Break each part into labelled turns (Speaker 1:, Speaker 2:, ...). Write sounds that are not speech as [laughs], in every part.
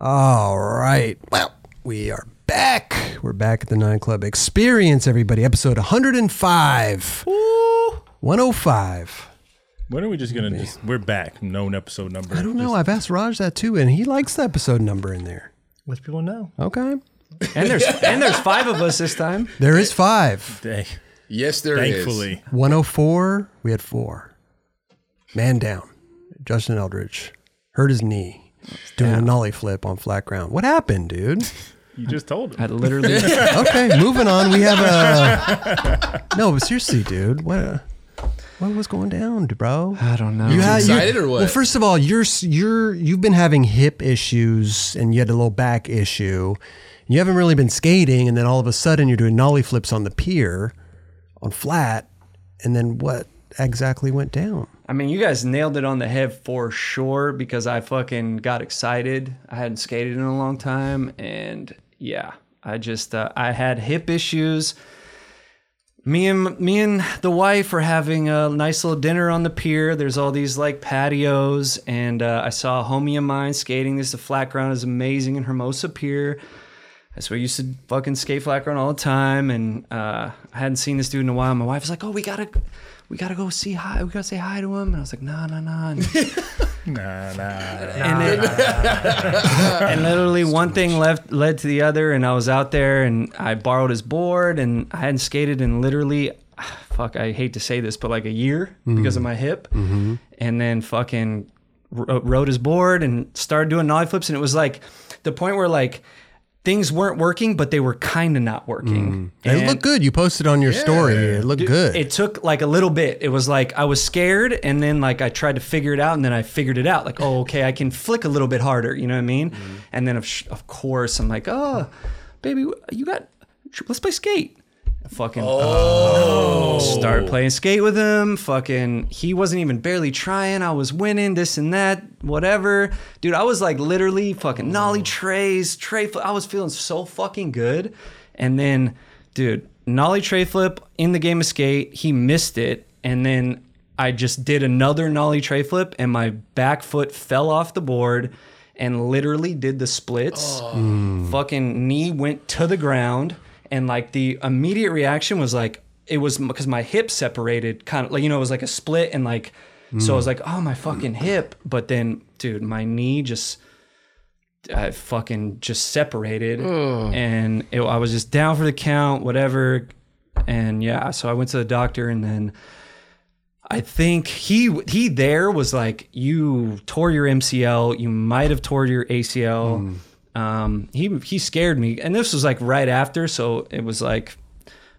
Speaker 1: All right. Well, we are back. We're back at the Nine Club Experience, everybody. Episode 105. 105.
Speaker 2: When are we just gonna just? We're back. Known episode number.
Speaker 1: I don't know. I've asked Raj that too, and he likes the episode number in there.
Speaker 3: Let people know.
Speaker 1: Okay.
Speaker 4: And there's and there's five of us this [laughs] time.
Speaker 1: There is five.
Speaker 2: Hey,
Speaker 5: Yes, there is.
Speaker 2: thankfully,
Speaker 1: 104. We had four. Man down. Justin Eldridge hurt his knee. He's doing a nollie flip on flat ground. What happened, dude?
Speaker 2: you just told
Speaker 4: I [laughs]
Speaker 2: him.
Speaker 4: literally
Speaker 1: okay, moving on. We have a no, but seriously, dude, what uh, what was going down, bro?
Speaker 4: I don't know.
Speaker 1: You had you-
Speaker 5: excited or what?
Speaker 1: Well, first of all, you're s- you're you've been having hip issues, and you had a little back issue. You haven't really been skating, and then all of a sudden, you're doing nollie flips on the pier, on flat, and then what exactly went down?
Speaker 4: I mean, you guys nailed it on the head for sure because I fucking got excited. I hadn't skated in a long time, and yeah, I just uh, I had hip issues. Me and me and the wife are having a nice little dinner on the pier. There's all these like patios, and uh, I saw a homie of mine skating. This the flat ground is amazing in Hermosa Pier. That's where I used to fucking skate flat ground all the time, and uh, I hadn't seen this dude in a while. My wife was like, "Oh, we gotta, we gotta go see hi. We gotta say hi to him." And I was like, "Nah, nah, nah." And,
Speaker 2: Nah, nah.
Speaker 4: and, then- [laughs] and literally one thing left led to the other, and I was out there, and I borrowed his board, and I hadn't skated in literally, [sighs] fuck, I hate to say this, but like a year because of my hip, and then fucking ro- rode his board and started doing nollie flips, and it was like the point where like. Things weren't working, but they were kind of not working.
Speaker 1: It
Speaker 4: And-
Speaker 1: looked good. You posted on your story. It looked good.
Speaker 4: it took like a little bit. It was like I was scared, and then like I tried to figure it out, and then I figured it out. Like, oh, okay, I can flick a little bit harder. You know what I mean? And then of, sh- of course I'm like, oh, baby, you got. Let's play skate. Fucking start playing skate with him. Fucking, he wasn't even barely trying. I was winning this and that, whatever. Dude, I was like literally fucking nollie trays, tray. Flip. I was feeling so fucking good. And then, dude, nollie tray flip in the game of skate. He missed it, and then I just did another nollie tray flip, and my back foot fell off the board. And literally did the splits. Fucking knee went to the ground, and like the immediate reaction was like, it was because my hip separated kind of like you know it was like a split and like so I was like oh my fucking hip but then dude my knee just I fucking just separated and it, I was just down for the count whatever and yeah so I went to the doctor and then I think he he there was like you tore your MCL you might have tore your
Speaker 1: Hmm.
Speaker 4: ACL um he he scared me and this was like right after so it was like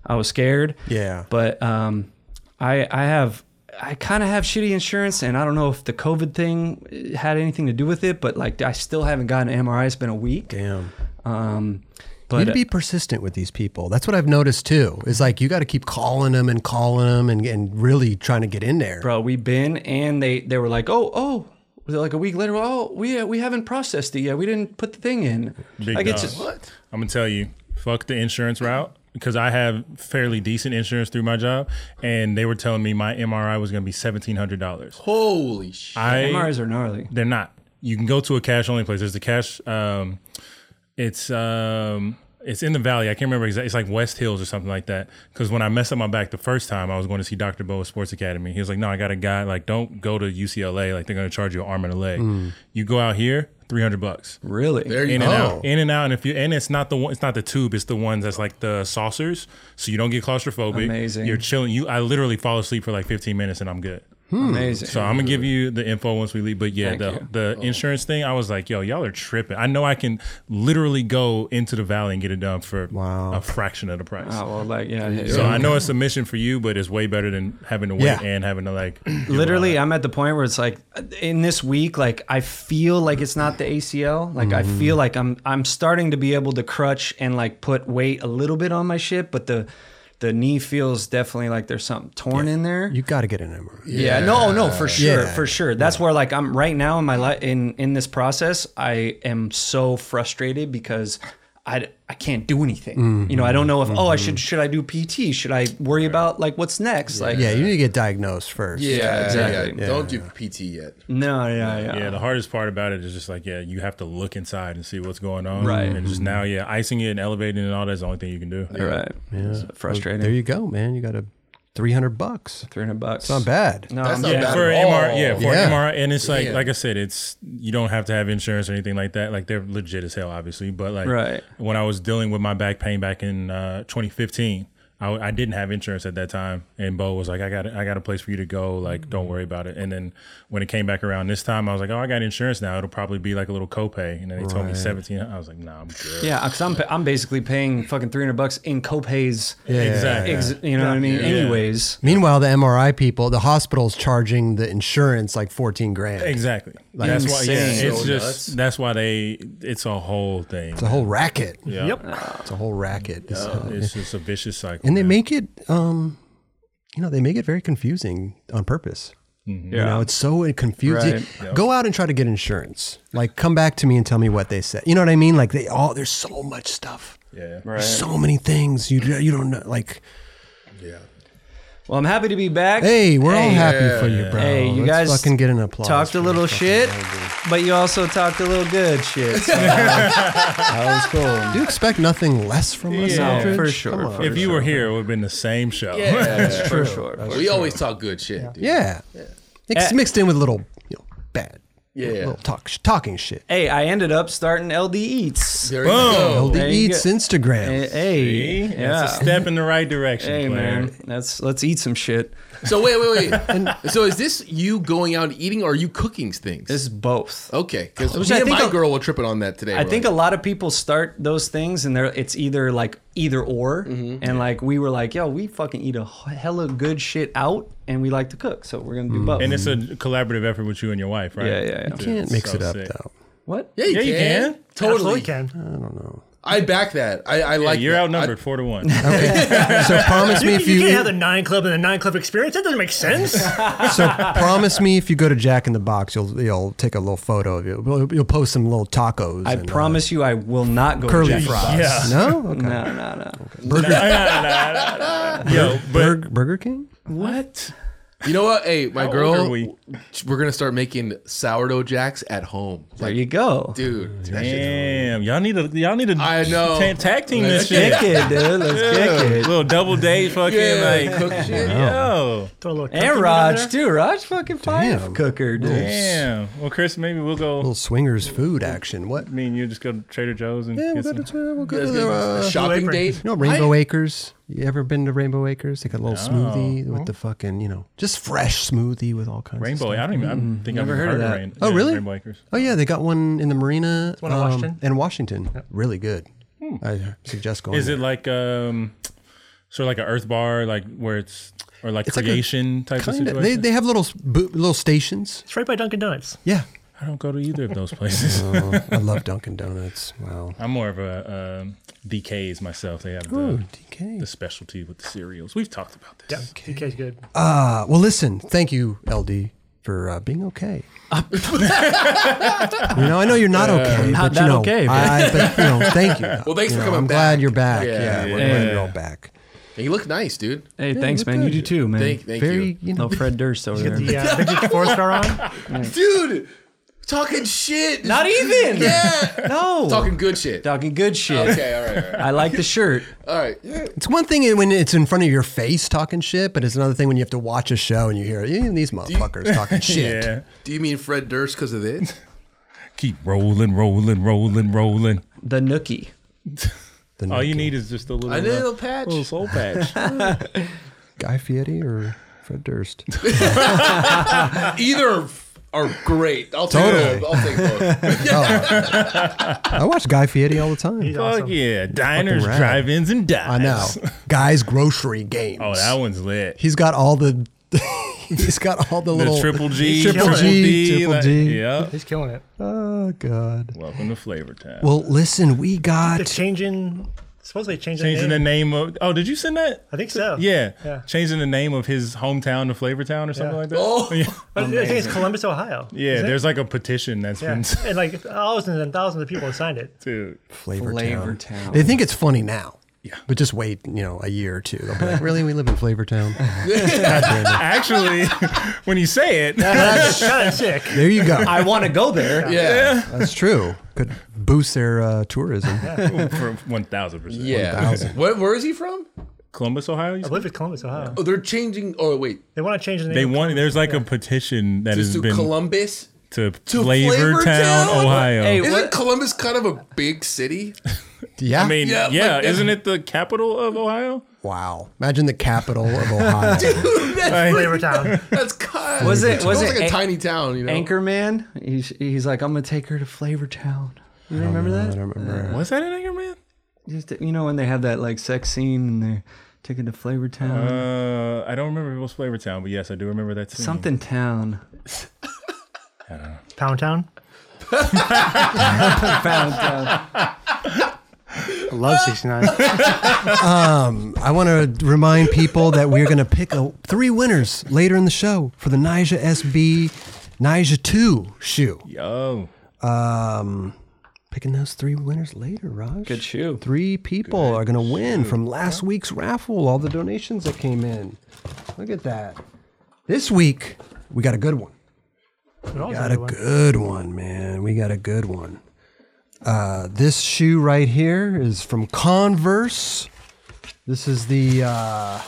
Speaker 4: I was scared
Speaker 1: yeah.
Speaker 4: but um, I I have I kind of have shitty insurance, and I don't know if the COVID thing uh, had anything to do with it, but like I still haven't gotten an MRI. It's been a week.
Speaker 1: Damn.
Speaker 4: Um,
Speaker 1: you
Speaker 4: but
Speaker 1: need to be persistent with these people. That's what I've noticed too. Is like you got to keep calling them and calling them and, and really trying to get in there.
Speaker 4: bro, we've been, and they they were like, oh oh. Was it Like a week later, oh, we we haven't processed it yet. We didn't put the thing in.
Speaker 2: Big
Speaker 4: like
Speaker 2: dog. I'm gonna tell you, fuck the insurance route because I have fairly decent insurance through my job, and they were telling me my MRI was gonna be seventeen hundred dollars.
Speaker 5: Holy shit.
Speaker 2: I
Speaker 4: MRIs are gnarly.
Speaker 2: they're not. You can go to a cash only place. There's the cash. Um, it's um, it's in the valley. I can't remember exactly. It's like West Hills or something like that. Because when I messed up my back the first time, I was going to see Doctor Bo at Sports Academy. He was like, "No, I got a guy. Like, don't go to UCLA. Like, they're going to charge you an arm and a leg. You go out here, three hundred bucks."
Speaker 4: Really?
Speaker 5: Hmm. There you
Speaker 2: in and
Speaker 5: go.
Speaker 2: out, in and out, and if you and it's not the one, it's not the tube, it's the ones that's like the saucers, so you don't get claustrophobic.
Speaker 4: Amazing.
Speaker 2: You're chilling. You, I literally fall asleep for like 15 minutes and I'm good.
Speaker 4: Amazing.
Speaker 2: Hmm. So I'm gonna give you the info once we leave. But yeah,
Speaker 4: Thank
Speaker 2: the
Speaker 4: you.
Speaker 2: the insurance thing, I was like, yo, y'all are tripping. I know I can literally go into the valley and get it done for
Speaker 1: Wow.
Speaker 2: a fraction of the price.
Speaker 4: oh, well, like yeah.
Speaker 2: So I know it's a mission for you, but it's way better than having to wait
Speaker 1: Yeah.
Speaker 2: and having to
Speaker 4: [clears throat]
Speaker 2: like do
Speaker 4: literally i'm at the point where it's like in this week like i feel like it's not the acl like
Speaker 2: Mm-hmm.
Speaker 4: i feel like i'm i'm starting to be able to crutch and like put weight a little bit on my shit but the the knee feels definitely like there's something torn in there
Speaker 1: You got to get an MRI.
Speaker 4: yeah. no oh, no for sure
Speaker 1: Yeah.
Speaker 4: for sure that's where like i'm right now in my life in in this process i am so frustrated because I, I can't do anything.
Speaker 1: Mm-hmm.
Speaker 4: You know, I don't know if oh I should should I do PT? Should I worry about like what's next? Like
Speaker 1: Yeah, you need to get diagnosed first.
Speaker 5: Yeah, yeah,
Speaker 4: exactly.
Speaker 5: yeah. Don't give PT yet.
Speaker 4: no, [laughs] yeah, yeah.
Speaker 2: Yeah, the hardest part about it is just like, yeah, you have to look inside and see what's going on.
Speaker 4: Right.
Speaker 2: And
Speaker 1: Mm-hmm.
Speaker 2: just now, yeah, icing it and elevating it and all that's the only thing you can do.
Speaker 4: All right. It's frustrating.
Speaker 1: There you go, man. You got a 300 bucks.
Speaker 4: 300 bucks.
Speaker 1: Not bad.
Speaker 4: No,
Speaker 5: That's
Speaker 4: I'm
Speaker 5: not
Speaker 4: yeah.
Speaker 5: bad.
Speaker 2: For
Speaker 5: At
Speaker 2: MRI,
Speaker 5: all.
Speaker 2: yeah, for
Speaker 1: Yeah.
Speaker 2: MRI, and it's like,
Speaker 5: Yeah.
Speaker 2: like I said, it's you don't have to have insurance or anything like that. Like they're legit as hell, obviously. But like,
Speaker 4: Right.
Speaker 2: when I was dealing with my back pain back in uh, 2015, I, I didn't have insurance at that time, and Bo was like, "I got I got a place for you to go. Like, don't worry about it." And then when it came back around this time, I was like, "Oh, I got insurance now. It'll probably be like a little copay." And then they told me 17. I was like, "Nah, I'm good."
Speaker 4: Yeah, because I'm, pa- I'm basically paying fucking 300 bucks in copays.
Speaker 2: Exactly.
Speaker 4: Ex- you know what I mean? Anyways.
Speaker 1: Meanwhile, the MRI people, the hospital's charging the insurance like 14 grand.
Speaker 2: Exactly. that's why. Yeah,
Speaker 4: Insane.
Speaker 2: it's
Speaker 5: So
Speaker 2: just
Speaker 5: nuts.
Speaker 2: that's why they. It's a whole thing.
Speaker 1: It's a whole racket.
Speaker 2: Yeah.
Speaker 1: It's a whole racket. It's-
Speaker 2: It's just a vicious cycle.
Speaker 1: and they
Speaker 2: man.
Speaker 1: make it, um, you know, they make it very confusing on purpose. You know, it's so confusing.
Speaker 4: Right.
Speaker 1: Go out and try to get insurance. Like, come back to me and tell me what they said. You know what I mean? Like, they all there's so much stuff.
Speaker 2: Yeah.
Speaker 1: There's so many things you you don't know. Like,
Speaker 5: Yeah.
Speaker 4: Well, I'm happy to be back.
Speaker 1: hey, we're all
Speaker 4: Hey.
Speaker 1: happy for you, bro.
Speaker 4: Hey, you
Speaker 1: Let's
Speaker 4: guys
Speaker 1: fucking get an applause.
Speaker 4: Talked
Speaker 1: for
Speaker 4: a little
Speaker 1: this fucking
Speaker 4: shit,
Speaker 1: lady.
Speaker 4: but you also talked a little good shit. So that was cool.
Speaker 1: Do you expect nothing less from us,
Speaker 2: Yeah.
Speaker 1: Aldridge?
Speaker 4: for sure.
Speaker 1: Come on.
Speaker 4: for
Speaker 2: If you
Speaker 4: sure.
Speaker 2: were here, it would have been the same show. [laughs]
Speaker 5: Yeah.
Speaker 4: for sure. for
Speaker 5: we always talk good shit, dude.
Speaker 1: Yeah. It's
Speaker 4: Eh.
Speaker 1: mixed in with a little, you know, bad.
Speaker 5: Yeah.
Speaker 1: Little talk, sh- talking shit.
Speaker 4: Hey, I ended up starting LD Eats.
Speaker 5: There you go.
Speaker 1: LD
Speaker 4: there you
Speaker 1: Eats
Speaker 4: go. Eh,
Speaker 1: Instagram.
Speaker 4: Hey,
Speaker 2: It's a
Speaker 4: yeah.
Speaker 2: step in the right direction.
Speaker 4: Hey
Speaker 2: player.
Speaker 4: man, that's let's eat some shit.
Speaker 5: So wait, wait,
Speaker 4: [laughs]
Speaker 5: wait. so is this you going out and eating, or are you cooking things?
Speaker 4: This is both.
Speaker 5: okay, because
Speaker 4: I
Speaker 5: me and
Speaker 4: think
Speaker 5: my
Speaker 4: a-
Speaker 5: girl were tripping on that today.
Speaker 4: I think a lot of people start those things and they're it's either like either or and like we were like yo we fucking eat a h- hella good shit out and we like to cook so we're gonna do both.
Speaker 2: And it's a collaborative effort with you and your wife, right?
Speaker 4: Yeah, yeah, yeah. You
Speaker 1: Can't mix
Speaker 2: So
Speaker 1: it up
Speaker 2: sick.
Speaker 1: though.
Speaker 4: what?
Speaker 5: yeah, you,
Speaker 2: Yeah, you
Speaker 5: can.
Speaker 2: can.
Speaker 5: totally.
Speaker 3: can.
Speaker 5: I back that. I, I like.
Speaker 2: You're
Speaker 5: that.
Speaker 2: outnumbered four to one. [laughs]
Speaker 1: So promise
Speaker 4: [laughs]
Speaker 3: You,
Speaker 1: me if
Speaker 3: you
Speaker 1: you,
Speaker 3: can't have the nine club and the nine club experience. That doesn't make sense.
Speaker 1: so promise me if you go to Jack in the Box, you'll you'll take a little photo of you. You'll, you'll post some little tacos.
Speaker 4: I
Speaker 1: and, uh,
Speaker 4: promise you I will not go
Speaker 1: curly
Speaker 4: to Jack-
Speaker 1: fries.
Speaker 3: Yeah.
Speaker 1: No, okay.
Speaker 4: No, no, no.
Speaker 1: Burger,
Speaker 2: Nah, nah, nah, nah, nah. [laughs] Yo, but
Speaker 1: Burg- Burger King.
Speaker 2: what?
Speaker 5: You know what? Hey, my
Speaker 2: old
Speaker 5: girl.
Speaker 2: are we?
Speaker 5: We're gonna start making sourdough jacks at home,
Speaker 4: There you go.
Speaker 5: dude. that shit's-
Speaker 2: Damn, y'all need a y'all need a
Speaker 5: I know.
Speaker 2: ta- tag team
Speaker 5: Let's
Speaker 2: this
Speaker 5: get
Speaker 2: shit.
Speaker 4: Kick it, dude. Let's kick it.
Speaker 2: Little double date, fucking
Speaker 5: Yeah,
Speaker 2: like,
Speaker 5: cook shit.
Speaker 2: yo,
Speaker 3: Throw a little
Speaker 4: And
Speaker 3: cooking
Speaker 4: Raj
Speaker 3: in
Speaker 4: too. Raj fucking fire
Speaker 1: Damn.
Speaker 4: cooker, dude.
Speaker 2: damn. Well, Chris, maybe we'll go.
Speaker 1: Little swingers food action. What?
Speaker 2: Me and you just go to Trader Joe's and
Speaker 1: Yeah, we'll
Speaker 2: get
Speaker 1: go
Speaker 2: some.
Speaker 1: to, we'll go
Speaker 5: Let's
Speaker 1: to
Speaker 5: get
Speaker 1: the,
Speaker 5: a
Speaker 1: uh,
Speaker 5: shopping
Speaker 3: Wait,
Speaker 5: date.
Speaker 1: You know Rainbow Acres? You ever been to Rainbow Acres? They got a little smoothie with the fucking, you know, just fresh smoothie with all kinds
Speaker 2: Rainbow.
Speaker 1: of
Speaker 2: I
Speaker 1: stuff.
Speaker 2: don't even. I
Speaker 1: Mm-hmm.
Speaker 2: don't think I've ever heard, of
Speaker 4: that.
Speaker 2: Rain,
Speaker 1: Oh,
Speaker 2: yeah,
Speaker 1: really?
Speaker 2: Rainbow Acres.
Speaker 1: Oh, yeah. They got one in the marina.
Speaker 3: one in Washington.
Speaker 1: And Washington. Really good. I suggest going.
Speaker 2: Is
Speaker 1: there.
Speaker 2: it like um, sort of like an Earth bar, like where it's or like
Speaker 1: It's like a
Speaker 2: creation type of
Speaker 1: Kinda.
Speaker 2: situation?
Speaker 1: They, they have little s- bo- little stations.
Speaker 3: there. [laughs] It's right by Dunkin' Donuts.
Speaker 1: Yeah.
Speaker 2: I don't go to either of those
Speaker 1: [laughs]
Speaker 2: places.
Speaker 1: Oh, I love Dunkin' Donuts. Wow.
Speaker 2: [laughs] I'm more of a um, DK's myself. They have the,
Speaker 1: Oh,
Speaker 2: the
Speaker 1: DK.
Speaker 2: specialty with the cereals. We've talked about
Speaker 3: Yeah,
Speaker 2: this.
Speaker 3: DK's good.
Speaker 1: Uh, well, listen. Thank you, LD, for uh, being okay. you know, I know you're not okay,
Speaker 4: not
Speaker 1: but you
Speaker 4: that
Speaker 1: know,
Speaker 4: okay, but-
Speaker 1: I, but you know, thank
Speaker 5: [laughs]
Speaker 1: you. Well,
Speaker 5: thanks for coming
Speaker 1: I'm glad
Speaker 5: back.
Speaker 1: you're back. Yeah,
Speaker 5: Yeah,
Speaker 1: we're
Speaker 4: yeah.
Speaker 1: glad you're all back.
Speaker 5: You look nice, dude.
Speaker 4: Hey, thanks, man. You do too, man.
Speaker 5: Thank, thank
Speaker 1: Very,
Speaker 5: you,
Speaker 1: you, know,
Speaker 4: No Fred Durst over there.
Speaker 3: The uh, vintage four star on.
Speaker 5: [laughs] dude. Talking shit.
Speaker 4: Not even.
Speaker 5: Yeah. [laughs]
Speaker 4: No.
Speaker 5: Talking good shit.
Speaker 4: uh, Talking good shit.
Speaker 5: Okay. All right. All right.
Speaker 4: I like the shirt.
Speaker 5: All right. Yeah.
Speaker 1: it's one thing when it's in front of your face talking shit, but it's another thing when you have to watch a show and you hear "Eh, these motherfuckers talking shit.
Speaker 2: Yeah.
Speaker 5: Do you mean Fred Durst because of this?
Speaker 2: Keep rolling, rolling, rolling, rolling.
Speaker 4: The nookie.
Speaker 1: The
Speaker 2: All you need is just a little,
Speaker 5: A little
Speaker 2: uh,
Speaker 5: patch.
Speaker 2: little
Speaker 1: [laughs]
Speaker 2: soul patch.
Speaker 1: Guy Fieri or Fred Durst?
Speaker 5: Either are great. I'll take
Speaker 1: Totally.
Speaker 5: both. I'll take both.
Speaker 1: I watch Guy Fieri all the time.
Speaker 3: He's
Speaker 2: Fuck
Speaker 3: awesome.
Speaker 2: yeah. Diners,
Speaker 1: rad.
Speaker 2: drive ins, and dives.
Speaker 1: I know. Guy's grocery games.
Speaker 2: Oh, that one's lit.
Speaker 1: He's got all the. [laughs] he's got all the, little
Speaker 2: the triple G,
Speaker 1: triple
Speaker 3: killing
Speaker 1: G,
Speaker 2: like-
Speaker 1: triple G.
Speaker 2: [laughs] yeah.
Speaker 3: He's killing it.
Speaker 1: Oh God.
Speaker 2: Welcome to Flavor Town.
Speaker 1: Well, listen, we
Speaker 3: The
Speaker 1: got
Speaker 3: changing Supposedly changed the
Speaker 2: Changing the
Speaker 3: name.
Speaker 2: name of oh, did you send that?
Speaker 3: I think so.
Speaker 2: Yeah.
Speaker 3: Yeah.
Speaker 2: changing the name of his hometown to Flavortown or something
Speaker 3: Yeah.
Speaker 2: like that. Oh, [laughs] yeah.
Speaker 3: But I think it's Columbus, Ohio.
Speaker 2: Yeah, there's like a petition that's
Speaker 3: Yeah.
Speaker 2: been
Speaker 3: and like thousands and thousands of people have signed [laughs] it.
Speaker 2: dude.
Speaker 1: Flavor,
Speaker 4: Flavor
Speaker 1: Town.
Speaker 4: Town.
Speaker 1: They think it's funny now. Yeah. But just wait, you know, a year or two. They'll
Speaker 4: [laughs]
Speaker 1: be like, really? We live in Flavor Town.
Speaker 2: Actually, [laughs] when you say it,
Speaker 3: That's kind of sick.
Speaker 1: There you go.
Speaker 4: [laughs] I want to go there.
Speaker 5: Yeah.
Speaker 1: That's true. Could boost their uh, tourism.
Speaker 2: [laughs] for one thousand percent.
Speaker 5: Yeah. Where, where is he from?
Speaker 2: Columbus, Ohio. You
Speaker 3: I
Speaker 2: said?
Speaker 3: believe it's Columbus, Ohio.
Speaker 5: Oh, they're changing. Oh, wait.
Speaker 3: They want to change the name.
Speaker 2: They want there's like a petition that
Speaker 5: Is
Speaker 2: has
Speaker 5: to
Speaker 2: been
Speaker 5: Columbus?
Speaker 2: to,
Speaker 5: Flavortown?
Speaker 2: Flavortown, Ohio.
Speaker 4: Hey,
Speaker 5: Isn't
Speaker 4: What?
Speaker 5: Columbus kind of a big city? [laughs]
Speaker 1: Yeah.
Speaker 2: I mean,
Speaker 5: Yeah,
Speaker 2: yeah,
Speaker 5: like that-
Speaker 2: isn't it the capital of Ohio?
Speaker 1: wow. Imagine the capital
Speaker 4: [laughs]
Speaker 1: of Ohio.
Speaker 5: that's,
Speaker 3: Flavor Town.
Speaker 5: that's kind.
Speaker 4: Was it-
Speaker 5: it's
Speaker 4: was
Speaker 5: almost
Speaker 4: it
Speaker 5: like a
Speaker 4: An-
Speaker 5: tiny town? You know?
Speaker 4: Anchorman, he's, he's like, I'm gonna take her to Flavor Town. You remember that?
Speaker 1: I don't remember.
Speaker 2: Was that in Anchorman? man?
Speaker 4: Just, you know when they had that like sex scene and they're taking to Flavor Town,
Speaker 2: Uh, I don't remember if it was Flavortown, but yes, I do remember that. Scene.
Speaker 4: something town,
Speaker 3: Pound Town.
Speaker 4: found town.
Speaker 6: I love 69.
Speaker 1: Um, I want to remind people that we're going to pick a, three winners later in the show for the Nija SB Nija 2 shoe.
Speaker 2: Yo,
Speaker 1: Picking those three winners later, Raj.
Speaker 4: Good shoe.
Speaker 1: Three people are going to win from last week's raffle, all the donations that came in. Look at that. This week, we got a good one.
Speaker 3: It always
Speaker 1: Got
Speaker 3: had
Speaker 1: a
Speaker 3: one.
Speaker 1: good one, man. We got a good one. Uh, this shoe right here is from Converse. This is the uh,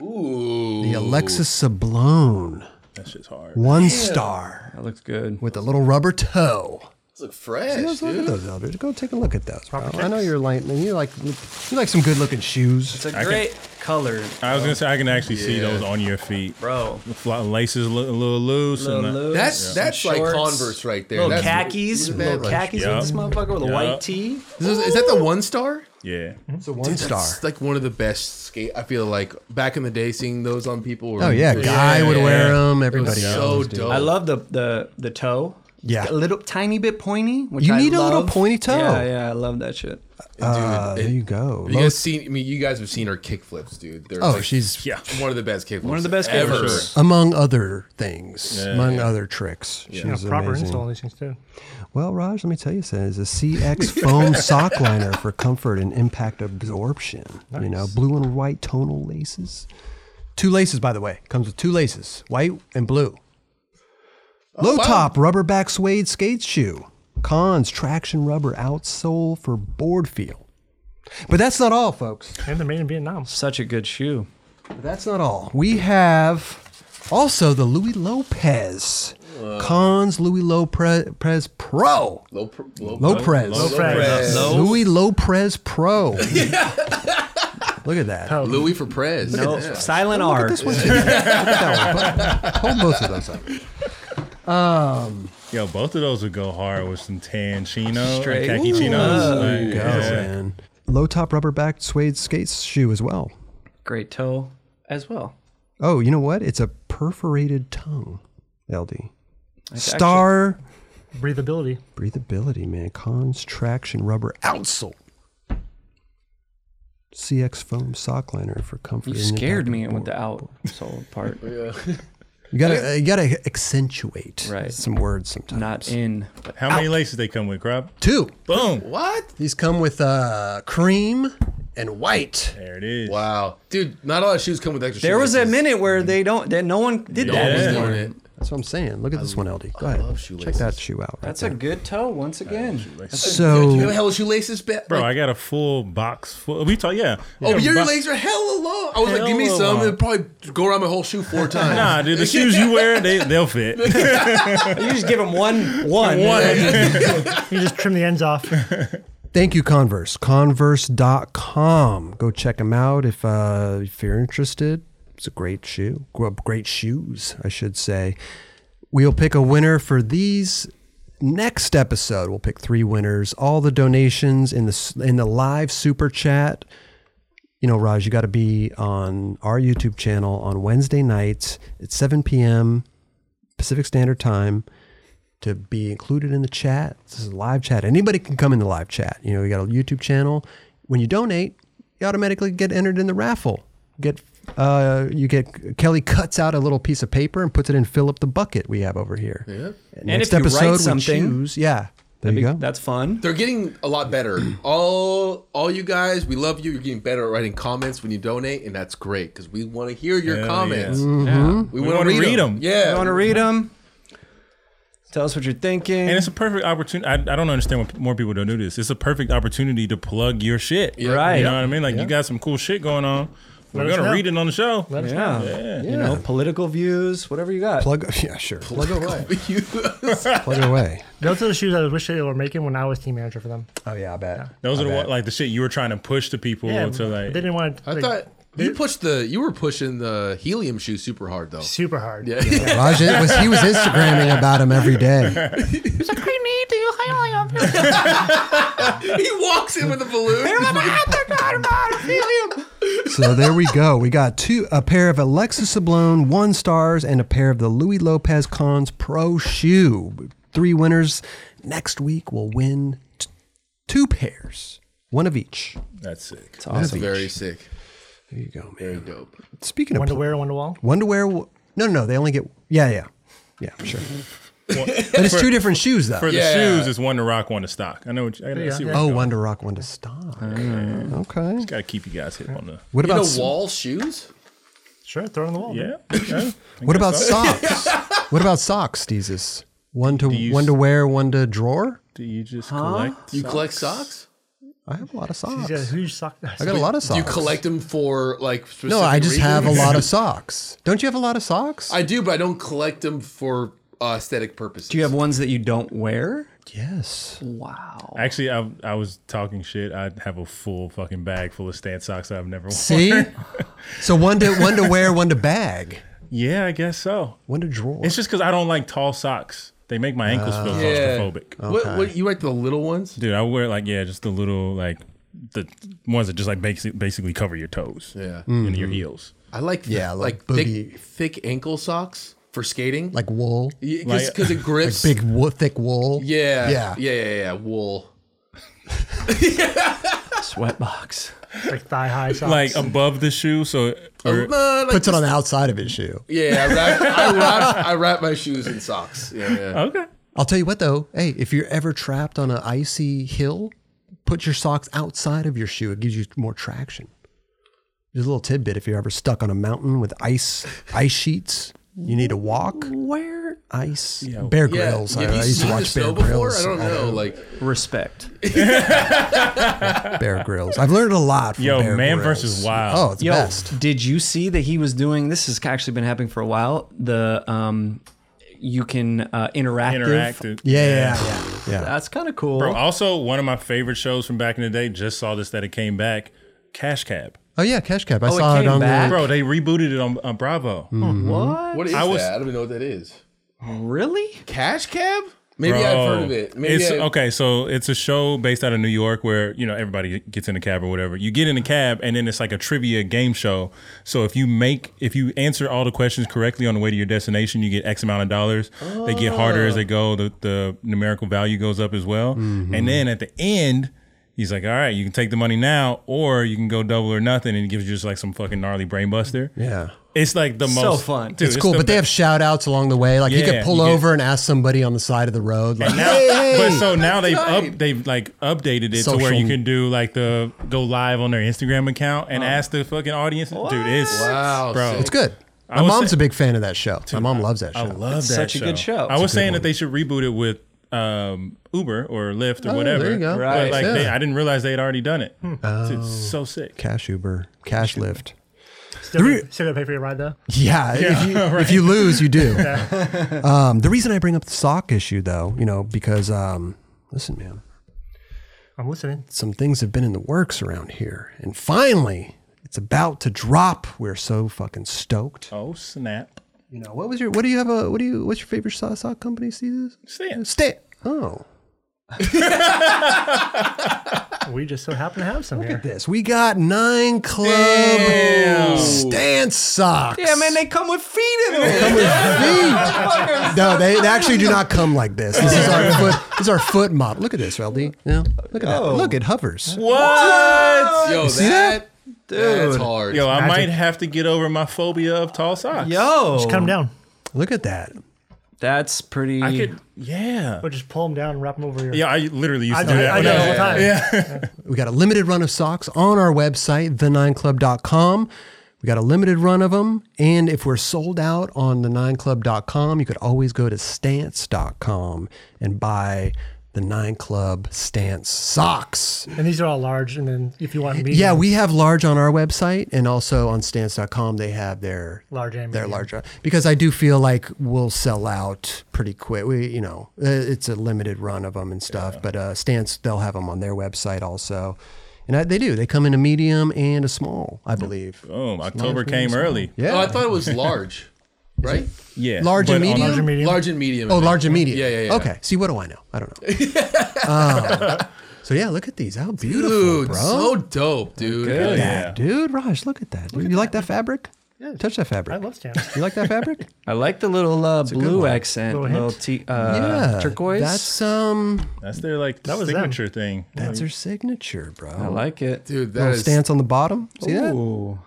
Speaker 5: Ooh.
Speaker 1: the Alexis Sablone
Speaker 2: that shit's hard.
Speaker 1: one star
Speaker 4: That looks good.
Speaker 1: with a little rubber toe.
Speaker 5: Those look fresh,
Speaker 1: Let's look at
Speaker 5: dude.
Speaker 1: those, Eldridge. Go take a look at those. Bro. I know you're lightning. You like you like some good looking shoes.
Speaker 4: It's a great color,
Speaker 2: I was gonna say I can actually see those on your feet.
Speaker 4: bro.
Speaker 2: The fly- laces look a little loose.
Speaker 4: Little
Speaker 2: and the-
Speaker 4: loose,
Speaker 5: That's
Speaker 4: some
Speaker 5: that's like
Speaker 4: shorts,
Speaker 5: Converse right there.
Speaker 4: Little
Speaker 5: That's-
Speaker 4: khakis,
Speaker 5: look at
Speaker 4: little
Speaker 5: that one.
Speaker 4: khakis
Speaker 2: Yeah.
Speaker 4: on this motherfucker with a
Speaker 2: Yeah.
Speaker 4: white tee.
Speaker 5: Is, this- is that the one star?
Speaker 2: yeah,
Speaker 1: It's a one star.
Speaker 5: It's like one of the best skate. I feel like back in the day, seeing those on people. Were
Speaker 1: Oh yeah, guy would wear them.
Speaker 5: It was
Speaker 1: Everybody
Speaker 5: so
Speaker 1: else. did.
Speaker 5: dope.
Speaker 4: I love the the the toe.
Speaker 1: Yeah.
Speaker 4: a little tiny bit pointy. Which
Speaker 1: You
Speaker 4: I
Speaker 1: need a little
Speaker 4: love.
Speaker 1: pointy toe.
Speaker 4: Yeah, yeah, I love that shit.
Speaker 5: dude.
Speaker 1: Uh, there
Speaker 5: it-
Speaker 1: you go.
Speaker 5: you
Speaker 1: Low-
Speaker 5: guys seen? I mean, you guys have seen her kickflips, dude. They're
Speaker 1: oh,
Speaker 5: like
Speaker 1: she's
Speaker 2: yeah.
Speaker 5: one of the best kickflips.
Speaker 4: One of the best
Speaker 5: ever.
Speaker 4: kickflips.
Speaker 1: among other things, among other tricks.
Speaker 3: You know,
Speaker 1: She's
Speaker 3: proper
Speaker 1: amazing.
Speaker 3: insole on these things too.
Speaker 1: Well, Raj, let me tell you something. It's a CX foam sock liner for comfort and impact absorption. You know, blue and white tonal laces. Two laces, by the way. Comes with two laces, white and blue. Low top rubber back suede skate shoe. Cons traction rubber outsole for board feel. But that's not all, folks.
Speaker 3: And they're made in Vietnam.
Speaker 4: Such a good shoe.
Speaker 1: But that's not all. We have also the Louis Lopez. Cons Louis Lopez Pro.
Speaker 5: Low, pr- low,
Speaker 1: Lopez.
Speaker 5: Lopez.
Speaker 4: Low-
Speaker 1: Louis Lopez
Speaker 4: [laughs]
Speaker 1: Pro. Look at that.
Speaker 3: Oh,
Speaker 5: Louis for Prez.
Speaker 4: No,
Speaker 5: Yeah.
Speaker 4: silent R.
Speaker 1: This one too. Look at that one. Hold both of those up.
Speaker 2: Yo, both of those would go hard with some tan chino,
Speaker 4: Straight.
Speaker 2: Straight. khaki
Speaker 4: Ooh.
Speaker 2: chinos.
Speaker 4: Oh,
Speaker 2: Like, yeah.
Speaker 1: Low top rubber backed suede skate shoe as well.
Speaker 4: Great toe as well.
Speaker 1: Oh, you know what? It's a perforated tongue. LD. Star
Speaker 3: breathability.
Speaker 1: breathability, man. Cons traction rubber outsole. CX foam sock liner for comfort.
Speaker 4: You
Speaker 1: and
Speaker 4: scared
Speaker 1: impact
Speaker 4: me
Speaker 1: of
Speaker 4: with
Speaker 1: board.
Speaker 4: the outsole part.
Speaker 1: You gotta, uh, you gotta accentuate
Speaker 4: Right.
Speaker 1: some words sometimes.
Speaker 4: Not in. but
Speaker 2: How many laces they come with, Crop?
Speaker 1: Two.
Speaker 2: Boom.
Speaker 5: What?
Speaker 1: These come with uh, cream and white.
Speaker 2: There it is.
Speaker 5: Wow, dude. Not a lot of shoes come with extra.
Speaker 4: There was a
Speaker 5: shoelaces.
Speaker 4: minute where they don't. That no one did
Speaker 5: No
Speaker 4: that.
Speaker 5: one's
Speaker 2: Yeah.
Speaker 5: doing it.
Speaker 1: That's what I'm saying. Look at this one, LD. Go ahead.
Speaker 5: love
Speaker 1: Check
Speaker 5: shoelaces.
Speaker 1: that shoe out. Right
Speaker 4: That's a good toe once again.
Speaker 5: Do you have
Speaker 1: so
Speaker 5: hella shoelaces, ba-
Speaker 2: Bro,
Speaker 5: like-
Speaker 2: I got a full box full. We talk, yeah.
Speaker 5: Oh, but
Speaker 2: Yeah,
Speaker 5: your
Speaker 2: bo-
Speaker 5: legs are hella long. I was like,
Speaker 2: Hella
Speaker 5: give me some.
Speaker 2: long.
Speaker 5: It'd probably go around my whole
Speaker 2: [laughs]
Speaker 5: shoe four times.
Speaker 2: Nah, dude, the shoes you wear, they they'll fit.
Speaker 4: You just give them
Speaker 2: [laughs]
Speaker 4: one, one.
Speaker 3: You just trim the ends [laughs] off.
Speaker 1: thank you, Converse. Converse.com. Go check them out if uh, if you're interested. It's a great shoe. Gr- Great shoes, I should say. We'll pick a winner for these next episode. We'll pick three winners. All the donations in the s- in the live super chat. you know, Raj, you got to be on our YouTube channel on Wednesday nights at 7 p.m. Pacific Standard Time. to be included in the chat. This is a live chat. Anybody can come in the live chat. You know, we got a YouTube channel. When you donate, you automatically get entered in the raffle. Get uh, you get Kelly cuts out a little piece of paper and puts it in fill up the bucket we have over here. And
Speaker 4: if you write something-
Speaker 1: yeah, there you go.
Speaker 4: That's fun.
Speaker 5: They're getting a lot better. [clears throat] all all you guys, we love you. You're getting better at writing comments when you donate, and that's great because we want to hear your
Speaker 2: Hell
Speaker 5: comments.
Speaker 2: yeah.
Speaker 5: We,
Speaker 2: We
Speaker 5: want to
Speaker 2: wanna
Speaker 5: read,
Speaker 2: read
Speaker 5: them.
Speaker 2: 'em.
Speaker 5: Yeah.
Speaker 4: You want to read them? Tell us what you're thinking.
Speaker 2: And it's a perfect opportunity. I, I don't understand why more people don't do this. It's a perfect opportunity to plug your shit.
Speaker 4: Right.
Speaker 2: You know what I mean? Like you got some cool shit going on. We're
Speaker 3: us
Speaker 2: gonna
Speaker 3: know.
Speaker 2: read it on the show.
Speaker 4: yeah.
Speaker 2: Yeah.
Speaker 4: You know, political views, whatever you got.
Speaker 1: Plug [laughs] yeah, sure. Plug away.
Speaker 5: [laughs] You-
Speaker 1: Plug away.
Speaker 3: Those are the shoes I wish they were making when I was team manager for them.
Speaker 1: Oh yeah, I bet.
Speaker 2: Those
Speaker 1: I
Speaker 2: are the
Speaker 1: bet.
Speaker 2: one, like the shit you were trying to push to people to
Speaker 3: but
Speaker 2: like.
Speaker 3: they didn't want.
Speaker 5: I
Speaker 3: like,
Speaker 5: thought you pushed the you were pushing the helium shoe super hard though.
Speaker 3: super hard.
Speaker 5: Yeah.
Speaker 1: Raj it was he was Instagramming about him every day.
Speaker 5: [laughs] he walks in with a balloon.
Speaker 1: So there we go. We got two a pair of Alexis Sablon one stars and a pair of the Louis Lopez Cons Pro Shoe. Three winners next week will win t- two pairs, one of each.
Speaker 2: That's sick.
Speaker 5: [laughs] That's very sick.
Speaker 1: There you go, man.
Speaker 5: Very dope.
Speaker 1: Speaking
Speaker 3: One
Speaker 1: of
Speaker 3: to wear, one to wall.
Speaker 1: One to wear. No, no, no. They only get. Yeah, yeah, yeah. Sure. but it's two different shoes, though.
Speaker 2: For the
Speaker 5: Yeah.
Speaker 2: shoes, it's one to rock, one to stock. I know. What you, I, I
Speaker 3: Yeah.
Speaker 2: see where
Speaker 1: oh,
Speaker 2: you're going.
Speaker 1: one to rock, one to stock. Okay.
Speaker 2: Gotta keep you guys hip on the.
Speaker 1: What
Speaker 5: You
Speaker 1: about
Speaker 5: know
Speaker 1: s-
Speaker 5: wall shoes?
Speaker 3: Sure, throw it on the [laughs] wall.
Speaker 2: Yeah. yeah.
Speaker 1: what about socks?
Speaker 2: [laughs]
Speaker 1: what about socks, Jesus? One to
Speaker 2: you
Speaker 1: one
Speaker 2: s-
Speaker 1: to wear, one to drawer.
Speaker 2: Do you just collect?
Speaker 5: You collect socks?
Speaker 1: I have a lot of
Speaker 3: He's
Speaker 1: socks.
Speaker 3: got a huge sock. [laughs]
Speaker 1: I got a lot of
Speaker 5: Do
Speaker 1: socks.
Speaker 5: you collect them for like specific
Speaker 1: No, I just have a
Speaker 5: reasons? [laughs]
Speaker 1: lot of socks. Don't you have a lot of socks?
Speaker 5: I do, but I don't collect them for uh, aesthetic purposes.
Speaker 4: Do you have ones that you don't wear?
Speaker 1: yes.
Speaker 4: Wow.
Speaker 2: Actually, I, I was talking shit. I have a full fucking bag full of Stan socks that I've never worn. [laughs]
Speaker 1: See. so one to one to wear, one to bag,
Speaker 2: Yeah, I guess so.
Speaker 1: one to drawer.
Speaker 2: It's just because I don't like tall socks. They make my ankles feel
Speaker 5: Ah. Yeah. Oh.
Speaker 2: claustrophobic.
Speaker 5: What, what you like the little ones?
Speaker 2: Dude, I wear like yeah, just the little like the ones that just like basic, basically cover your toes
Speaker 5: Yeah. Mm-hmm.
Speaker 2: and your heels.
Speaker 5: I like th-
Speaker 1: Yeah, like
Speaker 5: like, thick,
Speaker 1: boogie.
Speaker 5: thick ankle socks for skating.
Speaker 1: like wool,
Speaker 5: because
Speaker 2: like-
Speaker 5: it grips.
Speaker 1: big wool, thick wool.
Speaker 5: yeah,
Speaker 1: Yeah.
Speaker 5: yeah, yeah, yeah, yeah. Wool.
Speaker 4: Sweatbox.
Speaker 3: like thigh high socks.
Speaker 2: Like above the shoe, so or,
Speaker 5: Uh, like-
Speaker 1: Puts it on the outside of his shoe.
Speaker 5: yeah, I wrap, I wrap, I wrap my shoes in socks. Yeah,
Speaker 1: Uh,
Speaker 5: yeah.
Speaker 2: okay.
Speaker 1: I'll tell you what though, hey, if you're ever trapped on an icy hill, put your socks outside of your shoe. It gives you more traction. Just a little tidbit: if you're ever stuck on a mountain with ice ice sheets, you need to walk.
Speaker 4: Where?
Speaker 1: Ice Bear
Speaker 5: yeah.
Speaker 1: Grylls.
Speaker 5: Have
Speaker 1: I,
Speaker 5: you
Speaker 1: I used
Speaker 5: seen
Speaker 1: to
Speaker 5: the
Speaker 1: watch Bear
Speaker 5: snow before?
Speaker 1: Grylls.
Speaker 5: I don't know. Like,
Speaker 4: Respect.
Speaker 1: Bear Grylls. I've learned a lot. From
Speaker 2: Yo,
Speaker 1: Bear
Speaker 2: Man
Speaker 1: Grylls.
Speaker 2: versus Wild.
Speaker 1: Oh, it's
Speaker 4: Yo,
Speaker 1: the best.
Speaker 4: did you see that he was doing? This has actually been happening for a while. The um, you can uh, interactive.
Speaker 2: Interactive.
Speaker 1: Yeah, yeah, yeah. yeah.
Speaker 4: That's kind of cool.
Speaker 2: Bro, uh-huh. also one of my favorite shows from back in the day. Just saw this that it came back. Cash Cab.
Speaker 1: Oh yeah, Cash Cab. I
Speaker 4: it
Speaker 1: saw it,
Speaker 4: came
Speaker 1: on
Speaker 4: back?
Speaker 1: the.
Speaker 2: Bro, they rebooted it on, on Bravo.
Speaker 4: what?
Speaker 5: what is
Speaker 2: I was-
Speaker 5: that? I don't even know what that is.
Speaker 4: Really?
Speaker 5: Cash cab? Maybe
Speaker 2: Bro,
Speaker 5: I've heard of it. Maybe
Speaker 2: it's,
Speaker 5: I-
Speaker 2: okay, so it's a show based out of New York where you know everybody gets in a cab or whatever. You get in a cab, and then it's like a trivia game show. So if you make, if you answer all the questions correctly on the way to your destination, you get X amount of dollars. They get harder as they go. The the numerical value goes up as well.
Speaker 1: Mm-hmm.
Speaker 2: And then at the end. He's like, all right, you can take the money now, or you can go double or nothing, and he gives you just like some fucking gnarly brain buster.
Speaker 1: Yeah.
Speaker 2: It's like the
Speaker 4: So
Speaker 2: most
Speaker 4: fun.
Speaker 2: Dude,
Speaker 1: It's cool,
Speaker 2: the
Speaker 1: but they have
Speaker 2: best.
Speaker 1: shout outs along the way. Like you
Speaker 2: Yeah,
Speaker 1: could pull
Speaker 2: you get-
Speaker 1: over and ask somebody on the side of the road, like,
Speaker 2: now,
Speaker 1: "Hey,
Speaker 2: but so now they've
Speaker 5: right.
Speaker 2: up, they've like updated it to where
Speaker 1: Social-
Speaker 2: you can do like the go live on their Instagram account and ask the fucking audience. Dude, it's
Speaker 5: Wow,
Speaker 2: bro,
Speaker 5: sick.
Speaker 1: It's good. My
Speaker 2: was
Speaker 1: mom's
Speaker 2: say-
Speaker 1: a big fan of that show. My mom loves that show.
Speaker 2: I love
Speaker 4: It's
Speaker 2: that.
Speaker 4: such a good show.
Speaker 2: I
Speaker 4: It's a
Speaker 2: was saying that they should reboot it with um, Uber or Lyft or
Speaker 1: Oh,
Speaker 2: whatever.
Speaker 1: there you go.
Speaker 2: But,
Speaker 4: Right.
Speaker 2: like they,
Speaker 1: Yeah.
Speaker 2: I didn't realize they had already done it.
Speaker 4: Hmm.
Speaker 2: It's- It's so sick.
Speaker 1: cash Uber, cash Lyft.
Speaker 3: still, gonna- still gonna pay for your ride though.
Speaker 1: [laughs] Yeah, if, you, if you lose, you do. um, the reason I bring up the sock issue, though, you know, because um, listen, man,
Speaker 3: I'm listening.
Speaker 1: some things have been in the works around here, and finally, it's about to drop. We're so fucking stoked.
Speaker 2: Oh snap!
Speaker 1: You know, what was your? What do you have? A what do you? What's your favorite sock, sock oh, company? See this?
Speaker 2: Stan.
Speaker 1: Stay. Oh.
Speaker 3: We just so happen to have some
Speaker 1: Look
Speaker 3: here.
Speaker 1: at this. We got nine club stance socks.
Speaker 4: Yeah, man, they come with feet in them.
Speaker 1: come with feet.
Speaker 4: Motherfuckers.
Speaker 1: No, they, they actually do not come like this. This is our foot. This is our foot model. Look at this, LD. Yeah, look at that. Look, it hovers.
Speaker 2: What?
Speaker 5: Yo,
Speaker 1: see that?
Speaker 5: that, that's
Speaker 4: Dude.
Speaker 5: hard.
Speaker 2: Yo, I might have to get over my phobia of tall socks.
Speaker 4: Yo,
Speaker 3: Just cut them down.
Speaker 1: Look at that.
Speaker 4: that's pretty.
Speaker 2: I could. Yeah.
Speaker 3: Or just pull them down and wrap them over your.
Speaker 2: Yeah, I literally used
Speaker 3: I
Speaker 2: to
Speaker 3: know,
Speaker 2: do that.
Speaker 3: I
Speaker 2: when
Speaker 3: know
Speaker 2: I
Speaker 3: all
Speaker 2: was-
Speaker 3: the time.
Speaker 1: We got a limited run of socks on our website, the9club.com. We got a limited run of them. And if we're sold out on the9club.com, you could always go to stance.com and buy the 9 Club Stance socks.
Speaker 3: And these are all large. And then if you want medium,
Speaker 1: Yeah, we have large on our website and also on stance.com they have their
Speaker 3: large and
Speaker 1: their
Speaker 3: medium.
Speaker 1: larger because I do feel like we'll sell out pretty quick. We you know, uh, it's a limited run of them and stuff, but uh stance they'll have them on their website also. And I, they do. They come in a medium and a small, I believe.
Speaker 2: [laughs] Boom! October came early.
Speaker 1: Yeah.
Speaker 5: Oh, I Oh. thought it was large, [laughs] right?
Speaker 2: Yeah.
Speaker 1: Large and
Speaker 2: But on-
Speaker 1: medium?
Speaker 3: Large and medium.
Speaker 5: Large and medium.
Speaker 1: Oh, large and medium.
Speaker 5: Yeah, yeah, yeah.
Speaker 1: Okay. See, what do I know? I don't know.
Speaker 5: [laughs]
Speaker 1: Um, so yeah, look at these. How beautiful,
Speaker 5: Dude,
Speaker 1: bro.
Speaker 5: so dope, dude.
Speaker 2: Hell
Speaker 1: Look at
Speaker 2: yeah.
Speaker 1: that, dude. Raj, look at that. Dude. you like that fabric? Yeah. Touch that
Speaker 3: I
Speaker 1: fabric.
Speaker 3: love stamps.
Speaker 1: You like that
Speaker 3: [laughs]
Speaker 1: fabric?
Speaker 4: I like the little uh, blue
Speaker 1: one.
Speaker 4: accent,
Speaker 3: Little
Speaker 4: little
Speaker 3: hint.
Speaker 4: te- uh, turquoise.
Speaker 1: That's um,
Speaker 2: That's their like
Speaker 3: was them.
Speaker 2: signature thing.
Speaker 1: that's her signature, bro.
Speaker 4: I like it.
Speaker 5: Dude, that
Speaker 1: Little
Speaker 5: is,
Speaker 1: stance on the bottom. See that?
Speaker 4: Ooh.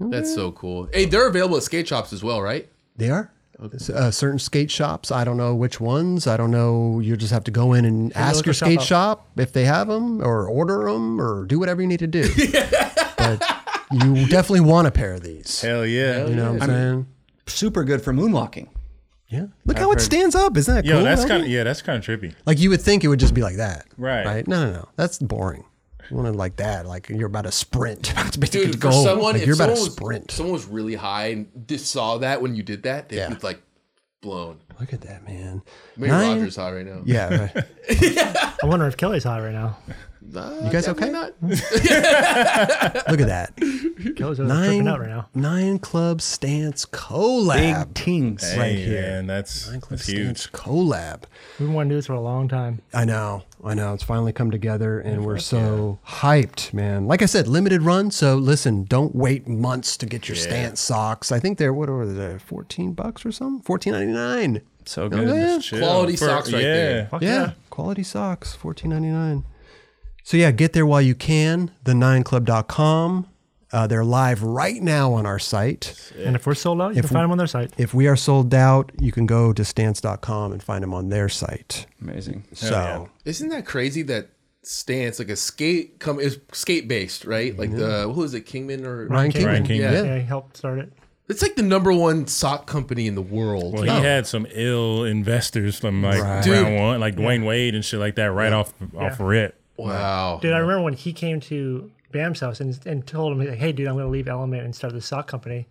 Speaker 5: that's so cool. Hey, they're available at skate shops as well, right?
Speaker 1: They are. Uh, certain skate shops. I don't know which ones. I don't know. You just have to go in and ask
Speaker 3: look
Speaker 1: your
Speaker 3: us up.
Speaker 1: skate shop if they have them, or order them, or do whatever you need to
Speaker 3: [laughs]
Speaker 1: do. but you definitely want a pair of these.
Speaker 2: Hell yeah.
Speaker 1: You know what I'm saying?
Speaker 4: Super good for moonwalking.
Speaker 1: Yeah. Look how it stands up. Isn't that
Speaker 2: Yo,
Speaker 1: cool?
Speaker 2: that's
Speaker 1: Elvin?
Speaker 2: kind of yeah, that's kind of trippy.
Speaker 1: Like you would think it would just be like that.
Speaker 2: Right.
Speaker 1: Right. No, no, no. That's boring. You want it like that. Like you're about to sprint. [laughs] It's basically
Speaker 5: Dude, for
Speaker 1: goal.
Speaker 5: someone,
Speaker 1: Like
Speaker 5: if
Speaker 1: you're about to
Speaker 5: someone was-
Speaker 1: sprint.
Speaker 5: someone was really high and just saw that when you did that, they'd
Speaker 1: Yeah.
Speaker 5: be like blown.
Speaker 1: Look at that, man.
Speaker 5: Maybe
Speaker 1: Nine-
Speaker 5: Rogers high right now.
Speaker 1: Yeah. Right.
Speaker 3: I wonder if Kelly's high right now.
Speaker 5: Nah,
Speaker 1: You guys
Speaker 5: definitely
Speaker 1: okay? Hmm?
Speaker 5: not.
Speaker 1: Look at that.
Speaker 3: Kelly's over there
Speaker 1: Nine,
Speaker 3: tripping out right now.
Speaker 1: nine Club Stance
Speaker 4: Big
Speaker 1: collab.
Speaker 4: tings.
Speaker 1: right
Speaker 2: Hey,
Speaker 1: here.
Speaker 2: man, that's,
Speaker 1: Nine Club
Speaker 2: that's huge.
Speaker 1: Stance collab.
Speaker 3: We've been wanting to do this for a long time.
Speaker 1: I know. I know. It's finally come together and we're so hyped, man. Like I said, limited run. So listen, don't wait months to get your Stance socks. I think they're, what were they, 14 bucks or something? 14.99.
Speaker 4: So
Speaker 1: You know what I'm
Speaker 4: good.
Speaker 1: saying?
Speaker 2: Chill.
Speaker 5: Quality
Speaker 2: For-
Speaker 5: socks right
Speaker 2: yeah.
Speaker 5: there.
Speaker 3: Fuck
Speaker 1: yeah. Quality socks, fourteen ninety nine. So yeah, get there while you can. The nineclub.com. Uh, they're live right now on our site.
Speaker 3: And if we're sold out, you can find them on their site.
Speaker 1: If we are sold out, you can go to stance.com and find them on their site.
Speaker 4: Amazing.
Speaker 1: So
Speaker 5: Isn't that crazy that stance like a skate come is skate based, right? Like the who is it, Kingman or
Speaker 1: Mm-hmm. Ryan King,
Speaker 2: Ryan Kingman.
Speaker 1: Yeah.
Speaker 3: Yeah, he helped start it.
Speaker 5: It's like the number one sock company in the world.
Speaker 2: Well, he had some ill investors from like
Speaker 5: Dude.
Speaker 2: round one, like Dwayne Wade and shit like that, right off off rip.
Speaker 5: wow.
Speaker 3: Dude, I remember when he came to Bam's house and, and told him, like, hey, dude, I'm going to leave Element and start this sock company.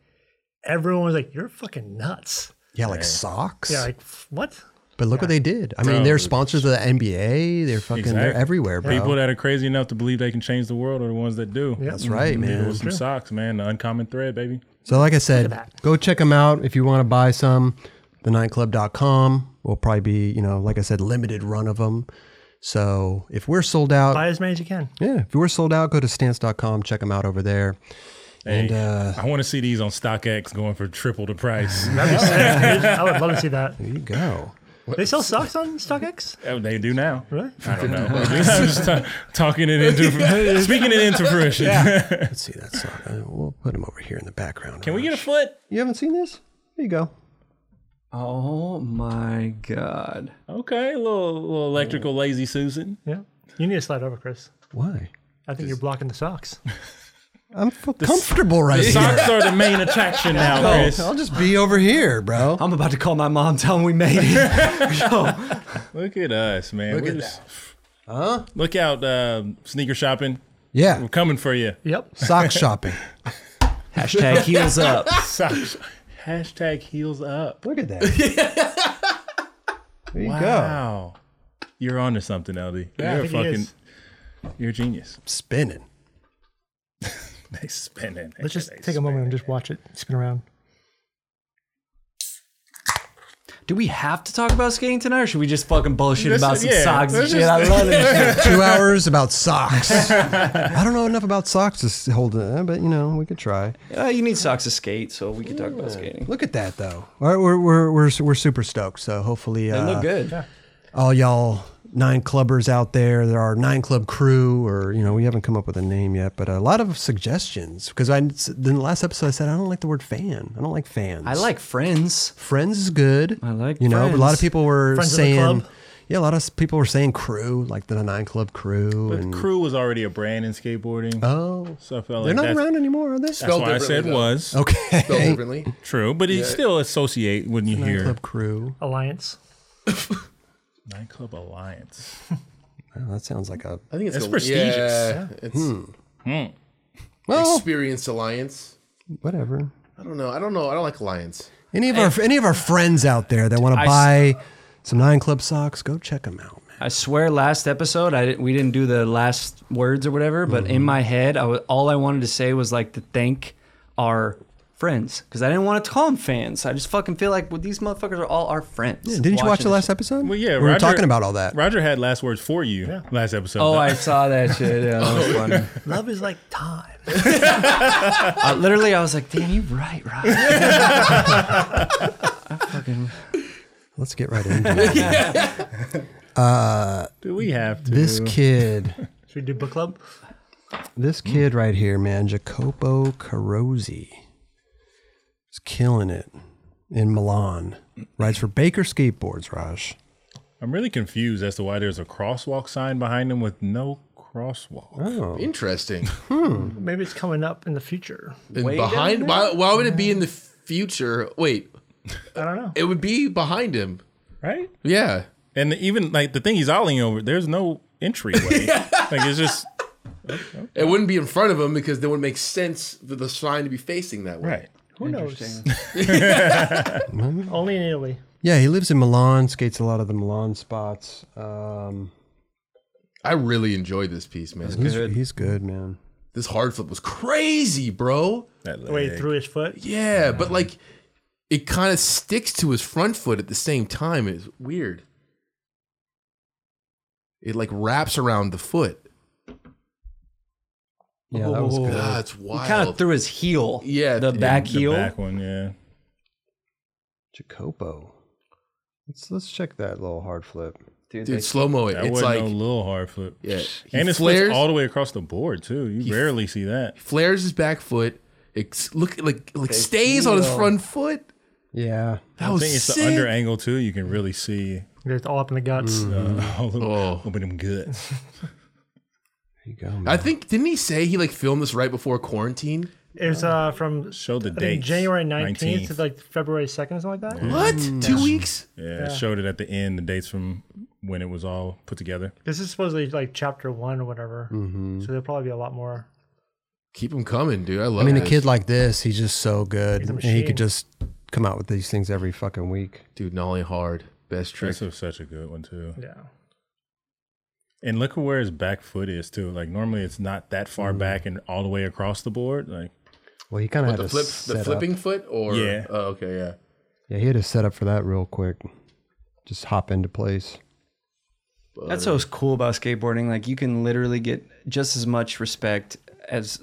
Speaker 3: Everyone was like, you're fucking nuts.
Speaker 1: yeah, like socks.
Speaker 3: Yeah, like, "F- what?
Speaker 1: but look what they did. I mean,
Speaker 2: Bro,
Speaker 1: they're sponsors of the NBA. They're fucking they're
Speaker 2: Exactly.
Speaker 1: everywhere, bro.
Speaker 2: People that are crazy enough to believe they can change the world are the ones that do.
Speaker 3: Yeah.
Speaker 1: That's right,
Speaker 2: Leave it
Speaker 1: man.
Speaker 2: with some socks, man. The uncommon thread, baby.
Speaker 1: So, like I said, go check them out if you want to buy some. Thenightclub.com will probably be, you know, like I said, limited run of them. So, if we're sold out,
Speaker 3: Buy as many as you can.
Speaker 1: yeah, if we're sold out, go to stance.com, check them out over there. And uh,
Speaker 2: I want to see these on StockX going for triple the
Speaker 1: [laughs]
Speaker 2: price. [laughs]
Speaker 3: I would love to see that.
Speaker 1: there you go.
Speaker 3: They sell socks on StockX?
Speaker 2: Oh, they do now.
Speaker 3: Really?
Speaker 2: I don't
Speaker 3: [laughs]
Speaker 2: know. I'm just ta- talking it into speaking it into fruition. [laughs]
Speaker 1: Let's see that song. Uh, We'll put them over here in the background.
Speaker 2: Can we get a foot?
Speaker 1: You haven't seen this? There you go.
Speaker 4: Oh my god.
Speaker 2: Okay, a little, little electrical lazy
Speaker 3: [laughs]
Speaker 2: Susan.
Speaker 3: Yeah. You need to slide over, Chris.
Speaker 1: Why?
Speaker 3: I think you're blocking the socks.
Speaker 1: I'm f- comfortable right here.
Speaker 2: Socks are the main attraction now, Chris.
Speaker 1: I'll just be over here, bro.
Speaker 4: I'm about to call my mom, tell him we made it. Yo,
Speaker 2: Look at us, man. Look at that. Huh? Look out, uh, sneaker shopping.
Speaker 1: Yeah.
Speaker 2: [laughs] We're coming for
Speaker 3: [laughs]
Speaker 2: you.
Speaker 3: Yep.
Speaker 1: Sock shopping.
Speaker 4: [laughs] hashtag heels up.
Speaker 2: Socks. Hashtag heels up.
Speaker 1: Look at that. There you go.
Speaker 2: Wow. You're onto something, LD.
Speaker 3: Yeah, I
Speaker 2: you're a
Speaker 3: think he
Speaker 2: fucking,
Speaker 3: is.
Speaker 2: you're a genius. [laughs]
Speaker 1: Spinning.
Speaker 2: They spinning.
Speaker 3: Let's just take a moment and just watch it spin around.
Speaker 4: [laughs] do we have to talk about skating tonight, or should we just fucking bullshit
Speaker 2: This-
Speaker 4: about some
Speaker 2: yeah,
Speaker 4: socks and
Speaker 2: let's
Speaker 4: shit?
Speaker 2: just-
Speaker 4: I love it.
Speaker 1: Two hours about socks. I don't know enough about socks to s- hold it, eh, but you know we could try.
Speaker 4: Uh, you need socks to skate, so we can talk about skating.
Speaker 1: Look at that though. All right, we're we're we're, we're super stoked. So hopefully,
Speaker 4: They
Speaker 1: uh,
Speaker 4: look good.
Speaker 1: all y'all nine clubbers out there, there are nine club crew, or you know, we haven't come up with a name yet, but a lot of suggestions because I in the last episode I said I don't like the word fan. I don't like fans.
Speaker 4: I like friends.
Speaker 1: friends is good.
Speaker 4: I like
Speaker 1: you know, but a lot of
Speaker 4: friends.
Speaker 1: people were
Speaker 3: Friends of the
Speaker 1: saying.
Speaker 3: club?
Speaker 1: Yeah, a lot of s- people were saying crew, like the nine club crew,
Speaker 2: But
Speaker 1: and
Speaker 2: crew was already a brand in skateboarding.
Speaker 1: oh,
Speaker 2: so I felt
Speaker 1: they're
Speaker 2: like
Speaker 1: not
Speaker 2: that's,
Speaker 1: around anymore, are they?
Speaker 2: that's why I
Speaker 5: Spelled
Speaker 2: said
Speaker 5: differently, though.
Speaker 2: was
Speaker 1: Okay, [laughs]
Speaker 5: Spelled differently.
Speaker 2: true, but you still associate when you
Speaker 1: nine
Speaker 2: hear
Speaker 1: club crew.
Speaker 3: Alliance.
Speaker 2: nightclub alliance.
Speaker 1: Oh, that sounds like a
Speaker 5: I think it's
Speaker 2: That's
Speaker 5: a-
Speaker 2: prestigious.
Speaker 5: Yeah, it's
Speaker 1: well,
Speaker 5: Experience Alliance.
Speaker 1: whatever.
Speaker 5: I don't know. I don't know. I don't like Alliance.
Speaker 1: Any of our any of our friends out there that want to
Speaker 4: I s-
Speaker 1: buy some nine club socks, go check them out. Man.
Speaker 4: I swear, last episode, I didn't- we didn't do the last words or whatever, but in my head, I was, all I wanted to say was like to thank our friends because I didn't want to call them fans. I just fucking feel like well, these motherfuckers are all our friends.
Speaker 1: Didn't you watch the
Speaker 4: watching
Speaker 1: last
Speaker 4: this
Speaker 1: episode?
Speaker 2: [laughs] Well, yeah,
Speaker 1: we were
Speaker 2: Roger-
Speaker 1: talking about all that.
Speaker 2: Roger had last words for you last episode.
Speaker 4: shit? Oh,
Speaker 2: That-
Speaker 4: I saw that shit. Yeah,
Speaker 5: [laughs]
Speaker 4: that
Speaker 5: Oh,
Speaker 4: was funny.
Speaker 3: Love is like time.
Speaker 4: I, literally, I was like, "Damn, you're right,
Speaker 5: [laughs]
Speaker 4: Rob."
Speaker 1: Let's get right into it.
Speaker 2: do we have to?
Speaker 1: this kid,
Speaker 3: Should we do book club?
Speaker 1: this kid right here, man, Jacopo Carosi, is killing it in Milan. Rides for Baker Skateboards, Raj.
Speaker 2: I'm really confused as to why there's a crosswalk sign behind him with no crosswalk.
Speaker 5: Interesting.
Speaker 3: Maybe it's coming up in the future.
Speaker 5: And behind? Why, why would it be in the future? Wait,
Speaker 3: I don't know.
Speaker 5: it would be behind him.
Speaker 2: Right?
Speaker 5: Yeah.
Speaker 2: And even like the thing he's ollieing over, there's no entryway. [laughs] like it's just
Speaker 5: It wouldn't be in front of him because that would make sense for the sign to be facing that way.
Speaker 2: right.
Speaker 3: Who knows? [laughs] Only in Italy.
Speaker 1: Yeah, he lives in Milan, skates a lot of the Milan spots. Um,
Speaker 5: I really enjoyed this piece, man.
Speaker 1: he's, he's good, man.
Speaker 5: This hard flip was crazy, bro.
Speaker 2: That
Speaker 3: The way he
Speaker 2: leg.
Speaker 3: threw his foot.
Speaker 5: Yeah, but like it kind of sticks to his front foot at the same time. It's weird. It like wraps around the foot.
Speaker 1: Yeah, that was good.
Speaker 5: Ah, it's wild.
Speaker 4: He kind of threw his heel.
Speaker 5: Yeah,
Speaker 4: the
Speaker 5: yeah,
Speaker 4: back
Speaker 2: the
Speaker 4: heel.
Speaker 2: back one, yeah.
Speaker 1: Jacopo. Let's let's check that little hard flip.
Speaker 5: Dude, slow mo it.
Speaker 2: That
Speaker 5: It's
Speaker 2: wasn't
Speaker 5: like
Speaker 2: no little hard flip.
Speaker 5: yeah. He
Speaker 2: And it flips
Speaker 5: flares
Speaker 2: all the way across the board too. You rarely see that.
Speaker 5: flares his back foot. It's look like like stays on his front foot.
Speaker 1: Yeah.
Speaker 5: That
Speaker 2: I
Speaker 5: was
Speaker 2: think it's
Speaker 5: sick.
Speaker 2: the under angle too. You can really see
Speaker 3: It's all up in the guts.
Speaker 2: uh, [laughs] all the
Speaker 5: Oh.
Speaker 2: open
Speaker 1: [laughs]
Speaker 2: them guts.
Speaker 1: There you go. Man.
Speaker 5: I think didn't he say he like filmed this right before quarantine?
Speaker 3: It was uh, from
Speaker 2: Show the
Speaker 3: I think,
Speaker 2: dates. Mm-hmm.
Speaker 3: January 19th, to
Speaker 2: 19th.
Speaker 3: like February 2nd or something like
Speaker 1: Mm.
Speaker 3: that.
Speaker 5: What? Two weeks?
Speaker 2: Yeah, it showed it at the end, the dates from when it was all put together.
Speaker 3: This is supposedly like chapter one or whatever.
Speaker 2: Mm-hmm.
Speaker 3: So there'll probably be a lot more.
Speaker 5: Keep him coming, dude. I love.
Speaker 1: I mean, a
Speaker 5: this.
Speaker 1: kid like this, he's just so good,
Speaker 3: a
Speaker 1: and he
Speaker 3: machine.
Speaker 1: could just come out with these things every fucking week.
Speaker 5: dude, nollie hard, best trick.
Speaker 2: This was such a good one too.
Speaker 3: Yeah.
Speaker 2: And look at where his back foot is too. Like normally it's not that far
Speaker 1: Mm.
Speaker 2: back and all the way across the board. Like
Speaker 1: Well, he kind of
Speaker 5: What,
Speaker 1: had to
Speaker 5: the flip,
Speaker 1: set
Speaker 5: the flipping
Speaker 1: Up.
Speaker 5: foot, or
Speaker 2: Yeah.
Speaker 5: Oh, okay, yeah.
Speaker 1: Yeah, he had to set up for that real quick. Just hop into place.
Speaker 4: That's what's cool about skateboarding. Like you can literally get just as much respect as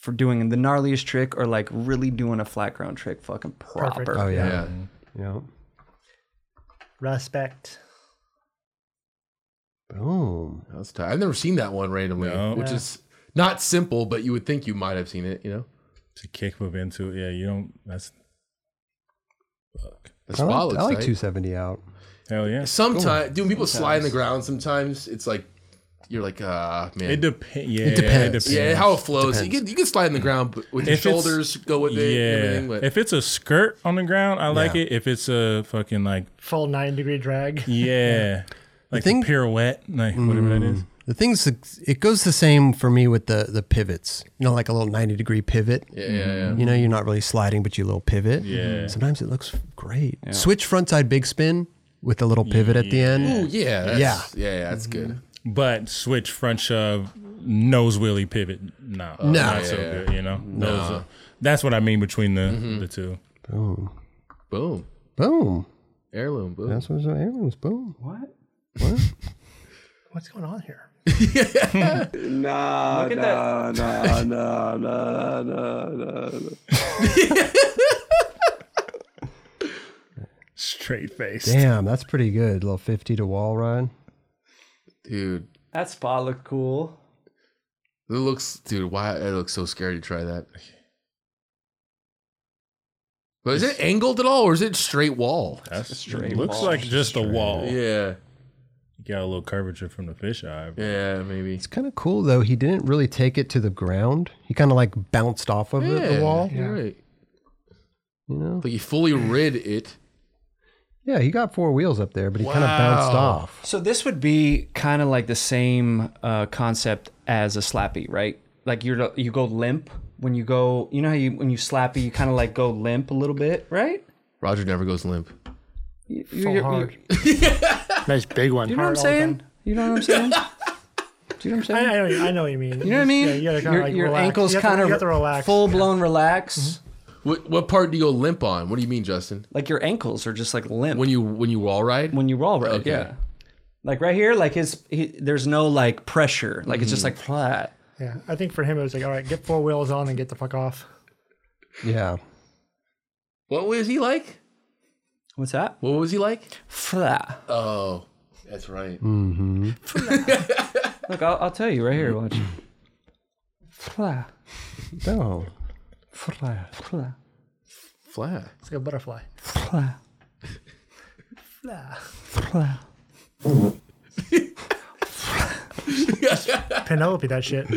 Speaker 4: for doing the gnarliest trick or like really doing a flat ground trick fucking proper.
Speaker 1: Oh yeah.
Speaker 5: Yeah.
Speaker 1: Yeah.
Speaker 3: Respect.
Speaker 1: Boom.
Speaker 5: That's tight. I've never seen that one randomly,
Speaker 2: No.
Speaker 5: which is not simple, but you would think you might have seen it. You know,
Speaker 2: to kick up into it. Yeah, you don't. That's
Speaker 5: that's
Speaker 1: I
Speaker 5: solid.
Speaker 1: like, I like
Speaker 5: tight.
Speaker 1: 270 out.
Speaker 2: hell yeah.
Speaker 5: Sometimes, dude, when people slide on the ground. Sometimes it's like you're like, ah, man.
Speaker 2: It depends. Yeah,
Speaker 1: It depends.
Speaker 5: yeah, how it flows. You can, you can slide on the ground but with your
Speaker 2: If it's-
Speaker 5: shoulders, go with it, and everything.
Speaker 2: yeah.
Speaker 5: But
Speaker 2: If it's a skirt on the ground, I like it. If it's a
Speaker 1: [laughs]
Speaker 2: fucking like
Speaker 3: Full nine degree drag.
Speaker 2: yeah, like
Speaker 1: thing- Mm.
Speaker 2: a pirouette, like whatever that is.
Speaker 1: The things it goes the same for me with the the pivots. You know, like a little 90 degree pivot.
Speaker 5: yeah, yeah, yeah.
Speaker 1: You know, you're not really sliding, but you little pivot.
Speaker 2: Yeah.
Speaker 1: Sometimes it looks great. Switch frontside big spin with a little pivot at the end.
Speaker 2: Mm-hmm.
Speaker 5: Ooh, yeah, that's, yeah,
Speaker 1: Yeah. Mm-hmm.
Speaker 5: yeah, that's good.
Speaker 2: But switch front shove, nose wheelie pivot. No, no, not so
Speaker 5: Oh, Yeah.
Speaker 2: good. You know, Those
Speaker 5: Mm-hmm.
Speaker 2: are- that's what I mean between the the two.
Speaker 1: Boom.
Speaker 5: Boom.
Speaker 1: Boom.
Speaker 5: Heirloom, boo.
Speaker 1: That's what's heirlooms. Boom.
Speaker 4: What?
Speaker 3: What's going on here?
Speaker 7: Nah,
Speaker 4: Look at
Speaker 7: nah, nah, nah, nah, nah, nah, nah.
Speaker 2: Straight face.
Speaker 1: Damn, that's pretty good. little fifty to wall run.
Speaker 5: Dude,
Speaker 4: That spot looked cool.
Speaker 5: it looks, dude, why? I look so scared to try that. But is it angled at all or is it straight wall?
Speaker 2: That's
Speaker 4: straight
Speaker 2: it Looks
Speaker 4: wall.
Speaker 2: like just a wall.
Speaker 5: Yeah.
Speaker 2: You got a little curvature from the fisheye. bro.
Speaker 5: Yeah, maybe.
Speaker 1: It's kind of cool though. He didn't really take it to the ground. He kind of like bounced off of it,
Speaker 5: Yeah,
Speaker 1: the wall.
Speaker 5: You're right.
Speaker 1: You know?
Speaker 5: Like you fully rid it.
Speaker 1: Yeah, he got four wheels up there, but he kind of bounced
Speaker 5: Wow.
Speaker 1: off.
Speaker 4: So this would be kind of like the same uh, concept as a slappy, right? Like you're you go limp when you go. You know how you when you slappy, you kind of like go limp a little bit, right?
Speaker 5: Roger never goes limp.
Speaker 4: You,
Speaker 6: Full
Speaker 4: you- you- [laughs]
Speaker 6: hard.
Speaker 3: [laughs]
Speaker 6: nice big one.
Speaker 4: you know what I'm
Speaker 3: all the
Speaker 4: saying?
Speaker 3: time.
Speaker 4: You know what I'm saying? Do you know what I'm
Speaker 3: [laughs] I,
Speaker 4: saying?
Speaker 3: I, know, you- I know what you mean.
Speaker 4: You know what I mean?
Speaker 3: Yeah, you gotta kind
Speaker 4: your
Speaker 3: of like
Speaker 4: your
Speaker 3: relax.
Speaker 4: ankles
Speaker 3: You have to-
Speaker 4: kind
Speaker 3: you have to relax. Mm-hmm.
Speaker 4: of full blown relax.
Speaker 5: What what part do you go limp on? What do you mean, Justin?
Speaker 4: Like your ankles are just like limp
Speaker 5: When you when you wall ride?
Speaker 4: when you roll right.
Speaker 5: Okay.
Speaker 4: Yeah. Like right here, like his he, there's no like pressure. Like it's just
Speaker 5: Mm-hmm.
Speaker 4: like flat.
Speaker 3: Yeah, I think for him it was like, all right, get four wheels on and get the fuck off.
Speaker 1: Yeah.
Speaker 5: what was he like?
Speaker 4: What's that?
Speaker 5: What was he like?
Speaker 4: Flat.
Speaker 5: Oh, that's right.
Speaker 1: Hmm.
Speaker 4: Look, I'll, I'll tell you right here. Watch. Fla,
Speaker 1: No.
Speaker 4: fla, fla,
Speaker 5: Flat.
Speaker 3: It's like a butterfly.
Speaker 4: fla,
Speaker 3: Flah.
Speaker 4: fla.
Speaker 3: Penelope, that shit.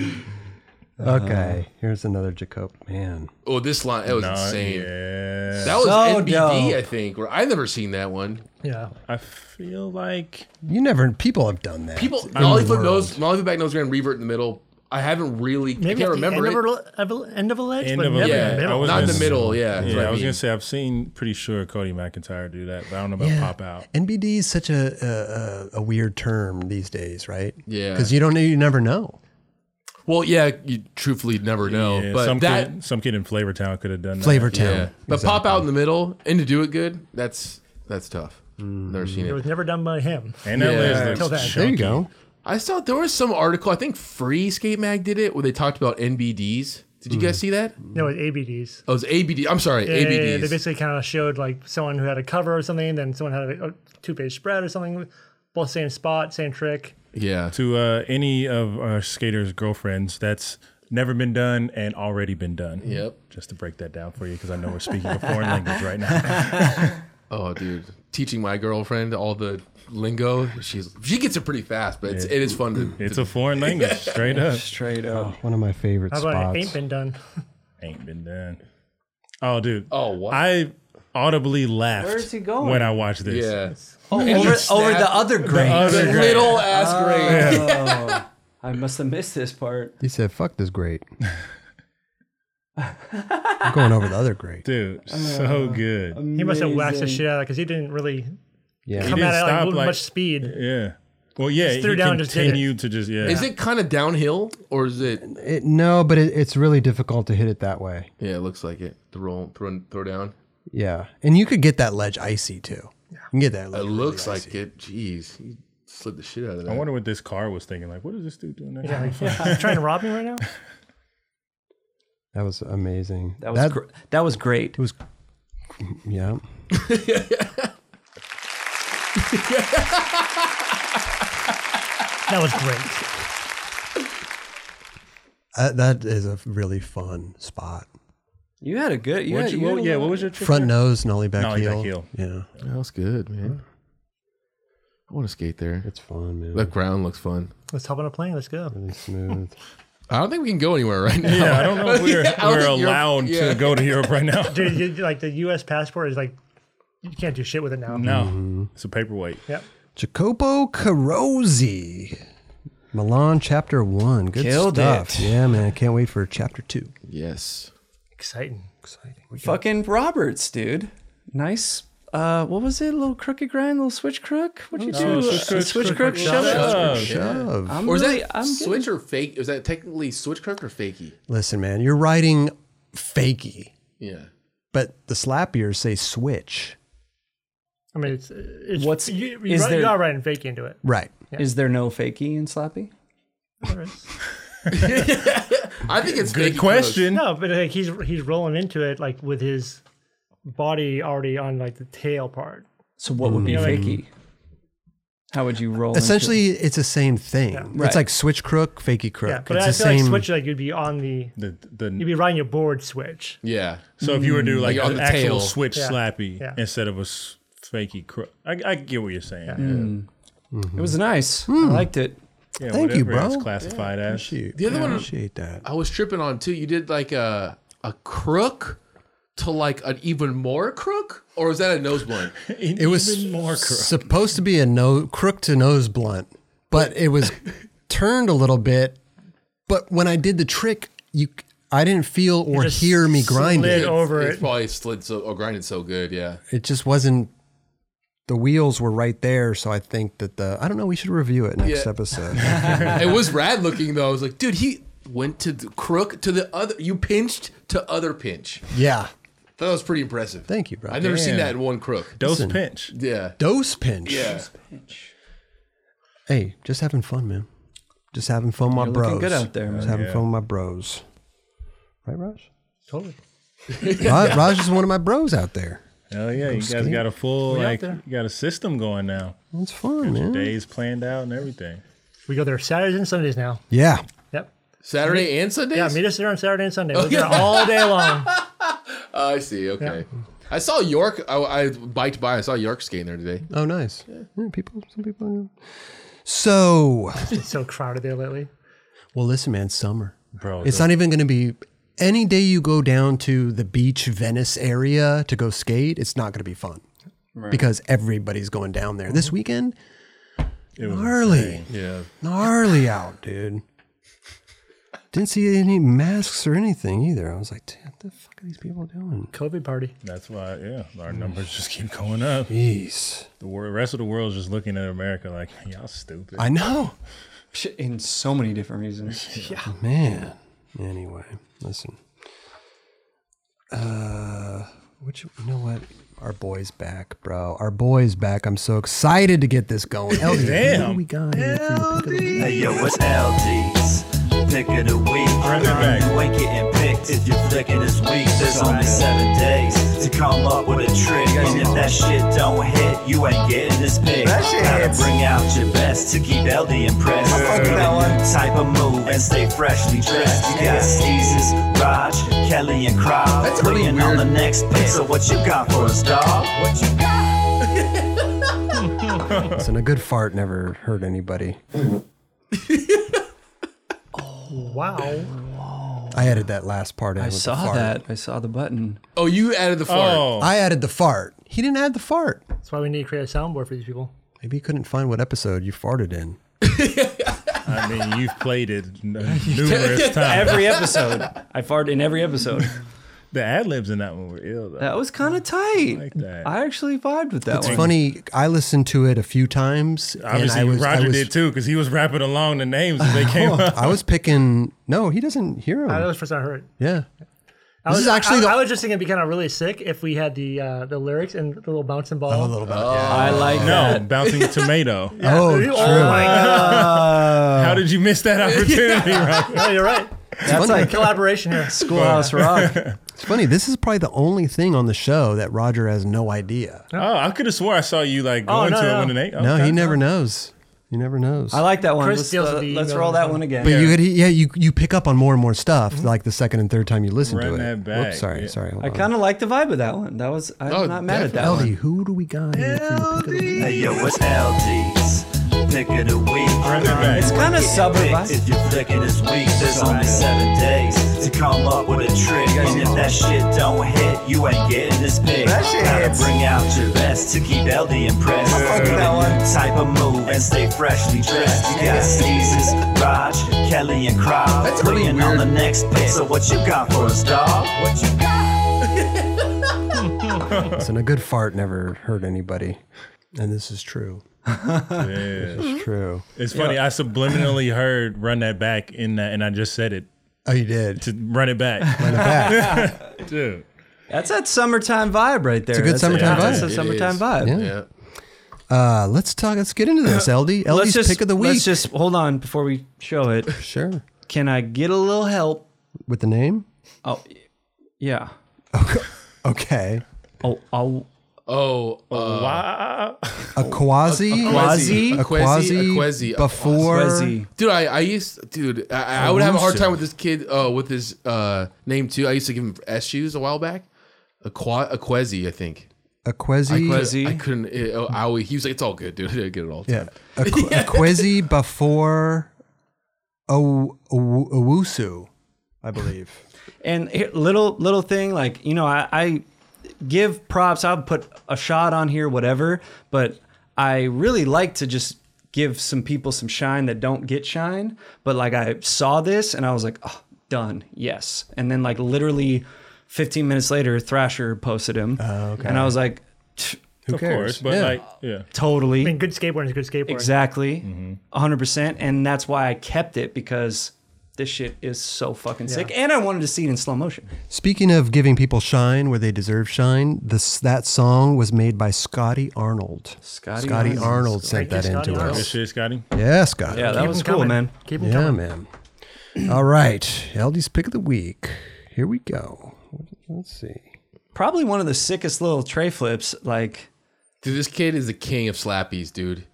Speaker 5: Uh-huh.
Speaker 1: Okay. Here's another Jacob. Man.
Speaker 5: Oh, this line that was
Speaker 2: Nah,
Speaker 5: insane.
Speaker 2: Uh, yeah.
Speaker 5: That was
Speaker 4: So
Speaker 5: NBD,
Speaker 4: dope.
Speaker 5: I think. Where I've never seen that one.
Speaker 3: Yeah.
Speaker 2: I feel like
Speaker 1: You never people have done that.
Speaker 5: People,
Speaker 1: In the
Speaker 5: Nollyfoot
Speaker 1: world.
Speaker 5: knows. Nollyfoot back knows Grand Revert in the middle. I haven't really. I
Speaker 3: Maybe
Speaker 5: can't
Speaker 3: at the
Speaker 5: remember
Speaker 3: end
Speaker 5: it.
Speaker 3: Of a, of a- end of a ledge,
Speaker 2: end
Speaker 3: but
Speaker 2: of a
Speaker 3: never
Speaker 5: yeah,
Speaker 3: in the
Speaker 2: I
Speaker 3: middle.
Speaker 2: was
Speaker 5: Not in
Speaker 2: gonna
Speaker 5: the
Speaker 2: say-
Speaker 5: middle, yeah, that's
Speaker 2: Yeah,
Speaker 5: what I
Speaker 2: I was
Speaker 5: mean.
Speaker 2: gonna say I've seen pretty sure Cody McIntyre do that, but I don't know about
Speaker 1: Yeah.
Speaker 2: pop out.
Speaker 1: NBD is such a, a a weird term these days, right?
Speaker 5: Yeah.
Speaker 1: Because you don't know, you never know.
Speaker 5: Well, yeah, you truthfully never know.
Speaker 2: Yeah,
Speaker 5: but
Speaker 2: some
Speaker 5: that,
Speaker 2: kid, some kid in Flavor Town could have done that.
Speaker 1: Flavor Town.
Speaker 5: yeah. But pop out in the middle and to do it good, that's that's tough. Never seen
Speaker 3: It
Speaker 5: it.
Speaker 3: was never done by him.
Speaker 2: And that
Speaker 5: Yeah.
Speaker 2: ledge
Speaker 3: Till
Speaker 2: looks
Speaker 3: then.
Speaker 2: chunky.
Speaker 1: There you go.
Speaker 5: I saw there was some article. I think Free Skate Mag did it where they talked about NBDs. Did you guys see that?
Speaker 3: No, it was ABDs.
Speaker 5: Oh, it was ABD. I'm sorry,
Speaker 3: Yeah, yeah, yeah. They
Speaker 5: ABDs.
Speaker 3: basically kind of showed like someone who had a cover or something, then someone had a, two page spread or something. Both same spot, same trick.
Speaker 5: Yeah.
Speaker 2: To uh, any of our skaters' girlfriends, that's never been done and already been done.
Speaker 5: Yep.
Speaker 2: Just to break that down for you, because I know we're speaking a foreign language right
Speaker 5: [laughs]
Speaker 2: now.
Speaker 5: Oh, dude, teaching my girlfriend all the lingo. She's she gets it pretty fast, but it's, it is fun to.
Speaker 2: It's a foreign language, straight up.
Speaker 4: Straight up.
Speaker 1: One of my favorite
Speaker 3: How about it ain't
Speaker 1: spots.
Speaker 3: been done?
Speaker 2: Ain't been done. Oh, dude.
Speaker 5: Oh, wow.
Speaker 2: I audibly laughed.
Speaker 4: Where is he going?
Speaker 2: When I watched this. Oh,
Speaker 5: yeah.
Speaker 4: Oh,
Speaker 5: And
Speaker 4: over,
Speaker 5: the
Speaker 4: over the
Speaker 5: snap.
Speaker 4: other grain.
Speaker 2: other grain.
Speaker 5: [laughs] Little ass grade.
Speaker 4: I must have missed this part.
Speaker 1: He said, "Fuck this great." I'm going over the other
Speaker 2: [laughs]
Speaker 1: great.
Speaker 2: Dude,
Speaker 3: Uh,
Speaker 2: so good.
Speaker 3: He must have waxed the shit out of it because he didn't really
Speaker 1: Yeah.
Speaker 3: come
Speaker 2: didn't
Speaker 3: at it like,
Speaker 2: stop,
Speaker 3: with
Speaker 2: like-
Speaker 3: much speed.
Speaker 2: Yeah. Well, yeah,
Speaker 3: threw
Speaker 2: he
Speaker 3: down and just did it.
Speaker 2: continued to just, yeah.
Speaker 5: Is it kind of downhill or is it?
Speaker 1: It, no, but it, it's really difficult to hit it that way.
Speaker 5: Yeah, it looks like it. The roll, throw, throw down.
Speaker 1: Yeah, and you could get that ledge icy too. You can get that.
Speaker 5: It
Speaker 1: Ledge
Speaker 5: looks like it. Jeez, he slid the shit out of that.
Speaker 2: I wonder what this car was thinking. Like, what is this dude doing next?
Speaker 3: Yeah, like, [laughs] "Yeah, trying to rob me right now?
Speaker 1: That was amazing.
Speaker 4: That was gr- that was great.
Speaker 1: was. Yeah.
Speaker 3: That was great.
Speaker 1: Uh, that is a really fun spot.
Speaker 4: You had a good. You
Speaker 2: What'd
Speaker 4: had,
Speaker 2: you-
Speaker 4: you had
Speaker 2: what-
Speaker 4: a
Speaker 2: yeah,
Speaker 4: lot-
Speaker 2: what was your trick?
Speaker 1: Front nose, nollie back,
Speaker 2: Nollie
Speaker 1: heel.
Speaker 2: back heel.
Speaker 1: Yeah,
Speaker 5: That was good, man. I want to skate there.
Speaker 1: it's fun, man.
Speaker 5: The ground looks fun.
Speaker 3: Let's hop on a plane. Let's go.
Speaker 1: really smooth.
Speaker 5: I don't think we can go anywhere right now.
Speaker 2: Yeah, I don't know if we're,
Speaker 5: Yeah, I don't
Speaker 2: we're
Speaker 5: think you're-
Speaker 2: allowed
Speaker 5: yeah.
Speaker 2: to go to Europe right now.
Speaker 3: Dude, you, like the U.S. passport is like, you can't do shit with it now.
Speaker 2: No,
Speaker 1: Mm-hmm.
Speaker 2: it's a paperweight.
Speaker 3: Yep.
Speaker 1: Jacopo Carosi, Milan Chapter One. Good
Speaker 4: Killed
Speaker 1: stuff.
Speaker 4: it.
Speaker 1: Yeah, man. Can't wait for Chapter Two.
Speaker 5: [laughs] Yes.
Speaker 3: Exciting.
Speaker 4: fucking Roberts, dude. Nice. Uh, what was it? little crooked grind, little switch crook. What you do?
Speaker 2: switch
Speaker 4: Uh,
Speaker 2: crook,
Speaker 4: switch
Speaker 2: switch
Speaker 4: crook.
Speaker 2: crook, shove
Speaker 4: Shove it.
Speaker 2: it.
Speaker 5: Yeah.
Speaker 1: Shove.
Speaker 4: I'm
Speaker 5: Or is
Speaker 4: really,
Speaker 5: that
Speaker 4: I'm
Speaker 5: switch or fake? Is that technically switch crook or fakey?
Speaker 1: Listen, man. You're writing fakey,
Speaker 5: Yeah.
Speaker 1: but the slappiers say switch.
Speaker 3: I mean, it's it's
Speaker 4: What's-
Speaker 3: you, you,
Speaker 4: is
Speaker 3: you
Speaker 4: there-
Speaker 3: got right and fake
Speaker 2: [laughs]
Speaker 3: into it.
Speaker 1: Right.
Speaker 4: Is there no fakie in Slappy?
Speaker 5: [laughs] I think it's
Speaker 2: Good
Speaker 5: Biggie
Speaker 2: question.
Speaker 3: No, but like he's he's rolling into it like with his body already on like the tail part.
Speaker 4: So what would be fakie? How would you roll? into-
Speaker 1: Essentially, it's the same thing.
Speaker 4: Right.
Speaker 1: It's like switch crook, fakey crook.
Speaker 3: Yeah, but
Speaker 1: it's
Speaker 3: I feel
Speaker 1: the same.
Speaker 3: like switch like you'd be on the
Speaker 2: The, the,
Speaker 3: you'd be riding your board switch.
Speaker 5: Close. Yeah.
Speaker 2: so if you were to do like,
Speaker 5: Like on
Speaker 2: an
Speaker 5: the
Speaker 2: actual
Speaker 5: tail.
Speaker 2: switch
Speaker 3: Yeah.
Speaker 2: slappy
Speaker 3: Yeah.
Speaker 2: instead of a s- fakie crook, I, I get what you're saying.
Speaker 5: Mm.
Speaker 4: It was nice. I liked it.
Speaker 2: Yeah,
Speaker 1: Thank you,
Speaker 2: whatever it's
Speaker 1: bro.
Speaker 2: classified as.
Speaker 1: Shoot,
Speaker 5: The other
Speaker 1: I
Speaker 5: one-
Speaker 1: appreciate that.
Speaker 5: Mm-hmm. I was tripping on too. You did like a a crook to like an even more crook, or is that a nose blunt?
Speaker 2: It,
Speaker 1: was
Speaker 2: even more crook.
Speaker 1: supposed to be a no crook to nose blunt, but it was turned a little bit. But when I did the trick, you I didn't feel or
Speaker 3: just
Speaker 1: hear me grind
Speaker 3: slid
Speaker 1: it.
Speaker 3: over
Speaker 5: it's
Speaker 3: it.
Speaker 5: probably slid so or grinded so good. Yeah.
Speaker 1: It just wasn't. The wheels were right there, so I think that the I don't know. We should review it next
Speaker 5: Yeah.
Speaker 1: episode.
Speaker 5: it was rad looking though. I was like, dude, he went to the crook to the other. You pinched to other pinch.
Speaker 1: yeah,
Speaker 5: That was pretty impressive.
Speaker 1: Thank you, bro.
Speaker 5: I've never
Speaker 2: Damn.
Speaker 5: seen that in one crook.
Speaker 2: Dose pinch.
Speaker 5: Yeah.
Speaker 1: dose pinch.
Speaker 5: Yeah.
Speaker 1: Hey, just having fun, man. Just having fun, with my
Speaker 4: You're
Speaker 1: bros.
Speaker 4: looking good out there,
Speaker 1: Just
Speaker 4: man.
Speaker 1: having fun with my bros. Right, Raj?
Speaker 3: Totally.
Speaker 1: Raj, Raj is one of my bros out there.
Speaker 2: Hell yeah, you guys got a full like you got a system going now.
Speaker 1: It's fun, man.
Speaker 2: Days planned out and everything.
Speaker 3: We go there Saturdays and Sundays now.
Speaker 1: Yeah.
Speaker 3: Yep.
Speaker 5: Saturday and Sunday.
Speaker 3: Yeah, meet us there on Saturday and Sunday. We're there all day long.
Speaker 5: Oh, I see. Okay. I saw York. I, I biked by. I saw York skating there today.
Speaker 1: Oh, nice. Yeah, people, some people. So,
Speaker 3: It's so crowded there lately.
Speaker 1: well, listen, man, summer.
Speaker 2: Bro,
Speaker 1: It's
Speaker 2: the-
Speaker 1: not even going to be any day you go down to the beach, Venice area to go skate. It's not going to be fun because everybody's going down there this weekend.
Speaker 2: it was
Speaker 1: gnarly.
Speaker 2: insane. Yeah.
Speaker 1: gnarly out, dude. Didn't see any masks or anything either. I was like, damn, what the fuck are these people doing?
Speaker 3: COVID party.
Speaker 2: That's why yeah, our
Speaker 1: Mm.
Speaker 2: numbers just keep going up.
Speaker 1: Jeez.
Speaker 2: The wor- rest of the world's just looking at America like, [laughs] y'all stupid.
Speaker 1: I know.
Speaker 4: Shit, In so many different reasons.
Speaker 1: Man. Anyway, listen. Uh which you know what? Our boy's back, bro. Our boy's back. I'm so excited to get this going. LD, What
Speaker 2: [laughs] Damn.
Speaker 1: do we got? here for your pick of the week?
Speaker 8: Hey yo, it's LD's pick of the week.
Speaker 2: Run it back.
Speaker 8: You ain't getting picked if you're flicking this week. There's only seven days to come up with a trick, and if that shit don't hit, you ain't getting this pick. Gotta bring out your best to keep LD impressed. With a new type of move and stay freshly dressed. You got Caesar's, Raj, Kelly, and Crowd.
Speaker 5: That's a really
Speaker 8: waiting on
Speaker 5: weird-
Speaker 8: the next pick. So what you got for us, dog? What you got?
Speaker 1: Listen, a good fart never hurt anybody.
Speaker 3: Wow.
Speaker 1: I added that last part in.
Speaker 4: I
Speaker 1: with the
Speaker 4: saw
Speaker 1: fart.
Speaker 4: that. I saw the button.
Speaker 5: Oh, you added the fart.
Speaker 2: Oh,
Speaker 1: I added the fart. He didn't add the fart.
Speaker 3: That's why we need to create a soundboard for these people.
Speaker 1: Maybe he couldn't find what episode you farted in.
Speaker 2: I mean, you've played it
Speaker 1: [laughs]
Speaker 2: n- numerous times.
Speaker 4: Every episode. I farted in every episode.
Speaker 2: The ad libs in that one were ill though.
Speaker 4: [laughs] That was kind of tight. I,
Speaker 2: like that.
Speaker 4: actually vibed with that
Speaker 1: It's
Speaker 4: one.
Speaker 1: funny. I listened to it a few times. and
Speaker 2: Obviously,
Speaker 1: I was,
Speaker 2: Roger
Speaker 1: I was, [laughs] Oh,
Speaker 2: did too because he was rapping along the names as they came up.
Speaker 1: I was picking. No, he doesn't hear him.
Speaker 3: Uh, that was the first time I heard. it.
Speaker 1: yeah.
Speaker 3: I
Speaker 1: This
Speaker 3: was
Speaker 1: is actually
Speaker 3: I,
Speaker 1: the-
Speaker 3: I was just thinking it'd be kind of really sick if we had the uh, the lyrics and the little bouncing ball.
Speaker 1: A little bit.
Speaker 4: I like
Speaker 2: [laughs] No, bouncing tomato.
Speaker 1: Oh,
Speaker 3: Oh,
Speaker 1: true.
Speaker 3: my god!
Speaker 2: How did you miss that opportunity, Roger?
Speaker 3: No, you're right.
Speaker 4: That's like
Speaker 3: Collaboration here.
Speaker 4: Schoolhouse Rock.
Speaker 1: It's funny. This is probably the only thing on the show that Roger has no idea.
Speaker 2: Oh, I could have swore I saw you like going
Speaker 3: no,
Speaker 2: to
Speaker 3: no.
Speaker 2: it when it ain't.
Speaker 1: No,
Speaker 2: okay.
Speaker 1: he never knows. He never knows.
Speaker 4: I like that one.
Speaker 3: Chris
Speaker 4: let's
Speaker 3: deals with
Speaker 4: uh,
Speaker 3: the
Speaker 4: let's
Speaker 3: emails
Speaker 4: roll
Speaker 3: and
Speaker 4: that
Speaker 3: stuff.
Speaker 4: one again.
Speaker 1: but you could, yeah, you you pick up on more and more stuff like the second and third time you listen
Speaker 2: Mm-hmm. Run
Speaker 1: to it.
Speaker 2: that back.
Speaker 1: Whoops, sorry,
Speaker 2: Yeah.
Speaker 1: sorry. Hold
Speaker 4: I
Speaker 1: on.
Speaker 4: kind of like the vibe of that one. That was I'm
Speaker 5: Oh,
Speaker 4: not mad at that
Speaker 5: definitely.
Speaker 1: Eldy,
Speaker 4: one.
Speaker 1: who do we got? here for your pick of the week?
Speaker 8: Hey yo, it's LD's pick of the week.
Speaker 2: back.
Speaker 4: It's kind of
Speaker 8: Picked
Speaker 4: suburban.
Speaker 8: If you're flicking this week, there's only seven days to come up with a trick. And if that shit don't hit, you ain't getting this pick. Gotta bring out your best to keep LD impressed. With a new type of move and stay freshly dressed. You got Caesars, Raj, Kelly, and Crowd.
Speaker 5: That's really
Speaker 8: waiting on
Speaker 5: weird.
Speaker 8: the next pick. So what you got for us, dog? What you got?
Speaker 1: Listen, a good fart never hurt anybody, and this is true.
Speaker 2: [laughs] Yeah.
Speaker 1: It's true.
Speaker 2: It's funny. I subliminally heard "run that back" in that, and I just said it
Speaker 1: Oh, you did.
Speaker 2: to run it back,
Speaker 1: Run it back.
Speaker 2: dude.
Speaker 4: That's that summertime vibe right there. It's
Speaker 1: a good summertime
Speaker 4: that's
Speaker 1: vibe.
Speaker 4: That's a
Speaker 5: It
Speaker 4: summertime
Speaker 5: is.
Speaker 2: [laughs]
Speaker 4: vibe.
Speaker 1: Yeah.
Speaker 5: Yeah.
Speaker 1: Uh, let's talk. Let's get into this, LD. LD's
Speaker 4: Let's just
Speaker 1: pick of the week.
Speaker 4: Let's just hold on before we show it.
Speaker 1: sure.
Speaker 4: Can I get a little help?
Speaker 1: With the name.
Speaker 4: Oh, yeah.
Speaker 1: Okay.
Speaker 4: Oh, oh.
Speaker 5: Oh, uh,
Speaker 1: A quasi.
Speaker 5: Quasi?
Speaker 1: A quasi.
Speaker 5: A quasi, a quasi, a
Speaker 1: Before.
Speaker 4: Quasi.
Speaker 5: dude, I, I used dude, I, I would have a hard time with this kid uh, with his uh, name too. I used to give him S shoes a while back. A qua a quasi, I think.
Speaker 1: A quasi.
Speaker 4: Quasi.
Speaker 5: I couldn't. It, oh, I always, he was like, "It's all good, dude. [laughs] I get it all." the
Speaker 1: Yeah.
Speaker 4: [laughs]
Speaker 5: time."
Speaker 1: A, qu- a quasi before. O o- owusu, I believe.
Speaker 4: And here, little little thing like you know, I, I give props. I'll put a shot on here, whatever. But I really like to just give some people some shine that don't get shine. But like I saw this and I was like, oh, done, yes. And then like literally, 15 minutes later, Thrasher posted him, and I was like, "Tch,
Speaker 1: Oh, Who
Speaker 2: of
Speaker 1: cares?
Speaker 2: course, but
Speaker 1: yeah.
Speaker 2: like, yeah,
Speaker 4: totally.
Speaker 3: I mean, good skateboarding is good skateboarding.
Speaker 4: Exactly.
Speaker 2: Mm-hmm.
Speaker 4: 100%. And that's why I kept it because this shit is so fucking sick. And I wanted to see it in slow motion.
Speaker 1: Speaking of giving people shine where they deserve shine, this that song was made by Scotty Arnold.
Speaker 4: Scotty
Speaker 1: Scotty
Speaker 4: Arnold.
Speaker 1: Arnold sent that
Speaker 3: Thank you,
Speaker 1: into
Speaker 3: Scotty
Speaker 1: us.
Speaker 2: Good shit, Scotty.
Speaker 1: Yeah, Scotty.
Speaker 4: Yeah, that
Speaker 3: Keep
Speaker 4: was
Speaker 3: 'em
Speaker 4: cool,
Speaker 3: coming.
Speaker 4: man.
Speaker 3: Keep 'em
Speaker 1: Yeah,
Speaker 3: coming.
Speaker 1: man. All right, LD's pick of the week. Here we go. Let's see.
Speaker 4: Probably one of the sickest little tray flips. Like,
Speaker 5: Dude, this kid is the king of slappies, dude.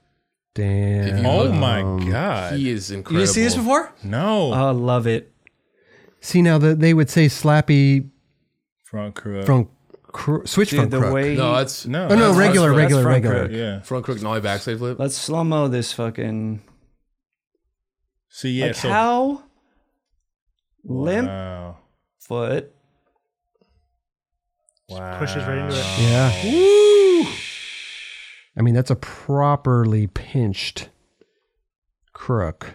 Speaker 1: Damn.
Speaker 5: you-
Speaker 2: Oh my god,
Speaker 5: He is incredible.
Speaker 4: you didn't see this before?
Speaker 2: no
Speaker 4: I love it.
Speaker 1: See now that they would say slappy
Speaker 2: front crew.
Speaker 1: from cro- switch
Speaker 4: Dude,
Speaker 1: from
Speaker 4: the
Speaker 1: crook.
Speaker 4: way.
Speaker 5: No, that's
Speaker 2: no,
Speaker 1: oh no,
Speaker 2: that's-
Speaker 1: regular,
Speaker 4: that's
Speaker 1: regular,
Speaker 4: front
Speaker 1: regular.
Speaker 4: crook.
Speaker 2: Yeah.
Speaker 5: front crook nollie backside flip.
Speaker 4: Let's slow mo this fucking.
Speaker 2: See, yeah.
Speaker 4: like,
Speaker 2: so
Speaker 4: how limp
Speaker 2: wow,
Speaker 4: foot.
Speaker 2: wow.
Speaker 3: Pushes right into
Speaker 1: Yeah.
Speaker 3: it.
Speaker 1: I mean, that's a properly pinched crook.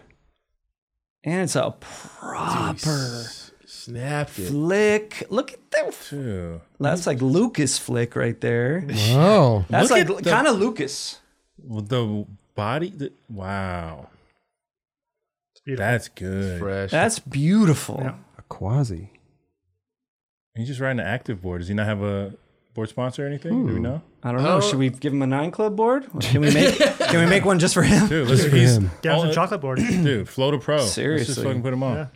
Speaker 4: And it's a proper
Speaker 5: Snapped it.
Speaker 4: flick. Look at that.
Speaker 2: Dude.
Speaker 4: That's like Lucas flick right there.
Speaker 1: Oh,
Speaker 4: That's
Speaker 2: Look at
Speaker 4: like
Speaker 2: the-
Speaker 4: kind of Lucas.
Speaker 2: Well, the body. The, wow,
Speaker 3: beautiful.
Speaker 2: that's good.
Speaker 5: Fresh.
Speaker 4: That's beautiful.
Speaker 1: a quasi.
Speaker 2: He's just riding an active board. Does he not have a board sponsor or anything?
Speaker 3: Hmm.
Speaker 2: Do we know?
Speaker 4: I don't know.
Speaker 5: Oh.
Speaker 4: Should we give him a nine club board? Can we make Can we make one just for him?
Speaker 2: Dude, listen,
Speaker 4: [laughs]
Speaker 2: he's
Speaker 1: him.
Speaker 3: Get on some
Speaker 2: all-
Speaker 3: chocolate board.
Speaker 2: Dude, float a pro. Let's
Speaker 4: Seriously.
Speaker 2: just fucking put him on.
Speaker 3: Yeah.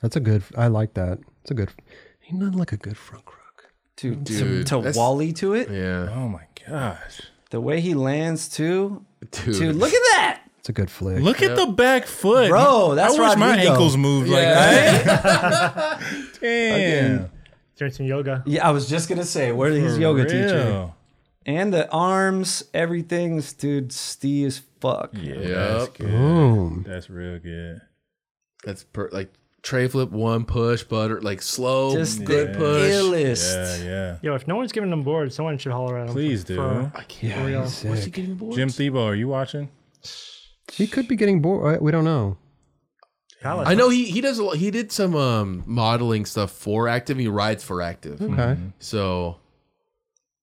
Speaker 1: That's a good. I like that. It's a good. Ain't nothing like a good front crook.
Speaker 4: Dude,
Speaker 5: Dude,
Speaker 4: to,
Speaker 5: that's-
Speaker 4: Wally to it.
Speaker 5: yeah,
Speaker 2: Oh my gosh.
Speaker 4: The way he lands too.
Speaker 5: dude.
Speaker 4: Dude, look at that,
Speaker 1: It's a good flick.
Speaker 2: Look at the back foot,
Speaker 4: bro. That's
Speaker 2: I wish my
Speaker 4: Rodrigo.
Speaker 2: ankles moved like that.
Speaker 5: yeah.
Speaker 4: [laughs]
Speaker 2: Damn.
Speaker 3: Doing some yoga.
Speaker 4: Yeah, I was just gonna say, where his yoga teacher
Speaker 2: Real.
Speaker 4: and the arms, everything's dude, Steve as fuck.
Speaker 2: Yeah, that's
Speaker 5: Yep.
Speaker 2: good.
Speaker 1: Boom.
Speaker 2: That's real good.
Speaker 5: That's per- like tray flip one push butter like slow
Speaker 4: Just
Speaker 5: good
Speaker 4: the
Speaker 5: push.
Speaker 4: illest.
Speaker 2: Yeah, yeah.
Speaker 3: Yo, if no one's giving them boards, someone should holler at them.
Speaker 2: Please do.
Speaker 1: Yeah, he's sick.
Speaker 2: Jim Thebo, are you watching?
Speaker 1: He could be getting bored. We don't know.
Speaker 5: I know he he does a lot, he did some um modeling stuff for active. He rides for active,
Speaker 1: Okay.
Speaker 5: so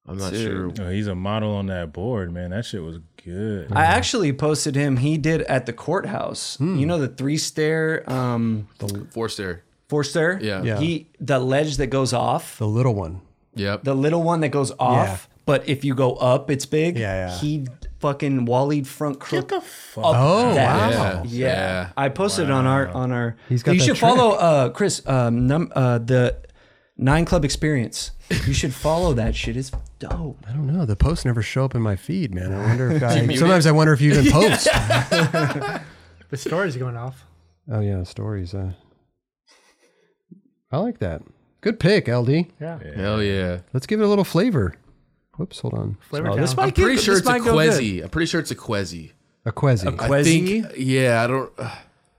Speaker 5: I'm not sure.
Speaker 4: Dude.
Speaker 2: Oh, he's a model on that board, man. That shit was good.
Speaker 4: I actually posted him. He did at the courthouse. You know the three stair, um,
Speaker 5: Four stair.
Speaker 4: four stair.
Speaker 5: Yeah.
Speaker 1: Yeah.
Speaker 4: He the ledge that goes off.
Speaker 1: The little one.
Speaker 5: Yep.
Speaker 4: the little one that goes off, but if you go up, it's big.
Speaker 1: Yeah, yeah.
Speaker 4: He fucking wallied front crook.
Speaker 2: What the fuck?
Speaker 4: up
Speaker 1: Oh,
Speaker 4: that.
Speaker 1: wow.
Speaker 4: Yeah.
Speaker 5: Yeah.
Speaker 4: I posted it on our on our.
Speaker 1: He's got
Speaker 4: You
Speaker 1: that
Speaker 4: should
Speaker 1: trick.
Speaker 4: follow uh Chris um num, uh the nine club experience. You should follow that shit. It's dope.
Speaker 1: I don't know. The posts never show up in my feed, man. I wonder if I, sometimes I wonder if you even post.
Speaker 3: The story's going off.
Speaker 1: Oh yeah, stories. Uh, I like that. Good pick, LD.
Speaker 3: Yeah.
Speaker 5: Hell yeah.
Speaker 1: Let's give it a little flavor. Whoops, hold on.
Speaker 3: Flavor
Speaker 4: Oh,
Speaker 3: Town.
Speaker 4: this might
Speaker 5: I'm pretty
Speaker 4: get-
Speaker 5: sure
Speaker 4: this
Speaker 5: it's a
Speaker 4: might go good.
Speaker 5: quezzy. I'm pretty sure it's a quezzy.
Speaker 1: A quasi.
Speaker 5: I
Speaker 4: Quezzy?
Speaker 5: think. Yeah. I don't. oh,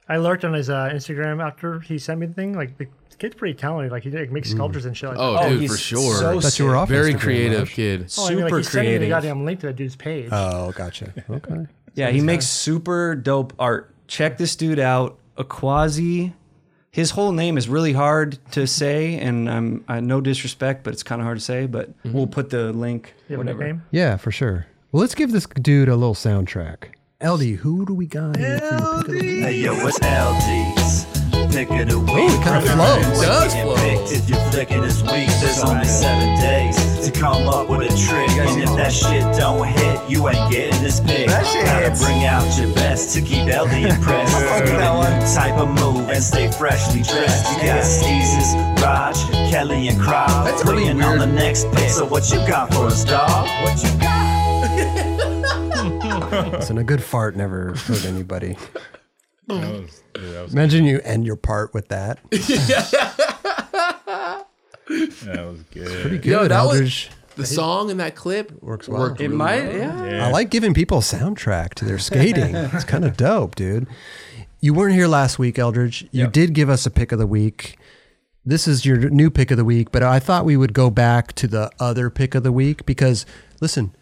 Speaker 3: I lurked on his uh, Instagram after he sent me the thing. Like the kid's pretty talented. Like he like, makes sculptures and shit. Like
Speaker 5: Oh,
Speaker 4: Oh,
Speaker 5: dude,
Speaker 4: he's
Speaker 5: for sure.
Speaker 4: so
Speaker 1: thought you were off.
Speaker 5: Very
Speaker 1: Instagram,
Speaker 5: creative
Speaker 1: Raj.
Speaker 5: kid.
Speaker 3: Oh, I mean,
Speaker 4: super
Speaker 3: like, he sent me
Speaker 4: creative.
Speaker 3: the goddamn link to that dude's page.
Speaker 1: Oh, gotcha. Okay.
Speaker 4: Yeah, he makes super dope art. Check this dude out, Aquazi. His whole name is really hard to say, and I'm I, no disrespect, but it's kind of hard to say. But we'll put the link.
Speaker 3: Mm-hmm. you have a
Speaker 4: whatever.
Speaker 3: nickname?
Speaker 1: Yeah, for sure. Well, let's give this dude a little soundtrack. LD, who do we got? here for your pick of the week?
Speaker 8: Hey yo, it's LD's Pick of the week.
Speaker 1: it kinda flows.
Speaker 5: It does flow.
Speaker 8: If your flicking is weak, there's only seven days to come up with a trick. And if that shit don't hit, you ain't getting this big. Gotta bring out your best to keep Ellie impressed. With a new type of move and stay freshly dressed. You got Caesars, Raj, Kelly, and Crowd.
Speaker 5: That's a really
Speaker 8: bringing on
Speaker 5: weird-
Speaker 8: the next pick. So what you got for us, dog? What you got?
Speaker 1: Listen, a good fart never hurt anybody.
Speaker 2: That was- yeah, that was-
Speaker 1: Imagine you end your part with
Speaker 5: [laughs]
Speaker 1: that.
Speaker 2: that was good.
Speaker 5: Yo, that was
Speaker 1: Eldridge.
Speaker 5: the song in that clip
Speaker 1: Works well.
Speaker 5: worked
Speaker 1: It
Speaker 5: really
Speaker 4: might,
Speaker 5: well.
Speaker 4: yeah.
Speaker 2: Yeah.
Speaker 1: I like giving people soundtrack to their
Speaker 4: [laughs]
Speaker 1: skating. it's kind of dope, dude. You weren't here last week, Eldridge. You did give us a pick of the week. This is your new pick of the week, but I thought we would go back to the other pick of the week because listen,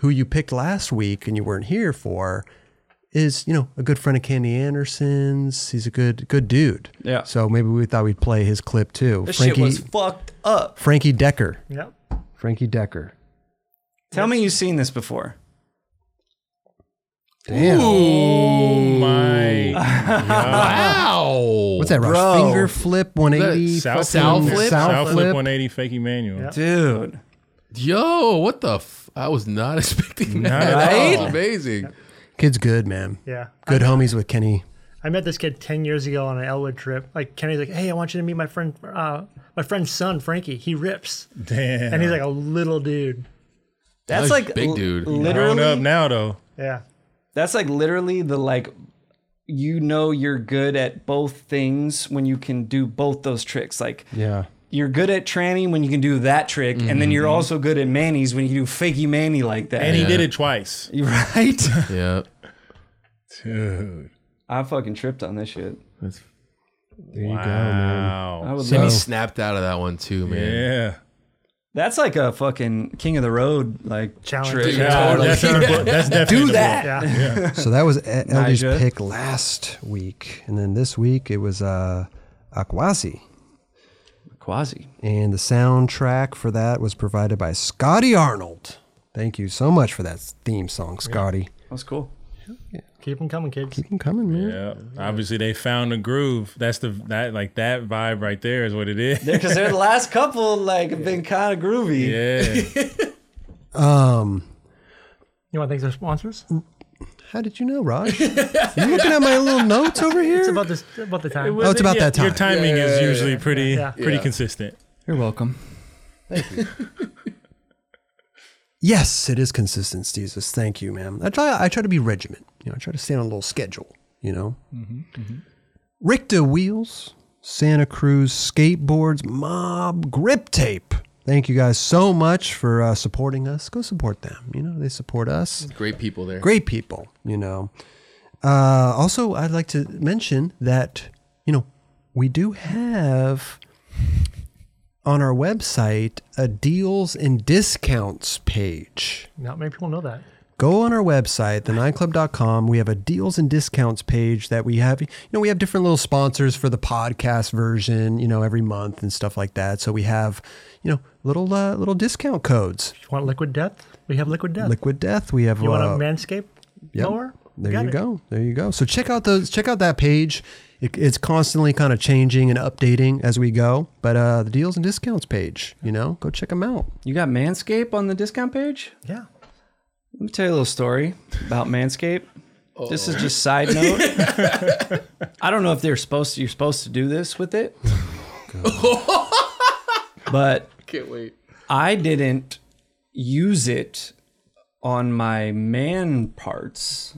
Speaker 1: who you picked last week and you weren't here for is, you know, a good friend of Candy Anderson's. He's a good good dude.
Speaker 4: Yeah.
Speaker 1: So maybe we thought we'd play his clip too.
Speaker 4: This
Speaker 1: Frankie
Speaker 4: shit was fucked up.
Speaker 1: Frankie Decker.
Speaker 3: Yep.
Speaker 1: Frankie Decker.
Speaker 4: Tell me you've seen this before.
Speaker 1: Damn.
Speaker 5: [laughs]
Speaker 2: My
Speaker 5: Wow.
Speaker 1: What's that, Rush?
Speaker 4: Bro.
Speaker 1: Finger flip 180.
Speaker 5: South-
Speaker 1: fucking
Speaker 5: South flip?
Speaker 1: South
Speaker 2: South
Speaker 1: flip.
Speaker 2: Flip 180 fake Emmanuel.
Speaker 3: Yeah.
Speaker 4: Dude.
Speaker 5: Yo, what the? F- I was not [laughs] expecting
Speaker 2: Not
Speaker 5: that.
Speaker 2: at
Speaker 5: That
Speaker 2: all.
Speaker 5: was amazing.
Speaker 1: Kid's good, man.
Speaker 3: Yeah.
Speaker 1: Good homies with Kenny.
Speaker 3: I met this kid ten years ago on an Elwood trip. Like Kenny's like, "Hey, I want you to meet my friend, uh, my friend's son, Frankie. He rips,
Speaker 2: Damn.
Speaker 3: and he's like a little dude."
Speaker 4: That's
Speaker 5: Nice
Speaker 4: like
Speaker 5: big
Speaker 4: l-
Speaker 5: dude.
Speaker 2: grown up
Speaker 4: Literally,
Speaker 2: now though.
Speaker 3: Yeah,
Speaker 4: that's like literally the like you know you're good at both things when you can do both those tricks. Like
Speaker 1: Yeah.
Speaker 4: you're good at tranny when you can do that trick, and then you're also good at manies when you can do fakey Mm-hmm. manny like that.
Speaker 2: And he did it twice.
Speaker 4: [laughs] right? [laughs]
Speaker 5: Yeah.
Speaker 2: Dude.
Speaker 4: I fucking tripped on this shit.
Speaker 1: There you
Speaker 4: I
Speaker 2: Wow.
Speaker 4: would
Speaker 1: So-
Speaker 4: love-
Speaker 5: He snapped out of that one too, man.
Speaker 2: Yeah.
Speaker 4: that's like a fucking king of the road like
Speaker 3: Challenge.
Speaker 4: trick.
Speaker 3: Dude,
Speaker 2: Yeah, that's, in the book. that's definitely
Speaker 4: Do
Speaker 1: [laughs]
Speaker 4: that.
Speaker 3: yeah.
Speaker 1: go. So that was Eldie's
Speaker 4: Nigel.
Speaker 1: pick last week. And then this week it was uh, Akwasi.
Speaker 4: Quasi.
Speaker 1: And the soundtrack for that was provided by Scotty Arnold. Thank you so much for that theme song, Scotty.
Speaker 4: That was cool.
Speaker 3: Keep them coming, kids.
Speaker 1: Keep 'em coming, man.
Speaker 2: Yeah. Obviously they found the groove. That's the that like that vibe right there is what it is.
Speaker 4: Because their last couple like have been kind of groovy.
Speaker 2: [laughs] Yeah.
Speaker 3: You want to thank our sponsors?
Speaker 1: How did you know, Raj? you looking at my little notes over here?
Speaker 3: It's about this about the time.
Speaker 1: oh, it's about
Speaker 2: Yeah,
Speaker 1: that time.
Speaker 2: Your timing
Speaker 5: Yeah,
Speaker 2: is
Speaker 5: yeah,
Speaker 2: usually pretty
Speaker 3: Yeah.
Speaker 2: pretty
Speaker 5: Yeah.
Speaker 2: consistent.
Speaker 4: You're welcome.
Speaker 1: Yes, it is consistent, Jesus. Thank you, ma'am. I try. I try to be regiment. You know, I try to stay on a little schedule. You know, Ricta wheels, Santa Cruz skateboards, Mob Grip Tape. Thank you guys so much for uh, supporting us. Go support them. You know, they support us.
Speaker 5: Great people there.
Speaker 1: Great people. You know. Uh, also, I'd like to mention that you know we do have on our website a deals and discounts page
Speaker 3: Not many people know that.
Speaker 1: go on our website thenineclub.com we have a deals and discounts page that we have you know we have different little sponsors for the podcast version you know every month and stuff like that so we have you know little uh, little discount codes
Speaker 3: You want liquid death? We have liquid death.
Speaker 1: liquid death we have
Speaker 3: you want
Speaker 1: uh,
Speaker 3: a manscape
Speaker 1: Yep.
Speaker 3: mower? We
Speaker 1: There
Speaker 3: got
Speaker 1: you
Speaker 3: it.
Speaker 1: go. There you go. So check out those. Check out that page. It, it's constantly kind of changing and updating as we go. But uh, the deals and discounts page, you know, go check them out.
Speaker 4: You got Manscaped on the discount page?
Speaker 3: Yeah.
Speaker 4: Let me tell you a little story about
Speaker 5: [laughs]
Speaker 4: Manscaped.
Speaker 5: Oh.
Speaker 4: This is just side note.
Speaker 5: [laughs]
Speaker 4: I don't know if they're supposed to, you're supposed to do this with it. but
Speaker 5: Oh, [laughs] Can't wait.
Speaker 4: I didn't use it on my man parts.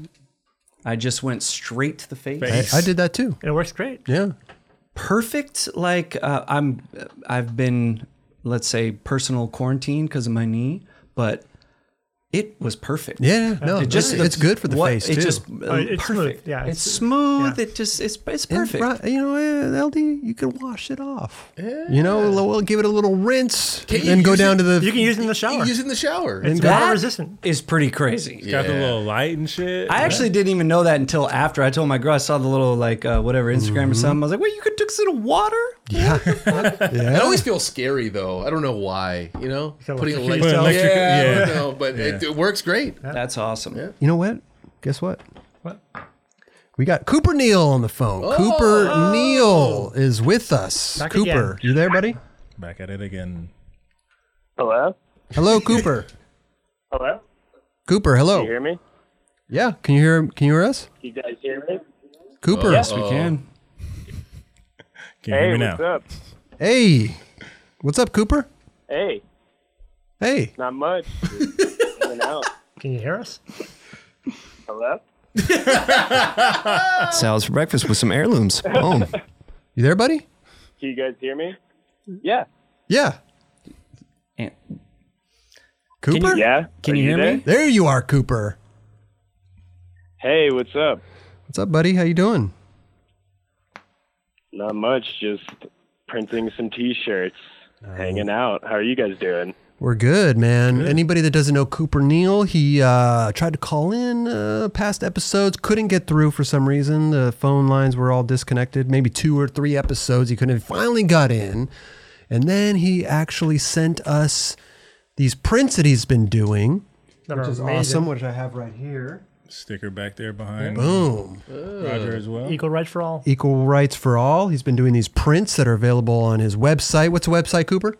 Speaker 4: I just went straight to the face.
Speaker 1: I, I did that too.
Speaker 3: And it works great.
Speaker 1: Yeah.
Speaker 4: perfect like uh, i'm i've been let's say personal quarantine because of my knee but it was perfect
Speaker 1: Yeah. No.
Speaker 4: it just
Speaker 1: it's good for the
Speaker 4: what-
Speaker 1: face
Speaker 4: it
Speaker 1: too.
Speaker 4: just uh,
Speaker 3: it's smooth.
Speaker 4: perfect
Speaker 3: Yeah,
Speaker 4: it's,
Speaker 3: it's-
Speaker 4: smooth
Speaker 3: yeah.
Speaker 4: it just it's, it's
Speaker 1: And
Speaker 4: perfect
Speaker 1: right- you know, eh, LD, you can wash it off. You know, we'll, we'll give it a little rinse,
Speaker 5: Can you
Speaker 1: then go
Speaker 5: use
Speaker 1: down
Speaker 5: it-
Speaker 1: to the.
Speaker 3: You can use it in the shower.
Speaker 5: Use it in the shower.
Speaker 3: it's
Speaker 4: That-
Speaker 3: water resistant.
Speaker 4: is pretty crazy
Speaker 2: Got the little light and shit.
Speaker 4: I actually didn't even know that until after I told my girl I saw the little like uh, whatever Instagram or something. I was like, "Wait, you could mix it in water?"
Speaker 5: I always feel scary though. I don't know why. You know,
Speaker 3: feel
Speaker 5: putting a light.
Speaker 3: like-
Speaker 5: Yeah,
Speaker 2: Put electric-
Speaker 5: I don't
Speaker 2: yeah.
Speaker 5: know, but it, it works great.
Speaker 4: That's awesome.
Speaker 1: you know what? Guess what?
Speaker 3: What?
Speaker 1: We got Cooper Neal on the phone. Cooper Neal is with us.
Speaker 3: Back
Speaker 1: Cooper, you there, buddy?
Speaker 2: Back at it again.
Speaker 9: Hello?
Speaker 1: Hello, Cooper.
Speaker 9: [laughs] Hello?
Speaker 1: Cooper,
Speaker 9: Can you
Speaker 1: hello.
Speaker 9: hear me?
Speaker 1: Yeah, can you hear? Can you hear us,
Speaker 9: You guys hear me?
Speaker 1: Cooper?
Speaker 4: Yes, we can.
Speaker 2: Can you
Speaker 9: Hey,
Speaker 2: hear me
Speaker 9: what's
Speaker 2: now?
Speaker 9: up?
Speaker 1: Hey, what's up, Cooper?
Speaker 9: Hey,
Speaker 1: Hey,
Speaker 9: not much. Just hanging out.
Speaker 3: Can you hear us?
Speaker 9: Hello?
Speaker 10: Salads for breakfast with some heirlooms. Boom.
Speaker 1: you there, buddy?
Speaker 9: Can you guys hear me? Yeah.
Speaker 1: Yeah,
Speaker 4: And-
Speaker 1: Cooper.
Speaker 9: Yeah?
Speaker 4: Can
Speaker 9: Are
Speaker 4: you hear
Speaker 9: there?
Speaker 4: me?
Speaker 1: There you are, Cooper.
Speaker 9: Hey, what's up?
Speaker 1: What's up, buddy? How you doing?
Speaker 9: Not much. Just printing some t-shirts. Hanging out. How are you guys doing?
Speaker 1: We're good, man. Anybody that doesn't know Cooper Neal, he uh, tried to call in uh, past episodes, couldn't get through for some reason. The phone lines were all disconnected. Maybe two or three episodes he couldn't. Finally got in, and then he actually sent us these prints that he's been doing,
Speaker 3: That
Speaker 1: which is awesome. Which I have right here.
Speaker 2: Sticker back there behind
Speaker 1: Boom.
Speaker 2: Roger as well.
Speaker 3: Equal right for all.
Speaker 1: Equal rights for all. He's been doing these prints that are available on his website. What's the website, Cooper?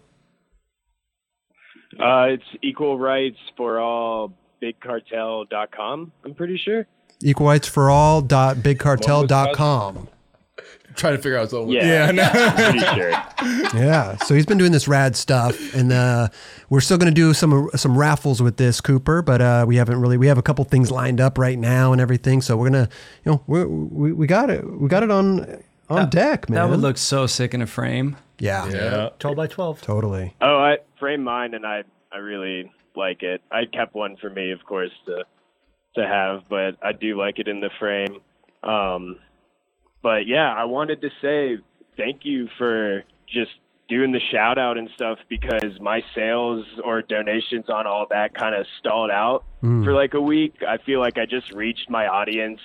Speaker 9: Uh, it's equal rights for all bigcartel.com, I'm pretty sure.
Speaker 1: Equal rights for all. Bigcartel.com.
Speaker 5: trying to figure out his own.
Speaker 9: Yeah.
Speaker 2: Yeah, I know.
Speaker 9: [laughs] Pretty sure.
Speaker 1: Yeah, so he's been doing this rad stuff, and uh, we're still going to do some some raffles with this Cooper, but uh, we haven't really we have a couple things lined up right now and everything. So we're gonna, you know, we we, we got it, we got it on on deck, man.
Speaker 4: That would look so sick in a frame.
Speaker 1: yeah,
Speaker 2: Yeah.
Speaker 3: 12 by 12.
Speaker 1: totally.
Speaker 9: Oh, I framed mine and I I really like it. I kept one for me, of course, to to have, but I do like it in the frame. Um, but yeah, I wanted to say thank you for just doing the shout out and stuff because my sales or donations on all that kind of stalled out for like a week. I feel like I just reached my audience,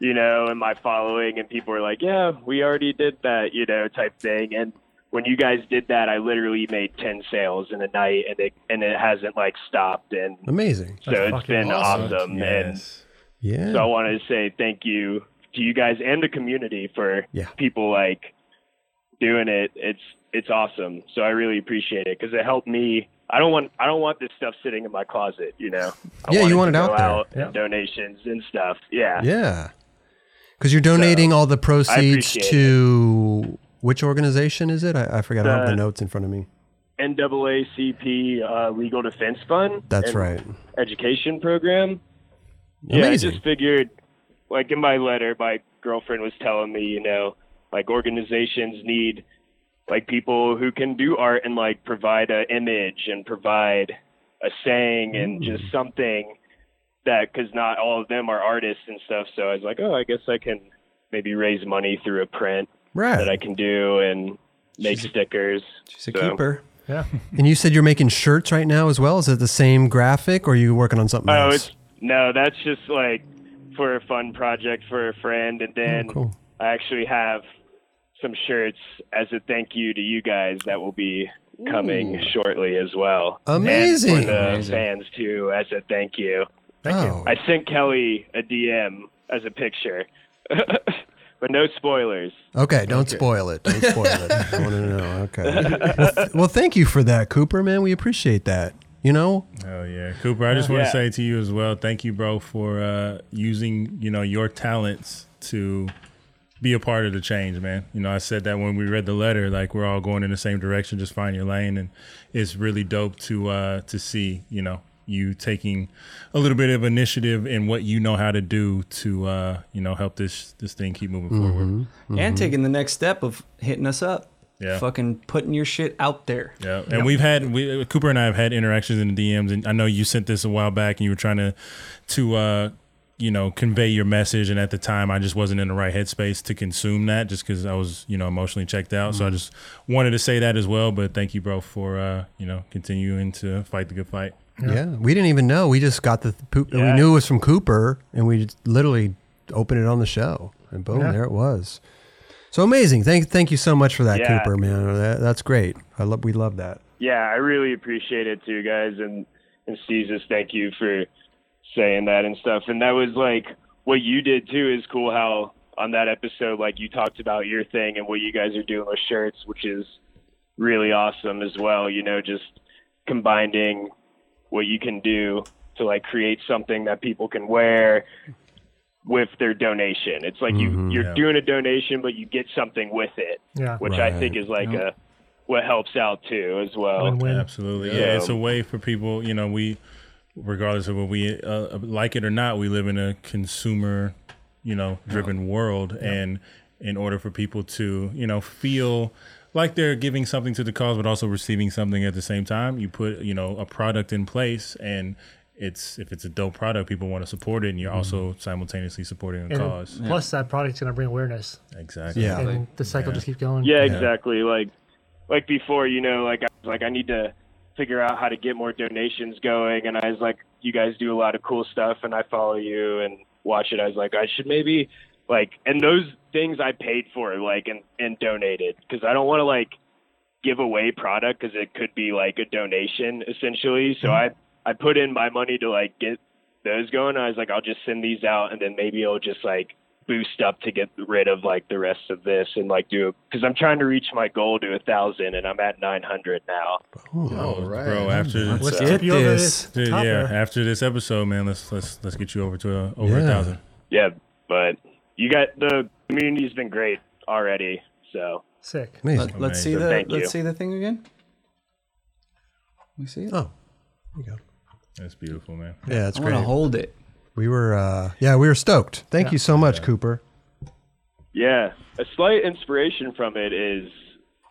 Speaker 9: you know, and my following, and people were like, yeah, we already did that, you know, type thing. And when you guys did that, I literally made 10 sales in a night and it, and it hasn't like stopped. And
Speaker 1: Amazing.
Speaker 9: so
Speaker 3: That's
Speaker 9: it's
Speaker 3: fucking
Speaker 9: been awesome.
Speaker 2: Awesome.
Speaker 9: And
Speaker 2: Yes.
Speaker 1: Yeah,
Speaker 9: so I wanted to say thank you to you guys and the community for
Speaker 1: Yeah.
Speaker 9: people like doing it. It's it's awesome. So I really appreciate it because it helped me. I don't want I don't want this stuff sitting in my closet. You know. I
Speaker 1: Yeah, you want
Speaker 9: to
Speaker 1: it out
Speaker 9: go
Speaker 1: there.
Speaker 9: and donations and stuff. Yeah.
Speaker 1: yeah, because you're donating all the proceeds
Speaker 9: appreciate
Speaker 1: to which organization is it? I, I forgot. I don't have
Speaker 9: The-
Speaker 1: the notes in front of me.
Speaker 9: NAACP uh, Legal Defense Fund.
Speaker 1: That's
Speaker 9: and
Speaker 1: right.
Speaker 9: Education program. Yeah, I
Speaker 1: Amazing.
Speaker 9: just figured, like in my letter, my girlfriend was telling me, you know, like organizations need like people who can do art and like provide a image and provide a saying
Speaker 4: Hmm.
Speaker 9: and just something that because not all of them are artists and stuff. So I was like, oh, I guess I can maybe raise money through a print
Speaker 1: Right.
Speaker 9: that I can do and make stickers.
Speaker 4: She's a
Speaker 9: So-
Speaker 4: keeper.
Speaker 1: And you said you're making shirts right now as well. Is it the same graphic, or are you working on something
Speaker 9: Oh,
Speaker 1: else?
Speaker 9: it's no, that's just like for a fun project for a friend,
Speaker 4: Oh,
Speaker 9: and then
Speaker 1: cool.
Speaker 9: I actually have some shirts as a thank you to you guys that will be coming shortly as well.
Speaker 1: Amazing.
Speaker 9: and for the fans too, as a thank you.
Speaker 1: oh,
Speaker 9: I sent Kelly a DM as a picture, [laughs] but no spoilers.
Speaker 1: Okay, don't spoil it. Don't spoil it. I want to know. Okay. Well, th- well, thank you for that, Cooper, man. We appreciate that. You know,
Speaker 2: Hell yeah, Cooper! I just want
Speaker 9: Yeah.
Speaker 2: to say to you as well, thank you, bro, for uh, using you know your talents to be a part of the change, man. You know, I said that when we read the letter, like we're all going in the same direction. Just find your lane, and it's really dope to uh, to see you know you taking a little bit of initiative in what you know how to do to uh, you know help this this thing keep moving forward.
Speaker 4: And taking the next step of hitting us up.
Speaker 2: Yeah.
Speaker 4: Fucking putting your shit out there.
Speaker 2: Yeah, and we've had we, Cooper and I have had interactions in the DMs, and I know you sent this a while back, and you were trying to to uh, you know convey your message, and at the time I just wasn't in the right headspace to consume that, just because I was you know emotionally checked out. So I just wanted to say that as well. But thank you, bro, for uh, you know continuing to fight the good fight.
Speaker 1: yeah. we didn't even know. We just got the th- poop. We
Speaker 9: Yeah.
Speaker 1: knew it was from Cooper, and we just literally opened it on the show, and boom, there it was. So amazing. Thank, thank you so much for that,
Speaker 9: Yeah.
Speaker 1: Cooper, man. That, that's great. I love. We love that.
Speaker 9: yeah, I really appreciate it too, guys. And and Caesar, thank you for saying that and stuff. And that was like what you did too is cool. How on that episode, like you talked about your thing and what you guys are doing with shirts, which is really awesome as well. You know, just combining what you can do to like create something that people can wear with their donation. It's like
Speaker 11: Mhm.
Speaker 9: you you're
Speaker 11: Yeah.
Speaker 9: doing a donation, but you get something with it,
Speaker 11: Yeah.
Speaker 9: which I
Speaker 11: Right.
Speaker 9: think is like
Speaker 11: Yeah.
Speaker 9: a what helps out too as well.
Speaker 2: Absolutely. Yeah. it's a way for people, you know, we, regardless of what we uh, like it or not, we live in a consumer, you know, driven world. And in order for people to, you know, feel like they're giving something to the cause, but also receiving something at the same time, you put, you know, a product in place and it's, if it's a dope product, people want to support it and you're also simultaneously supporting a
Speaker 3: And
Speaker 2: cause.
Speaker 3: Plus, that product's going to bring awareness.
Speaker 2: Exactly.
Speaker 3: And
Speaker 2: Yeah.
Speaker 3: the cycle
Speaker 2: Yeah.
Speaker 3: just keeps going.
Speaker 9: Yeah, exactly. Like like before, you know, like I was like I need to figure out how to get more donations going and I was like you guys do a lot of cool stuff and I follow you and watch it. I was like I should maybe like and those things I paid for like and and donated cuz I don't want to like give away product cuz it could be like a donation essentially. So I I put in my money to like get those going. I was like I'll just send these out and then maybe it'll just like boost up to get rid of like the rest of this and like do because I'm trying to reach my goal to a thousand and I'm at 900 now.
Speaker 5: All right.
Speaker 2: Bro, after this,
Speaker 5: Let's get
Speaker 2: Dude,
Speaker 5: this
Speaker 2: yeah,
Speaker 5: topper.
Speaker 2: after this episode, man, let's let's let's get you over to uh, over a
Speaker 9: Yeah.
Speaker 2: thousand.
Speaker 9: Yeah, but you got the community's been great already. So
Speaker 3: Sick.
Speaker 4: Let, us see
Speaker 9: So
Speaker 4: the
Speaker 9: thank
Speaker 4: let's
Speaker 9: you.
Speaker 4: see the thing again. We see it.
Speaker 1: Oh,
Speaker 2: That's beautiful, man.
Speaker 1: Yeah, it's
Speaker 4: I
Speaker 1: great.
Speaker 4: want to hold it.
Speaker 1: We were, uh, yeah, we were stoked. Thank
Speaker 4: Yeah.
Speaker 1: you so much, Cooper.
Speaker 9: Yeah, a slight inspiration from it is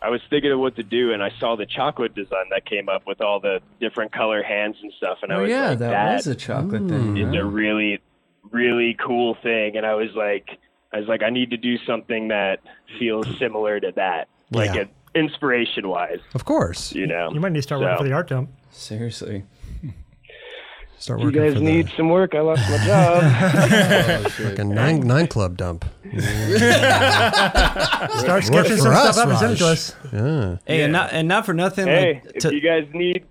Speaker 9: I was thinking of what to do, and I saw the chocolate design that came up with all the different color hands and stuff, and I
Speaker 4: Oh
Speaker 9: was
Speaker 4: yeah,
Speaker 9: like,
Speaker 4: that, was a chocolate thing.
Speaker 9: is
Speaker 4: yeah.
Speaker 9: a really, really cool thing, and I was like, I was like, I need to do something that feels similar to that, like
Speaker 3: Yeah.
Speaker 9: an inspiration wise.
Speaker 1: Of course.
Speaker 9: You know,
Speaker 3: You might need to start working
Speaker 9: So-
Speaker 3: for the art dump.
Speaker 4: Seriously.
Speaker 1: Start
Speaker 9: You
Speaker 1: working
Speaker 9: guys
Speaker 1: for
Speaker 9: need some work. I lost my job.
Speaker 3: [laughs]
Speaker 1: the fucking nine, nine club dump.
Speaker 3: Start
Speaker 1: Work
Speaker 3: sketching
Speaker 1: for
Speaker 3: some
Speaker 1: us,
Speaker 3: stuff up and send it to
Speaker 1: Raj.
Speaker 3: us.
Speaker 1: Yeah.
Speaker 4: Hey, and not and not for nothing.
Speaker 3: Hey,
Speaker 4: like,
Speaker 3: if
Speaker 4: to-
Speaker 9: you guys need,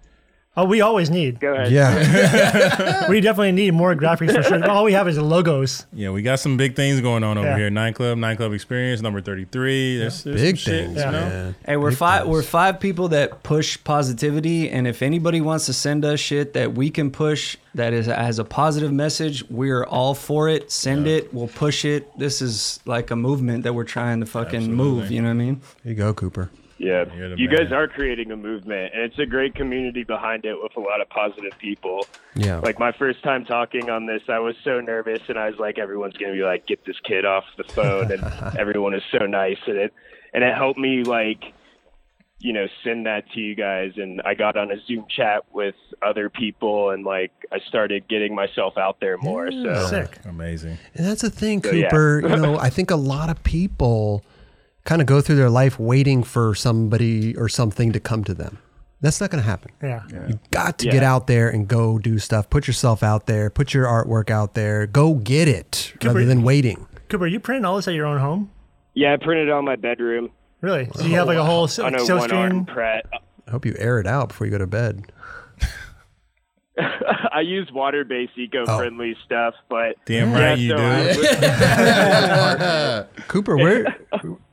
Speaker 3: Oh, we always need.
Speaker 9: Go ahead.
Speaker 1: Yeah.
Speaker 3: we definitely need more graphics for sure. All we have is the logos.
Speaker 2: Yeah, we got some big things going on over
Speaker 3: Yeah.
Speaker 2: here. Nine Club, Nine Club Experience, number thirty-three. There's, there's
Speaker 1: Big
Speaker 2: some shit,
Speaker 1: things,
Speaker 2: you know?
Speaker 1: man.
Speaker 4: Hey, we're five. We're five people that push positivity, and if anybody wants to send us shit that we can push that is has a positive message, we're all for it. Send it. We'll push it. This is like a movement that we're trying to fucking move.
Speaker 2: Absolutely.
Speaker 4: You know what I mean?
Speaker 1: There you go, Cooper.
Speaker 9: Yeah,
Speaker 2: You're the
Speaker 9: you
Speaker 2: man.
Speaker 9: guys are creating a movement, and it's a great community behind it with a lot of positive people.
Speaker 2: Oh.
Speaker 1: Yeah.
Speaker 9: Like my first time talking on this, I was so nervous, and I was like, everyone's gonna be like, get this kid off the
Speaker 2: [laughs]
Speaker 9: phone, and everyone is so nice, and it and it helped me like, you know, send that to you guys, and I got on a Zoom chat with other people, and like I started getting myself out there more.
Speaker 1: Yeah.
Speaker 9: So
Speaker 1: Sick.
Speaker 2: Amazing.
Speaker 1: And that's the thing,
Speaker 9: So, yeah.
Speaker 1: Cooper. you know, I think a lot of people kind of go through their life waiting for somebody or something to come to them. That's not going to happen.
Speaker 3: Yeah.
Speaker 1: You got to
Speaker 3: Yeah.
Speaker 1: get out there and go do stuff. Put yourself out there. Put your artwork out there. Go get it rather than waiting.
Speaker 3: Cooper, you printed all this at your own home?
Speaker 9: yeah, I printed it on my bedroom.
Speaker 3: Really? So you have like a whole
Speaker 9: on a
Speaker 3: like, silk
Speaker 9: one arm
Speaker 3: screen?
Speaker 9: print.
Speaker 1: I hope you air it out before you go to bed.
Speaker 9: [laughs] I use water-based eco-friendly stuff,
Speaker 2: Oh.
Speaker 9: but
Speaker 2: Damn
Speaker 9: Yeah,
Speaker 2: right you
Speaker 9: so
Speaker 2: do. [laughs]
Speaker 9: I-
Speaker 1: Cooper, where?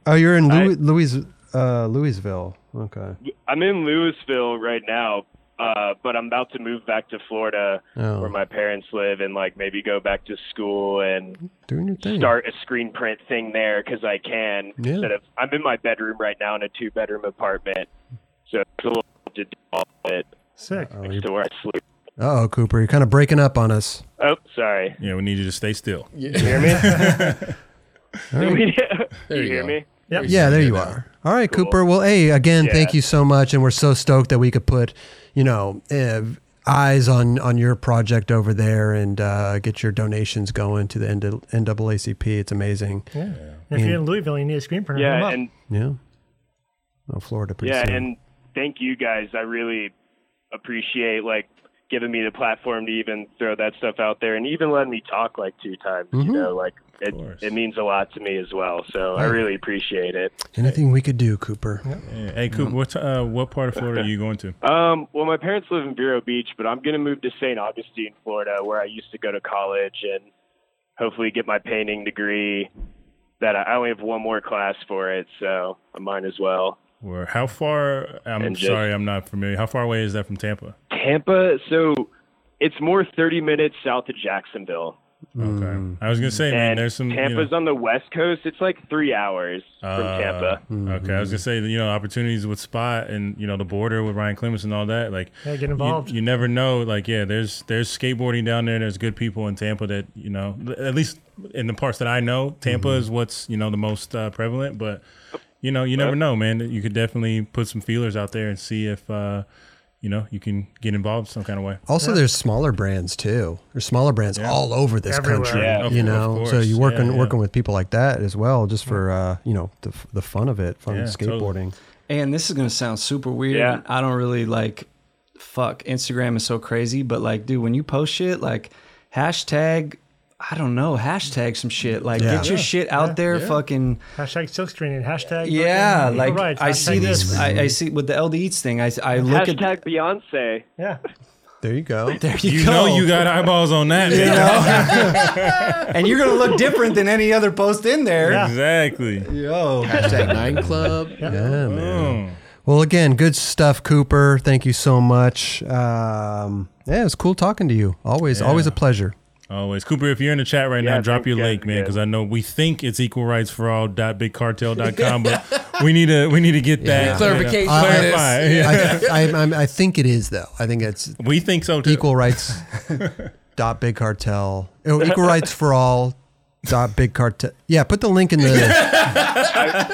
Speaker 1: oh, you're in Louis, Louis, uh, Louisville. Okay.
Speaker 9: I'm in Louisville right now, uh, but I'm about to move back to Florida,
Speaker 1: Oh.
Speaker 9: where my parents live, and like maybe go back to school and
Speaker 1: Doing your thing.
Speaker 9: start a screen print thing there because I can.
Speaker 1: Hmm. Yeah.
Speaker 9: Instead of I'm in my bedroom right now in a two bedroom apartment, so it's a little to do all of it.
Speaker 3: Sick.
Speaker 1: Oh,
Speaker 9: Next to where I sleep.
Speaker 1: Uh oh, Cooper, you're kind of breaking up on us.
Speaker 9: Oh, sorry.
Speaker 2: Yeah, we need you to stay still.
Speaker 9: You hear me? [laughs] you
Speaker 5: There you
Speaker 9: hear
Speaker 5: go.
Speaker 9: me?
Speaker 1: Yeah, there you are. All right,
Speaker 9: Cool.
Speaker 1: Cooper. Well, hey, again,
Speaker 9: Yeah.
Speaker 1: thank you so much, and we're so stoked that we could put, you know, eh, eyes on on your project over there and uh, get your donations going to the ND NAACP. It's amazing.
Speaker 3: Yeah. And if you're in Louisville, you need a screen printer. hit 'em
Speaker 9: Yeah,
Speaker 3: up.
Speaker 9: and
Speaker 1: Yeah. Oh, Florida, pretty
Speaker 9: yeah,
Speaker 1: soon.
Speaker 9: and thank you guys. I really appreciate like giving me the platform to even throw that stuff out there and even letting me talk like two times.
Speaker 1: Mhm.
Speaker 9: You know, like it it means a lot to me as well. So I
Speaker 1: Yeah.
Speaker 9: really appreciate it.
Speaker 1: Anything we could do, Cooper.
Speaker 2: Yeah. Hey, Coop, what uh, what part of Florida are you going to?
Speaker 9: Um, well, my parents live in Vero Beach, but I'm gonna move to St. Augustine, Florida, where I used to go to college, and hopefully get my painting degree. That I, I only have one more class for it, so I might as well.
Speaker 2: Where how far? I'm
Speaker 9: And just-
Speaker 2: sorry, I'm not familiar. How far away is that from Tampa?
Speaker 9: Tampa, so it's more 30 minutes south of Jacksonville.
Speaker 1: Hmm.
Speaker 2: Okay, I was gonna say, man, there's some. you know-
Speaker 9: Tampa's on the west coast. It's like three hours from
Speaker 2: Uh,
Speaker 9: Tampa.
Speaker 2: Okay, I was gonna say you know opportunities with Spot and you know the border with Ryan Clements and all that. Like,
Speaker 3: Yeah, get
Speaker 2: you-
Speaker 3: involved.
Speaker 2: You, never know. Like, yeah, there's there's skateboarding down there. There's good people in Tampa that you know. At least in the parts that I know, Tampa is what's you know the most uh, prevalent. But you know, you never know, man. You could definitely put some feelers out there and see if uh, you know you can get involved some kind of way.
Speaker 1: Also, there's smaller brands too. There's smaller brands all over this
Speaker 2: Everywhere.
Speaker 1: country.
Speaker 2: Yeah, of-
Speaker 1: you
Speaker 2: of
Speaker 1: know, so
Speaker 2: course.
Speaker 1: you working
Speaker 2: Yeah, yeah.
Speaker 1: working with people like that as well, just for uh, you know the f- the fun of it, fun
Speaker 4: Yeah,
Speaker 1: of skateboarding.
Speaker 4: And this is gonna sound super weird.
Speaker 1: Yeah.
Speaker 4: I don't really like fuck Instagram is so crazy, but like, dude, when you post shit, like hashtag I don't know, hashtag some shit. Like
Speaker 3: Yeah.
Speaker 4: get your
Speaker 3: Yeah.
Speaker 4: shit out
Speaker 3: Yeah.
Speaker 4: there,
Speaker 3: Yeah.
Speaker 4: fucking
Speaker 3: Hashtag silkscreen and hashtag.
Speaker 4: yeah,
Speaker 3: fucking
Speaker 4: like
Speaker 3: equal rights,
Speaker 4: I see
Speaker 3: hashtag
Speaker 4: these.
Speaker 3: this.
Speaker 4: I, I see with the LD Eats thing. I, I look at
Speaker 9: Hashtag Beyonce.
Speaker 3: Yeah.
Speaker 1: There you go.
Speaker 4: There you,
Speaker 2: You
Speaker 4: go.
Speaker 2: know you got eyeballs on that.
Speaker 4: You
Speaker 2: man.
Speaker 4: know? and you're gonna look different than any other post in there.
Speaker 2: Exactly.
Speaker 4: Yo.
Speaker 5: Hashtag Nine Club.
Speaker 1: Yeah, man. Well, again, good stuff, Cooper. Thank you so much. Um, yeah, it was cool talking to you. Always,
Speaker 2: Yeah.
Speaker 1: always a pleasure.
Speaker 2: Always, Cooper. If you're in the chat right now,
Speaker 1: Yeah,
Speaker 2: drop
Speaker 1: thanks,
Speaker 2: your
Speaker 1: guys,
Speaker 2: link, man, because I know we think it's equal rights for all. dot bigcartel.com,
Speaker 1: [laughs]
Speaker 2: but we need to we need to get that
Speaker 1: Yeah.
Speaker 2: clarification.
Speaker 1: I- I-
Speaker 2: Clarify. Yeah.
Speaker 1: I, I, I, I think it is though. I think it's
Speaker 2: we think so too.
Speaker 1: Equal rights. dot big cartel. Oh, equal rights for all. Dot big cartel. Yeah, put the link in the.
Speaker 9: [laughs]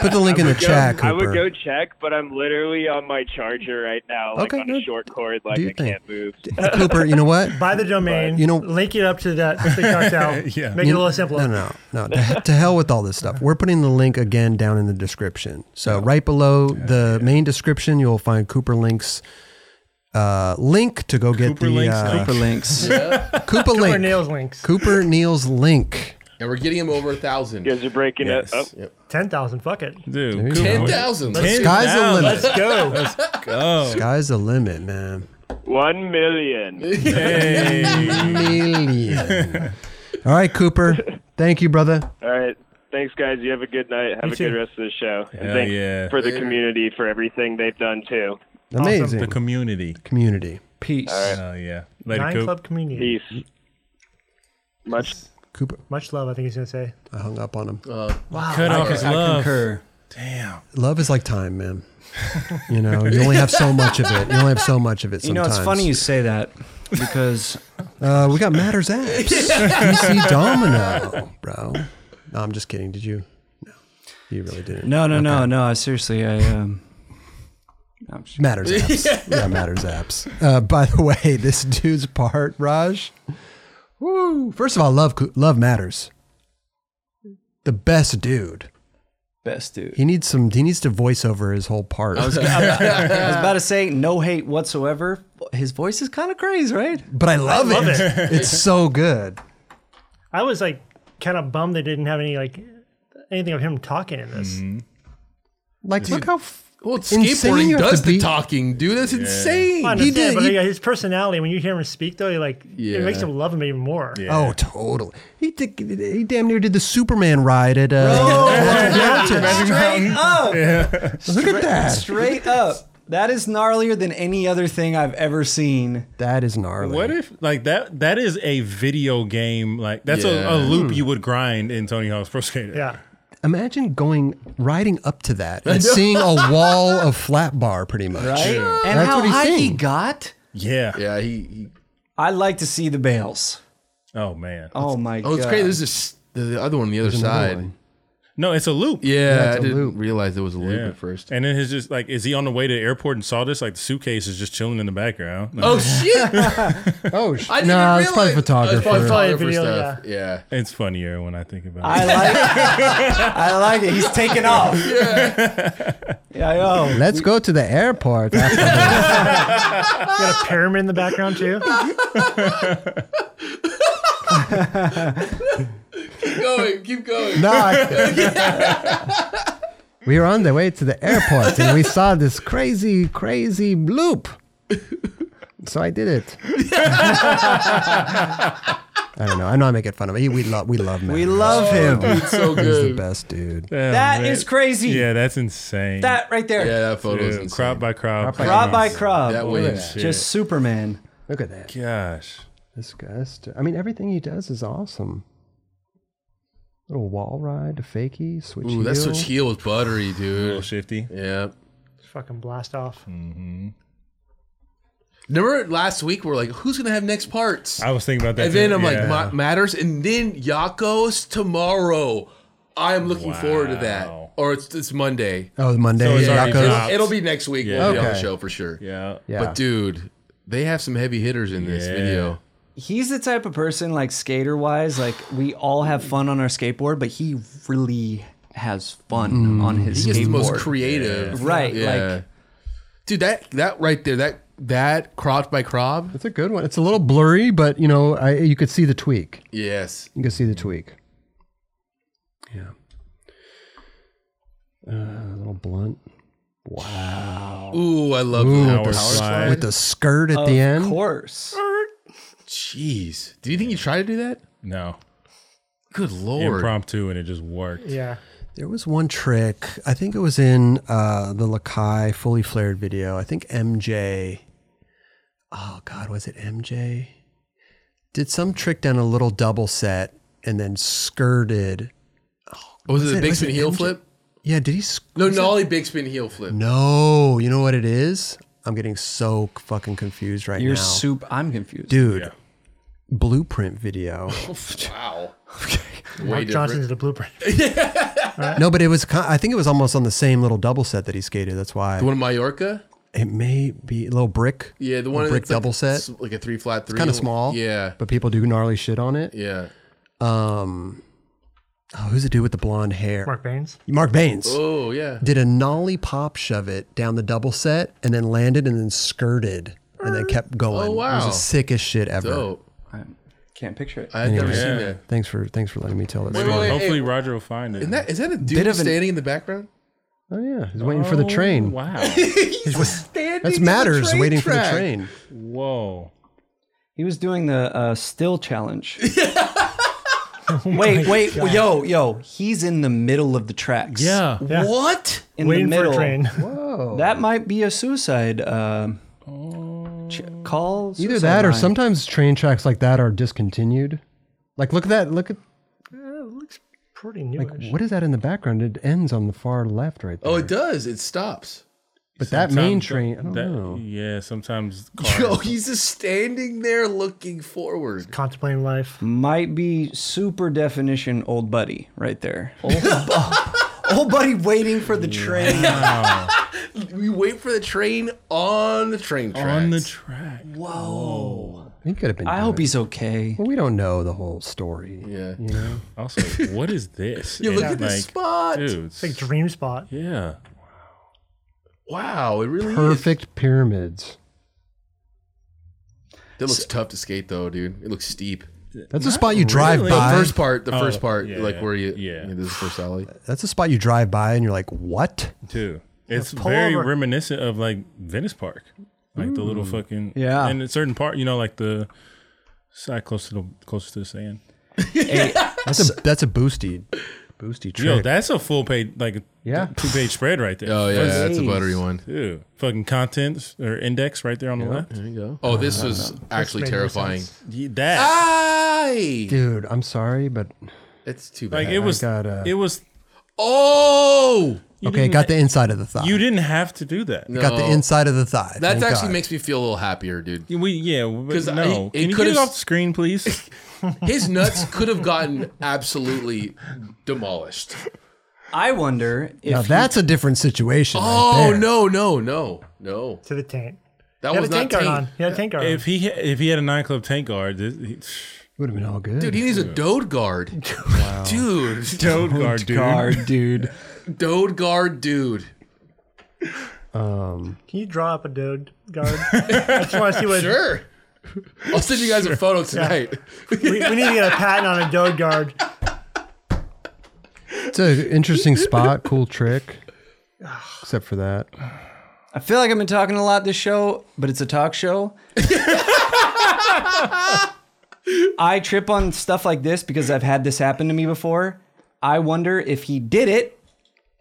Speaker 1: Put the link in
Speaker 9: I
Speaker 1: the
Speaker 9: would go-
Speaker 1: chat,
Speaker 9: I would
Speaker 1: Cooper.
Speaker 9: go check, but I'm literally on my charger right now, like
Speaker 1: Okay,
Speaker 9: on a short cord, like
Speaker 1: Do your
Speaker 9: I can't
Speaker 1: thing.
Speaker 9: move.
Speaker 1: Cooper, you know what?
Speaker 3: Buy the domain.
Speaker 1: You know-
Speaker 3: link it up to that
Speaker 1: [laughs]
Speaker 3: big cartel. yeah. Make it a little simpler.
Speaker 1: No, no, no. To, to hell with all this stuff. We're putting the link again down in the description. So right below the main description, you'll find Cooper Links. Uh, link to go get
Speaker 5: Cooper
Speaker 1: the
Speaker 5: Links
Speaker 1: uh,
Speaker 5: link. Cooper Links. Yeah.
Speaker 1: Cooper,
Speaker 5: Cooper
Speaker 1: Link.
Speaker 5: Nails links.
Speaker 1: Cooper Neal's link.
Speaker 5: And we're getting him over a thousand.
Speaker 9: You guys are breaking
Speaker 5: it
Speaker 9: up.
Speaker 3: Ten thousand. Fuck it.
Speaker 2: Dude,
Speaker 5: Cooper- 10,000.
Speaker 1: Sky's the limit.
Speaker 3: Let's go.
Speaker 2: go.
Speaker 1: Sky's the limit, man.
Speaker 9: One million.
Speaker 1: [laughs] Million. All right, Cooper. Thank you, brother.
Speaker 9: All right. Thanks, guys. You have a good night. Have
Speaker 1: You
Speaker 9: a good
Speaker 1: too.
Speaker 9: rest of the show. And
Speaker 1: Hell
Speaker 9: thanks
Speaker 1: yeah.
Speaker 9: for the community for everything they've done too.
Speaker 1: Amazing.
Speaker 2: The community.
Speaker 1: Community.
Speaker 4: Peace.
Speaker 9: All
Speaker 2: Oh yeah. Later,
Speaker 3: Nine
Speaker 2: Coop.
Speaker 3: Club Community.
Speaker 9: Peace. Much.
Speaker 1: Cooper.
Speaker 3: Much love. I think he's gonna say.
Speaker 1: I hung up on him.
Speaker 3: Wow.
Speaker 2: Cut off his love.
Speaker 1: Love is like time, man. You know, you only have so much of it. You only have so much of it.
Speaker 4: You know, it's
Speaker 1: sometimes.
Speaker 4: funny you say that because
Speaker 1: Uh, we got Matters apps. DC Domino, bro. No, I'm just kidding. Did you? No, you really didn't.
Speaker 4: no, no, no, no. I seriously, I um. I'm just-
Speaker 1: Matters apps. yeah, Matters apps. Uh, by the way, [laughs] this dude's part, Raj. Woo! First of all, love Coo- love matters. The best dude.
Speaker 4: Best dude.
Speaker 1: He needs some. He needs to voice over his whole part.
Speaker 4: I was, I was about to say no hate whatsoever. His voice is kind of crazy, right?
Speaker 1: but I love,
Speaker 3: I love
Speaker 1: it.
Speaker 3: it.
Speaker 1: it's so good.
Speaker 3: I was like kind of bummed they didn't have any like anything of him talking in this.
Speaker 1: Mm. Like,
Speaker 5: look
Speaker 1: how
Speaker 5: [laughs] well
Speaker 3: insane you
Speaker 5: skateboarding
Speaker 3: have
Speaker 5: does
Speaker 3: to be.
Speaker 5: the talking, dude. That's insane.
Speaker 3: I understand, but like, his personality when you hear him speak though, you're like it makes
Speaker 1: Yeah.
Speaker 3: him love him even more.
Speaker 1: Oh, totally. He did, he damn near did the Superman ride at uh, Magic Mountain.
Speaker 4: Straight up.
Speaker 1: Look at that.
Speaker 4: [laughs] Straight up. That is gnarlier than any other thing I've ever seen.
Speaker 1: That is gnarly.
Speaker 2: What if like that? That is a video game. Like that's
Speaker 1: Yeah.
Speaker 2: a, a loop
Speaker 1: Hmm.
Speaker 2: you would grind in Tony Hawk's Pro Skater.
Speaker 3: Yeah.
Speaker 1: Imagine going riding up to that and seeing a wall of flat bar, pretty much.
Speaker 4: Right? And
Speaker 1: That's
Speaker 4: how
Speaker 1: what he's
Speaker 4: high he
Speaker 1: seeing.
Speaker 4: got?
Speaker 2: Yeah.
Speaker 5: Yeah. He. he
Speaker 4: I'd like to see the bales.
Speaker 2: Oh man.
Speaker 4: Oh my
Speaker 5: oh, it's
Speaker 4: god.
Speaker 5: crazy. There's this the, the other one on the other
Speaker 2: There's another
Speaker 5: side.
Speaker 2: one. No, it's a loop.
Speaker 5: Yeah,
Speaker 2: Yeah,
Speaker 5: I
Speaker 2: it's a
Speaker 5: didn't
Speaker 2: loop.
Speaker 5: realize it was a loop
Speaker 2: Yeah.
Speaker 5: at first.
Speaker 2: And then it's just like, is he on the way to the airport and saw this? Like the suitcase is just chilling in the background. Like,
Speaker 5: Oh shit!
Speaker 1: oh Nah,
Speaker 5: I didn't even
Speaker 1: it's probably
Speaker 5: realize-
Speaker 1: photographer.
Speaker 5: It's probably
Speaker 1: Probably
Speaker 5: photographer
Speaker 1: video,
Speaker 5: stuff. Yeah.
Speaker 2: It's funnier when I think about
Speaker 4: I
Speaker 2: it.
Speaker 4: like I like it. He's taking off. Yeah, yo.
Speaker 1: Let's go to the airport. after-
Speaker 3: got a pyramid in the background too. [laughs]
Speaker 5: Keep going. Keep going.
Speaker 1: No, I- [laughs] we were on the way to the airport and we saw this crazy, crazy bloop. So I did it. I don't know. I'm not making fun of him. We love we love Matt.
Speaker 4: We love
Speaker 1: Harris.
Speaker 4: him.
Speaker 5: dude,
Speaker 1: He's
Speaker 5: so
Speaker 1: the
Speaker 5: good.
Speaker 1: best dude.
Speaker 4: That is crazy.
Speaker 2: Yeah, that's insane.
Speaker 4: That right there.
Speaker 5: Yeah, that photo is
Speaker 2: Dude,
Speaker 5: insane.
Speaker 2: crop by crop.
Speaker 4: Crop by crop.
Speaker 5: That
Speaker 2: Holy
Speaker 5: way.
Speaker 2: shit.
Speaker 4: Just Superman.
Speaker 1: Look at that.
Speaker 2: gosh.
Speaker 1: This guy's. I mean, everything he does is awesome. Little wall ride to fakie switch.
Speaker 5: Ooh, that
Speaker 1: heel.
Speaker 5: switch heel was buttery,
Speaker 2: A little
Speaker 5: dude.
Speaker 2: shifty.
Speaker 5: Yeah.
Speaker 3: Fucking blast off.
Speaker 1: Mm.
Speaker 5: Remember last week we're like, who's gonna have next parts?
Speaker 2: I was thinking about that.
Speaker 5: And then
Speaker 2: too.
Speaker 5: I'm
Speaker 2: Yeah.
Speaker 5: like, Ma- matters. And then Yakos tomorrow. I am looking forward to that.
Speaker 2: Wow.
Speaker 5: Or it's it's Monday.
Speaker 1: Oh, Monday.
Speaker 2: So it's already
Speaker 1: Yakko.
Speaker 2: dropped.
Speaker 5: It'll, it'll be next week.
Speaker 2: Yeah.
Speaker 5: We'll be on the
Speaker 1: Okay.
Speaker 5: show for sure.
Speaker 2: yeah.
Speaker 1: Yeah.
Speaker 5: But dude, they have some heavy hitters in this
Speaker 2: Yeah.
Speaker 5: video.
Speaker 4: He's the type of person, like skater wise, like we all have fun on our skateboard, but he really has fun on his
Speaker 5: Mm. He is
Speaker 4: skateboard.
Speaker 5: the most creative.
Speaker 4: Right, like-
Speaker 5: dude, that that right there, that that crop by crop.
Speaker 1: It's a good one. It's a little blurry, but you know, I, you could see the tweak.
Speaker 5: Yes.
Speaker 1: You could see the tweak. Yeah. Uh, a little blunt
Speaker 5: Ooh, I love
Speaker 1: Ooh, with,
Speaker 5: that.
Speaker 1: the,
Speaker 2: power
Speaker 1: s-
Speaker 2: slide.
Speaker 1: with the skirt at
Speaker 4: of
Speaker 1: the end.
Speaker 4: course.
Speaker 5: Jeez. Do you think you try to do that?
Speaker 2: No.
Speaker 5: Good lord.
Speaker 2: Impromptu and it just worked.
Speaker 3: Yeah.
Speaker 1: There was one trick. I think it was in uh, the Lakai fully flared video. I think MJ. Oh God, was it MJ? Did some trick down a little double set and then skirted.
Speaker 5: Oh, was,
Speaker 1: Was
Speaker 5: it
Speaker 1: it-
Speaker 5: a big
Speaker 1: was
Speaker 5: spin
Speaker 1: it
Speaker 5: heel
Speaker 1: MJ?
Speaker 5: flip?
Speaker 1: Yeah, did he? Sk-
Speaker 5: No, nollie big spin heel flip.
Speaker 1: no, you know what it is. I'm getting so fucking confused right
Speaker 4: You're
Speaker 1: now,
Speaker 4: soup. I'm confused.
Speaker 1: dude.
Speaker 2: Yeah.
Speaker 1: Blueprint video.
Speaker 5: [laughs] Wow.
Speaker 3: Mark
Speaker 5: Way different.
Speaker 3: Johnson's the blueprint.
Speaker 1: no, but it was. ki- I think it was almost on the same little double set that he skated. That's
Speaker 5: The
Speaker 1: why
Speaker 5: one in Mallorca?
Speaker 1: it may be a little brick.
Speaker 5: Yeah, the one
Speaker 1: brick
Speaker 5: that's like-
Speaker 1: double set.
Speaker 5: it's like a three flat three.
Speaker 1: kind of small.
Speaker 5: Yeah,
Speaker 1: But people do gnarly shit on it.
Speaker 5: yeah.
Speaker 1: Um, oh, who's the dude with the blonde hair? Mark,
Speaker 3: Mark Baines.
Speaker 1: Baines.
Speaker 5: Oh yeah.
Speaker 1: Did a nollie pop shove it down the double set and then landed and then skirted and then kept going.
Speaker 5: Oh,
Speaker 1: It was
Speaker 5: wow.
Speaker 1: the sickest shit ever.
Speaker 5: Dope.
Speaker 4: I can't picture it.
Speaker 5: I had never seen that.
Speaker 1: Thanks for thanks for letting me tell that
Speaker 5: Wait,
Speaker 1: story.
Speaker 5: wait,
Speaker 2: Hopefully
Speaker 5: hey.
Speaker 2: Roger will find it.
Speaker 5: Isn't that is that a dude
Speaker 4: Bit of an-
Speaker 5: standing in the background?
Speaker 1: Oh yeah, he's waiting for the train.
Speaker 2: Wow.
Speaker 5: [laughs]
Speaker 1: That's matters. waiting for the train.
Speaker 2: Whoa.
Speaker 4: He was doing the uh, still [laughs]
Speaker 3: [laughs]
Speaker 4: challenge.
Speaker 3: Oh
Speaker 4: wait, wait, yo, yo. He's in the middle of the tracks.
Speaker 2: Yeah.
Speaker 5: What?
Speaker 4: in the
Speaker 3: Waiting
Speaker 4: middle.
Speaker 3: for a train.
Speaker 4: That might be a suicide. Uh, ch- call
Speaker 1: Either
Speaker 4: suicide
Speaker 1: that or
Speaker 4: line.
Speaker 1: sometimes train tracks like that are discontinued. Like look at that. Look at
Speaker 3: Uh, looks pretty
Speaker 1: like
Speaker 3: newish.
Speaker 1: what is that in the background? It ends on the far left right there.
Speaker 5: Oh, it does. It stops.
Speaker 1: but that main
Speaker 2: Sometimes
Speaker 1: train. I don't
Speaker 2: that-
Speaker 1: know.
Speaker 2: Yeah, sometimes
Speaker 5: [laughs] Yo,
Speaker 2: cars.
Speaker 5: he's just standing there looking forward.
Speaker 3: Contemplating life.
Speaker 4: might be super definition old buddy right there. [laughs] Old, bu- old buddy waiting for the train.
Speaker 2: Wow.
Speaker 5: We wait for the train on the train
Speaker 2: [laughs]
Speaker 5: tracks.
Speaker 2: on the track.
Speaker 5: Oh,
Speaker 1: He could have been.
Speaker 4: I
Speaker 1: doing
Speaker 4: hope
Speaker 1: it.
Speaker 4: he's okay.
Speaker 1: Well, we don't know the whole story.
Speaker 5: yeah. [laughs]
Speaker 2: Also, what is this?
Speaker 5: You look
Speaker 2: And,
Speaker 5: at this
Speaker 2: like,
Speaker 5: spot.
Speaker 2: Dude.
Speaker 3: It's like dream spot.
Speaker 2: yeah.
Speaker 5: Wow, it really
Speaker 1: Perfect pyramids.
Speaker 5: Is. That looks tough to skate though, dude. It looks steep.
Speaker 1: That's a spot you drive
Speaker 5: The
Speaker 1: by.
Speaker 5: first part, the first part,
Speaker 2: Oh, yeah,
Speaker 5: like where you,
Speaker 2: yeah.
Speaker 5: this is first alley.
Speaker 1: That's a spot you drive by and you're like, what?
Speaker 2: too. It's
Speaker 3: pull
Speaker 2: very
Speaker 3: over.
Speaker 2: reminiscent of like Venice Park, like the little fucking
Speaker 4: Yeah.
Speaker 2: And a certain part, you know, like the side close to the close to the sand.
Speaker 1: That's a that's a boosty, boosty trick.
Speaker 2: Yo, that's a full page, like a
Speaker 1: Yeah.
Speaker 2: two page spread right there.
Speaker 5: Oh yeah, that's a
Speaker 4: Jeez.
Speaker 5: buttery one.
Speaker 2: Dude, fucking contents or index right there Uh, on the left.
Speaker 5: There you go. Oh, this was actually
Speaker 3: made no
Speaker 5: terrifying.
Speaker 3: sense.
Speaker 2: Ye- That
Speaker 5: Ah! Ay!
Speaker 1: Dude, I'm sorry, but
Speaker 5: It's too bad.
Speaker 2: like it was,
Speaker 1: got, uh,
Speaker 2: it was.
Speaker 5: oh,
Speaker 2: You
Speaker 1: okay,
Speaker 2: didn't-
Speaker 1: got the inside of the thigh.
Speaker 2: You didn't have to do that.
Speaker 1: got the
Speaker 5: No.
Speaker 1: inside of the thigh.
Speaker 5: Oh. that
Speaker 1: Thank
Speaker 5: actually
Speaker 1: God.
Speaker 5: makes me feel a little happier,
Speaker 2: [laughs]
Speaker 5: dude.
Speaker 2: We yeah, but
Speaker 5: 'Cause I-
Speaker 2: no.
Speaker 5: it
Speaker 2: Can you get
Speaker 5: could've-
Speaker 2: it off the screen,
Speaker 5: [laughs]
Speaker 2: please?
Speaker 5: His nuts could have gotten absolutely demolished.
Speaker 4: I wonder if
Speaker 1: Now
Speaker 4: he-
Speaker 1: that's a different situation. right
Speaker 5: Oh
Speaker 1: there.
Speaker 5: no, no, no, no!
Speaker 3: To the tank.
Speaker 5: That
Speaker 3: He had a
Speaker 5: was not
Speaker 3: tank guard on.
Speaker 5: tame.
Speaker 3: He had a tank guard on.
Speaker 2: if he if he had a nine club tank guard, this, he,
Speaker 1: would have been all good.
Speaker 5: Dude, he needs a dode guard, dude.
Speaker 2: toad guard, dude.
Speaker 4: guard, dude.
Speaker 5: Dode guard, dude.
Speaker 3: Can you draw up a dude
Speaker 5: [laughs]
Speaker 3: guard? I just want to see what.
Speaker 5: Sure. I'll send you guys a photo tonight.
Speaker 3: We, we need to get a patent on a dude guard.
Speaker 1: it's an
Speaker 5: [laughs]
Speaker 1: interesting spot, cool trick. Except for that,
Speaker 4: I feel like I've
Speaker 5: [laughs]
Speaker 4: been talking a lot this show, but it's a talk show. I trip on stuff like this because I've had this happen to me before. I wonder if he did it,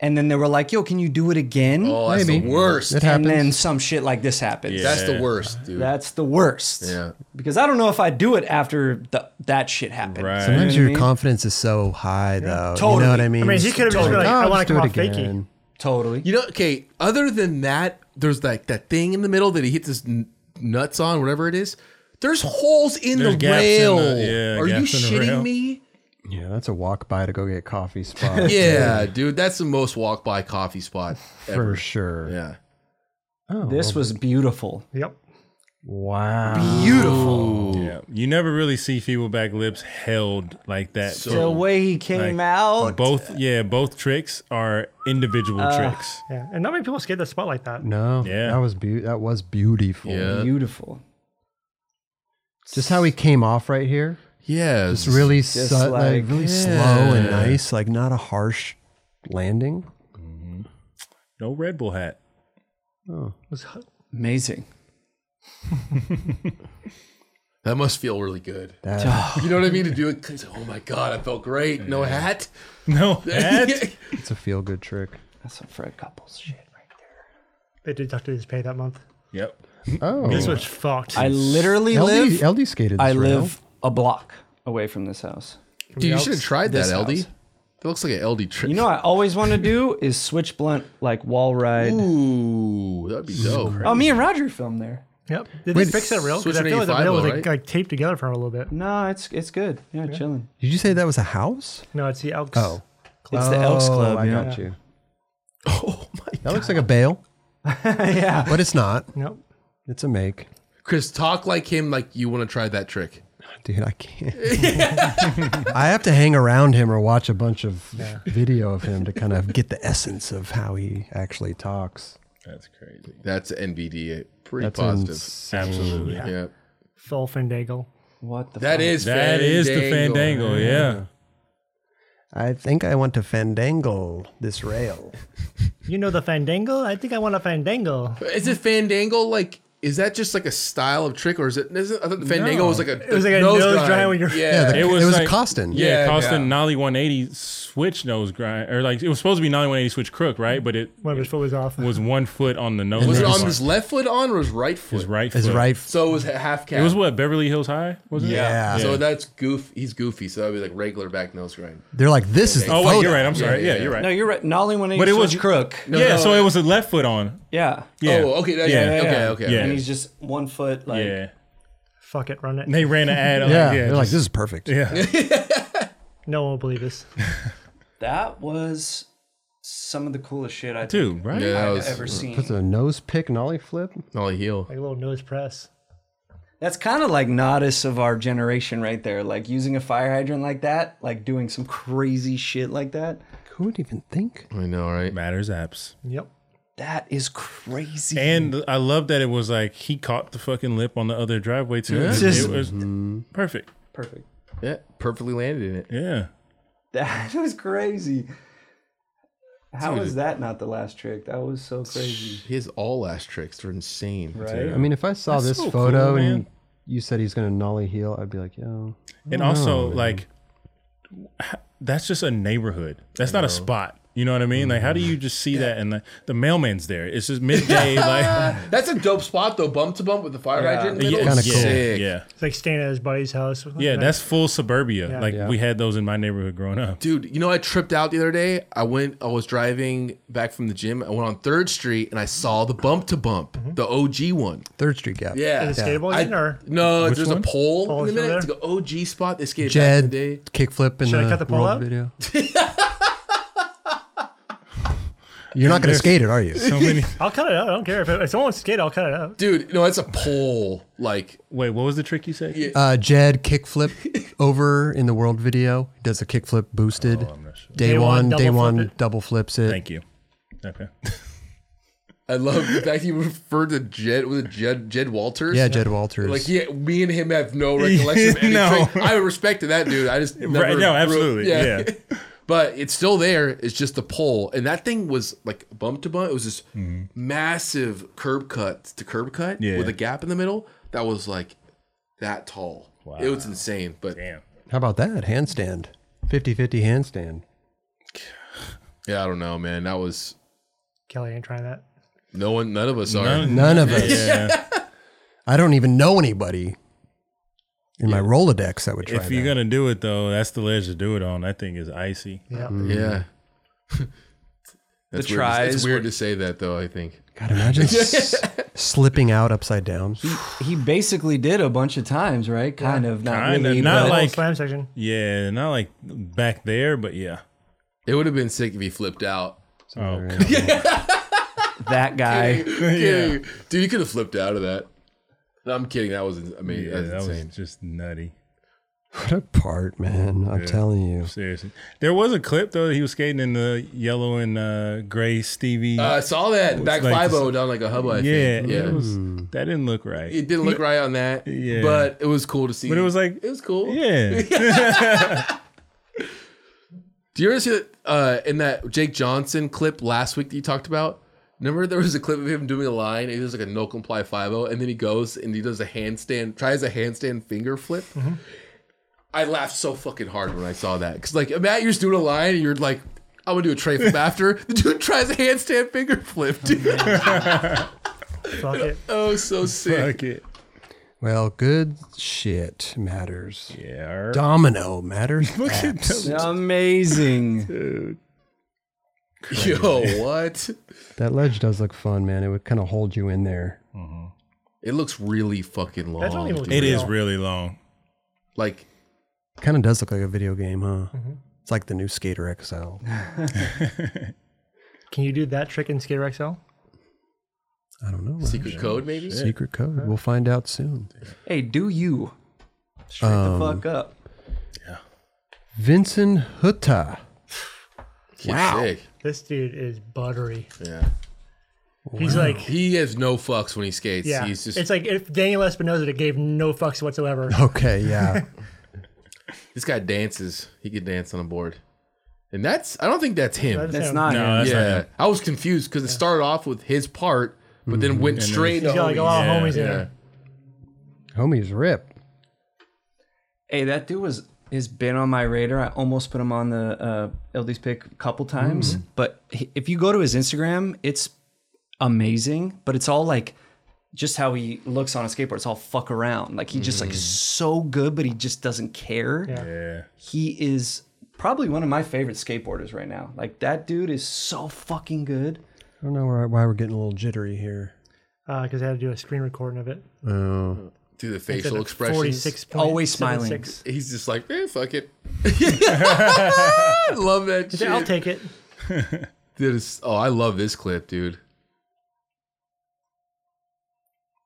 Speaker 4: and then they were like, "Yo, can you do it again?"
Speaker 5: Oh, that's the Maybe. worst. It
Speaker 4: and
Speaker 5: happens.
Speaker 4: then some shit like this happens.
Speaker 5: That's the worst, dude.
Speaker 4: That's the worst.
Speaker 5: Yeah.
Speaker 4: Because I don't know if I do it after th- that shit happened.
Speaker 2: Right.
Speaker 1: Sometimes
Speaker 4: You know what I
Speaker 1: your
Speaker 4: mean?
Speaker 1: confidence is so high, though. You
Speaker 4: Totally.
Speaker 1: know what I mean?
Speaker 3: I mean, you could have just been like,
Speaker 1: Oh,
Speaker 3: I
Speaker 1: just
Speaker 3: want to
Speaker 1: do
Speaker 3: come
Speaker 1: it
Speaker 3: off faking.
Speaker 1: again.
Speaker 4: Totally.
Speaker 5: You know, okay. Other than that, there's like that thing in the middle that he hits his n- nuts on, whatever it is. There's holes in
Speaker 2: There's
Speaker 5: the
Speaker 2: gaps in
Speaker 5: rail.
Speaker 2: the- yeah,
Speaker 5: Are you
Speaker 2: gaps in the
Speaker 5: shitting
Speaker 2: rail. [laughs]
Speaker 5: me?
Speaker 1: Yeah, that's a walk by to go get [laughs] coffee spot.
Speaker 5: Yeah, dude, that's the most walk by coffee spot ever.
Speaker 1: for sure.
Speaker 5: Yeah.
Speaker 1: Oh,
Speaker 4: This
Speaker 1: well,
Speaker 4: was beautiful.
Speaker 3: Yep.
Speaker 1: wow.
Speaker 4: Beautiful.
Speaker 2: Yeah. You never really see feedback lips held like that.
Speaker 4: The
Speaker 5: So-
Speaker 4: way he came
Speaker 2: Like,
Speaker 4: out.
Speaker 2: both yeah, both tricks are individual tricks.
Speaker 3: Yeah. And not many people skate the spot like that.
Speaker 1: No,
Speaker 2: Yeah.
Speaker 1: that was be- that was beautiful.
Speaker 5: Yeah.
Speaker 4: Beautiful.
Speaker 1: Just how he came off right here.
Speaker 5: Yeah.
Speaker 1: It's really
Speaker 4: Just
Speaker 1: su- like,
Speaker 4: like-
Speaker 1: really
Speaker 5: Yeah.
Speaker 1: slow and nice, like not a harsh landing.
Speaker 2: No Red Bull hat. [laughs]
Speaker 4: Amazing.
Speaker 5: that must feel really good.
Speaker 1: That,
Speaker 5: You know what I mean? To do it, 'cause, oh my god, I felt great. No hat. [laughs]
Speaker 2: No hat.
Speaker 1: it's a feel good trick.
Speaker 4: That's some Fred Couples shit right there.
Speaker 3: They did Dr. D's pay that month.
Speaker 2: yep.
Speaker 1: Oh,
Speaker 3: This was fucked.
Speaker 4: I literally
Speaker 1: LD,
Speaker 4: live.
Speaker 1: LD skated. This
Speaker 4: I
Speaker 1: rail.
Speaker 4: live a block away from this house.
Speaker 5: Dude, you should have tried that,
Speaker 4: This
Speaker 5: LD.
Speaker 4: house.
Speaker 5: That looks like an LD trick.
Speaker 4: You know, what I always want to do is switch blunt like wall ride.
Speaker 5: Ooh, that'd be dope.
Speaker 4: Oh, me and Roger filmed there.
Speaker 3: Yep. Did they fix that rail? Because I
Speaker 5: Switching
Speaker 3: feel like the
Speaker 5: 85
Speaker 3: rail was
Speaker 5: though,
Speaker 3: like,
Speaker 5: right?
Speaker 3: like taped together for a little bit.
Speaker 4: No, it's it's good. Yeah, chilling.
Speaker 1: Did you say that was a house?
Speaker 3: No, it's the Elks.
Speaker 1: Oh,
Speaker 4: It's the Elks
Speaker 1: Oh,
Speaker 4: Club.
Speaker 1: I
Speaker 4: yeah.
Speaker 1: got you.
Speaker 5: [laughs] Oh my
Speaker 1: That looks like a bail,
Speaker 4: yeah.
Speaker 1: but it's not.
Speaker 3: Nope.
Speaker 1: It's a make.
Speaker 5: Chris, talk like him, like you want to try that trick.
Speaker 1: Dude, I can't. [laughs] I have to hang around him or watch a bunch of video of him to kind of get the essence of how he actually talks.
Speaker 2: That's crazy.
Speaker 5: That's NBD. eh, Pretty
Speaker 1: That's
Speaker 5: positive.
Speaker 1: insane.
Speaker 2: Absolutely.
Speaker 5: yeah.
Speaker 3: Full Fendagle.
Speaker 4: What the?
Speaker 5: that
Speaker 4: fuck?
Speaker 5: is
Speaker 2: That is the Fandango, yeah.
Speaker 1: I think I want to fandangle this rail.
Speaker 3: You know the Fandangle? I think I want a Fandangle.
Speaker 5: Is it Fandango like? Is that just like a style of trick, or is it? Is it I thought the Fandango
Speaker 2: No.
Speaker 5: was like a it
Speaker 3: was like a nose grind when you're-
Speaker 5: yeah.
Speaker 1: the-
Speaker 2: It was
Speaker 1: it was
Speaker 2: like-
Speaker 1: Costin.
Speaker 2: Yeah,
Speaker 5: Yeah,
Speaker 2: Costin
Speaker 5: yeah.
Speaker 2: Nolly 180 switch nose grind, or like it was supposed to be Nolly 180 switch crook, right? But it
Speaker 3: When his foot was off.
Speaker 2: was one foot on the
Speaker 5: [laughs]
Speaker 2: nose.
Speaker 5: was it
Speaker 2: grind.
Speaker 5: on his left foot on or his right foot?
Speaker 2: His right foot.
Speaker 1: His right. f-
Speaker 5: So it was half cap.
Speaker 2: It was what Beverly Hills High, was it?
Speaker 1: Yeah.
Speaker 5: So that's goof. He's goofy. So that'd be like regular back nose grind.
Speaker 1: They're like, this is the
Speaker 2: Oh
Speaker 1: photo.
Speaker 2: wait, you're right. I'm sorry.
Speaker 5: Yeah,
Speaker 2: Yeah,
Speaker 5: yeah.
Speaker 2: you're right.
Speaker 4: No, you're right. Nolly when
Speaker 2: But
Speaker 4: it
Speaker 2: it
Speaker 4: was
Speaker 2: was-
Speaker 4: crook.
Speaker 2: yeah,
Speaker 5: no,
Speaker 2: so
Speaker 5: no.
Speaker 2: it was a left foot on.
Speaker 4: Yeah.
Speaker 2: Yeah.
Speaker 5: Oh, okay, that- yeah, okay, okay.
Speaker 2: Yeah.
Speaker 4: And he's just one foot like.
Speaker 2: yeah.
Speaker 3: Fuck it, run it.
Speaker 2: They ran an ad.
Speaker 1: Yeah,
Speaker 2: Oh, yeah,
Speaker 1: they're
Speaker 2: yeah,
Speaker 1: like, this is perfect.
Speaker 2: yeah.
Speaker 3: No one will believe this.
Speaker 4: That was some of the coolest shit I think
Speaker 2: dude, right?
Speaker 5: Yeah, that
Speaker 4: I've
Speaker 5: was
Speaker 4: ever seen.
Speaker 1: Puts a nose pick nollie flip.
Speaker 5: Nolly heel.
Speaker 3: Like a little nose press.
Speaker 4: That's kind of like Nodis of our generation right there. Like using a fire hydrant like that, like doing some crazy shit like that.
Speaker 1: Who would even think?
Speaker 5: I know, right?
Speaker 2: Matters apps.
Speaker 3: Yep.
Speaker 4: That is crazy.
Speaker 2: And I love that it was like he caught the fucking lip on the other driveway too. It
Speaker 4: Just-
Speaker 2: was
Speaker 1: Mm-hmm.
Speaker 2: perfect.
Speaker 4: perfect.
Speaker 5: Yeah, perfectly landed in it.
Speaker 2: Yeah.
Speaker 4: That [laughs] was crazy. How is that not the last trick? That was so crazy.
Speaker 5: His all last tricks are insane.
Speaker 4: Right?
Speaker 1: I mean, if I saw
Speaker 2: That's
Speaker 1: this
Speaker 2: so
Speaker 1: photo
Speaker 2: cool,
Speaker 1: and
Speaker 2: man.
Speaker 1: you said he's going to nollie heel, I'd be like, yo.
Speaker 2: And also like that's just a neighborhood. That's not a spot. You know what I mean? Like how do you just see that and like, the mailman's there? It's just
Speaker 5: [laughs]
Speaker 2: midday like
Speaker 5: Uh, That's a dope spot though, bump to bump with the fire hydrant. In the
Speaker 2: yeah,
Speaker 5: middle.
Speaker 1: Kinda
Speaker 2: yeah,
Speaker 1: cool.
Speaker 5: Sick.
Speaker 2: Yeah.
Speaker 3: It's like staying at his buddy's house.
Speaker 2: Yeah, that's full suburbia. like
Speaker 1: Yeah.
Speaker 2: we had those in my neighborhood growing up.
Speaker 5: Dude, you know I tripped out the other day. I went, I was driving back from the gym. I went on Third Street and I saw the bump to bump, the OG one.
Speaker 1: Third Street Gap.
Speaker 5: Yeah,
Speaker 3: Is it skateboarding or-
Speaker 5: no,
Speaker 2: Which
Speaker 5: there's a
Speaker 2: one?
Speaker 5: pole
Speaker 3: Oh,
Speaker 5: in
Speaker 3: it's
Speaker 5: the minute.
Speaker 3: over
Speaker 5: It's the OG spot. They skated back
Speaker 1: Jed
Speaker 5: in the day.
Speaker 1: kickflip in
Speaker 3: Should I
Speaker 1: the
Speaker 3: cut the pole
Speaker 1: world
Speaker 5: [laughs]
Speaker 3: out?
Speaker 1: video. You're not going to skate it, are
Speaker 3: [laughs]
Speaker 1: you?
Speaker 2: So many
Speaker 3: I'll cut it out. I don't care. If, it, if someone wants to skate, I'll cut it out.
Speaker 5: Dude, no, it's a pole. Like
Speaker 2: Wait, what was the trick you said?
Speaker 1: Uh, Jed kickflip over in the world video. He does a kickflip boosted.
Speaker 5: Oh,
Speaker 1: day,
Speaker 3: Day
Speaker 1: one,
Speaker 3: one,
Speaker 1: day
Speaker 3: double
Speaker 1: one,
Speaker 3: flip it.
Speaker 1: double flips it.
Speaker 2: Thank you. Okay.
Speaker 5: I love the fact you referred to Jed was it Jed Jed Walters?
Speaker 1: Yeah, Jed Walters.
Speaker 5: Like yeah, me and him have no recollection of
Speaker 2: [laughs]
Speaker 5: any
Speaker 2: No.
Speaker 5: trick. I respected that dude. I just
Speaker 2: [laughs]
Speaker 5: never
Speaker 2: right, no, absolutely.
Speaker 5: grew-
Speaker 2: Yeah.
Speaker 5: [laughs] but it's still there. It's just the pole, and that thing was like bump to bump. It was this massive curb cut to curb cut
Speaker 2: Mm-hmm. Yeah.
Speaker 5: with a gap in the middle that was like that tall. It was insane. But
Speaker 2: damn.
Speaker 1: How about that handstand? 50-50 handstand.
Speaker 5: Yeah, I don't know, man. That was
Speaker 3: Kelly ain't trying that.
Speaker 5: no one. None of us are.
Speaker 1: None, none of us.
Speaker 2: Yeah.
Speaker 1: I don't even know anybody in my Rolodex that would try
Speaker 2: If you're gonna do it though, that's the ledge to do it on. That thing is icy.
Speaker 1: Mm-hmm.
Speaker 3: Yeah.
Speaker 5: [laughs]
Speaker 2: Mm-hmm.
Speaker 5: [laughs] Yeah. That's
Speaker 4: The
Speaker 5: weird. to-
Speaker 4: tries
Speaker 5: It's weird
Speaker 4: were-
Speaker 5: to say that though. I think.
Speaker 1: God,
Speaker 5: [laughs]
Speaker 1: imagine s- slipping out upside down.
Speaker 4: He basically did a bunch of times, right? Kind of, not
Speaker 2: Kinda,
Speaker 4: really.
Speaker 2: not
Speaker 4: but-
Speaker 2: like-
Speaker 3: slam section.
Speaker 2: Yeah, not like back there, but yeah.
Speaker 5: It would have been sick if he flipped out.
Speaker 2: Oh,
Speaker 4: that guy.
Speaker 5: yeah. Dude, you could have flipped out of that. No, I'm kidding. That was ins- I mean,
Speaker 2: yeah,
Speaker 5: that's
Speaker 2: that was
Speaker 5: insane.
Speaker 2: just nutty.
Speaker 1: What a part, man. I'm telling you.
Speaker 2: Seriously, there was a clip though. that He was skating in the yellow and uh, gray Stevie.
Speaker 5: Uh, I saw that back
Speaker 2: like
Speaker 5: five
Speaker 2: this-
Speaker 5: zero down like a hub. I
Speaker 2: yeah,
Speaker 5: think.
Speaker 2: yeah.
Speaker 5: yeah.
Speaker 2: It was, that didn't look right.
Speaker 5: It didn't look right on that.
Speaker 2: Yeah.
Speaker 5: but it was cool to see.
Speaker 2: but it was like,
Speaker 5: it was cool. [laughs]
Speaker 2: yeah,
Speaker 5: Do you ever see that uh, in that Jake Johnson clip last week that you talked about? Remember there was a clip of him doing a line and he does like a no comply 5 and then he goes and he does a handstand, tries a handstand finger flip. I laughed so fucking hard when I saw that. Cause like Matt, you're just doing a line and you're like, I'm gonna do a tray flip after. [laughs] The dude tries a handstand finger flip,
Speaker 3: [laughs]
Speaker 5: dude.
Speaker 3: Fuck it.
Speaker 5: oh, so sick.
Speaker 2: fuck it.
Speaker 1: Well, good shit matters.
Speaker 2: Yeah,
Speaker 1: Domino matters. Apps.
Speaker 2: [laughs]
Speaker 4: Amazing.
Speaker 5: Yo, what?
Speaker 1: that ledge does look fun, man. It would kind of hold you in there.
Speaker 5: It looks really fucking long.
Speaker 3: That's not even-
Speaker 5: dude.
Speaker 2: it is really long.
Speaker 5: Like
Speaker 1: Kind of does look like a video game, huh? It's like the new Skater XL.
Speaker 3: Can you do that trick in Skater XL?
Speaker 1: I don't know.
Speaker 5: secret code, maybe?
Speaker 1: Secret code. We'll find out soon.
Speaker 4: Hey, do you? Straight
Speaker 2: Um,
Speaker 4: the fuck up.
Speaker 1: Vincent Hutta.
Speaker 5: Wow.
Speaker 3: This dude is buttery.
Speaker 5: Yeah.
Speaker 3: He's like,
Speaker 5: He has no fucks when he skates.
Speaker 3: yeah.
Speaker 5: He's just
Speaker 3: it's like if Daniel Espinosa gave no fucks whatsoever.
Speaker 1: Okay, yeah.
Speaker 5: this guy dances. He could dance on a board. And that's I don't think that's him.
Speaker 3: That's-
Speaker 4: That's
Speaker 3: Yeah.
Speaker 4: not
Speaker 2: No,
Speaker 4: him.
Speaker 2: that's not
Speaker 5: yeah.
Speaker 2: him.
Speaker 5: I was confused because it started off with his part, but then went straight
Speaker 3: He's
Speaker 5: to
Speaker 3: got like a lot
Speaker 2: Yeah,
Speaker 3: of homies in
Speaker 5: yeah.
Speaker 3: there.
Speaker 1: Homie's rip.
Speaker 4: Hey, that dude was has been on my radar. I almost put him on the uh, LD's pick a couple times, but he, if you go to his Instagram, it's amazing. But it's all like just how he looks on a skateboard. It's all fuck around. Like he just like is so good, but he just doesn't care.
Speaker 2: Yeah,
Speaker 4: He is probably one of my favorite skateboarders right now. Like that dude is so fucking good.
Speaker 1: I don't know where, why we're getting a little jittery here.
Speaker 3: Because I Uh, had to do a screen recording of it.
Speaker 1: Oh,
Speaker 5: through the
Speaker 3: It's at
Speaker 5: facial
Speaker 3: a
Speaker 5: expressions.
Speaker 3: 46.76.
Speaker 4: Always smiling.
Speaker 5: He's just like, eh, fuck it. [laughs] I love that shit.
Speaker 3: Yeah, I'll take it.
Speaker 5: Dude, it's- oh, I love this clip, dude.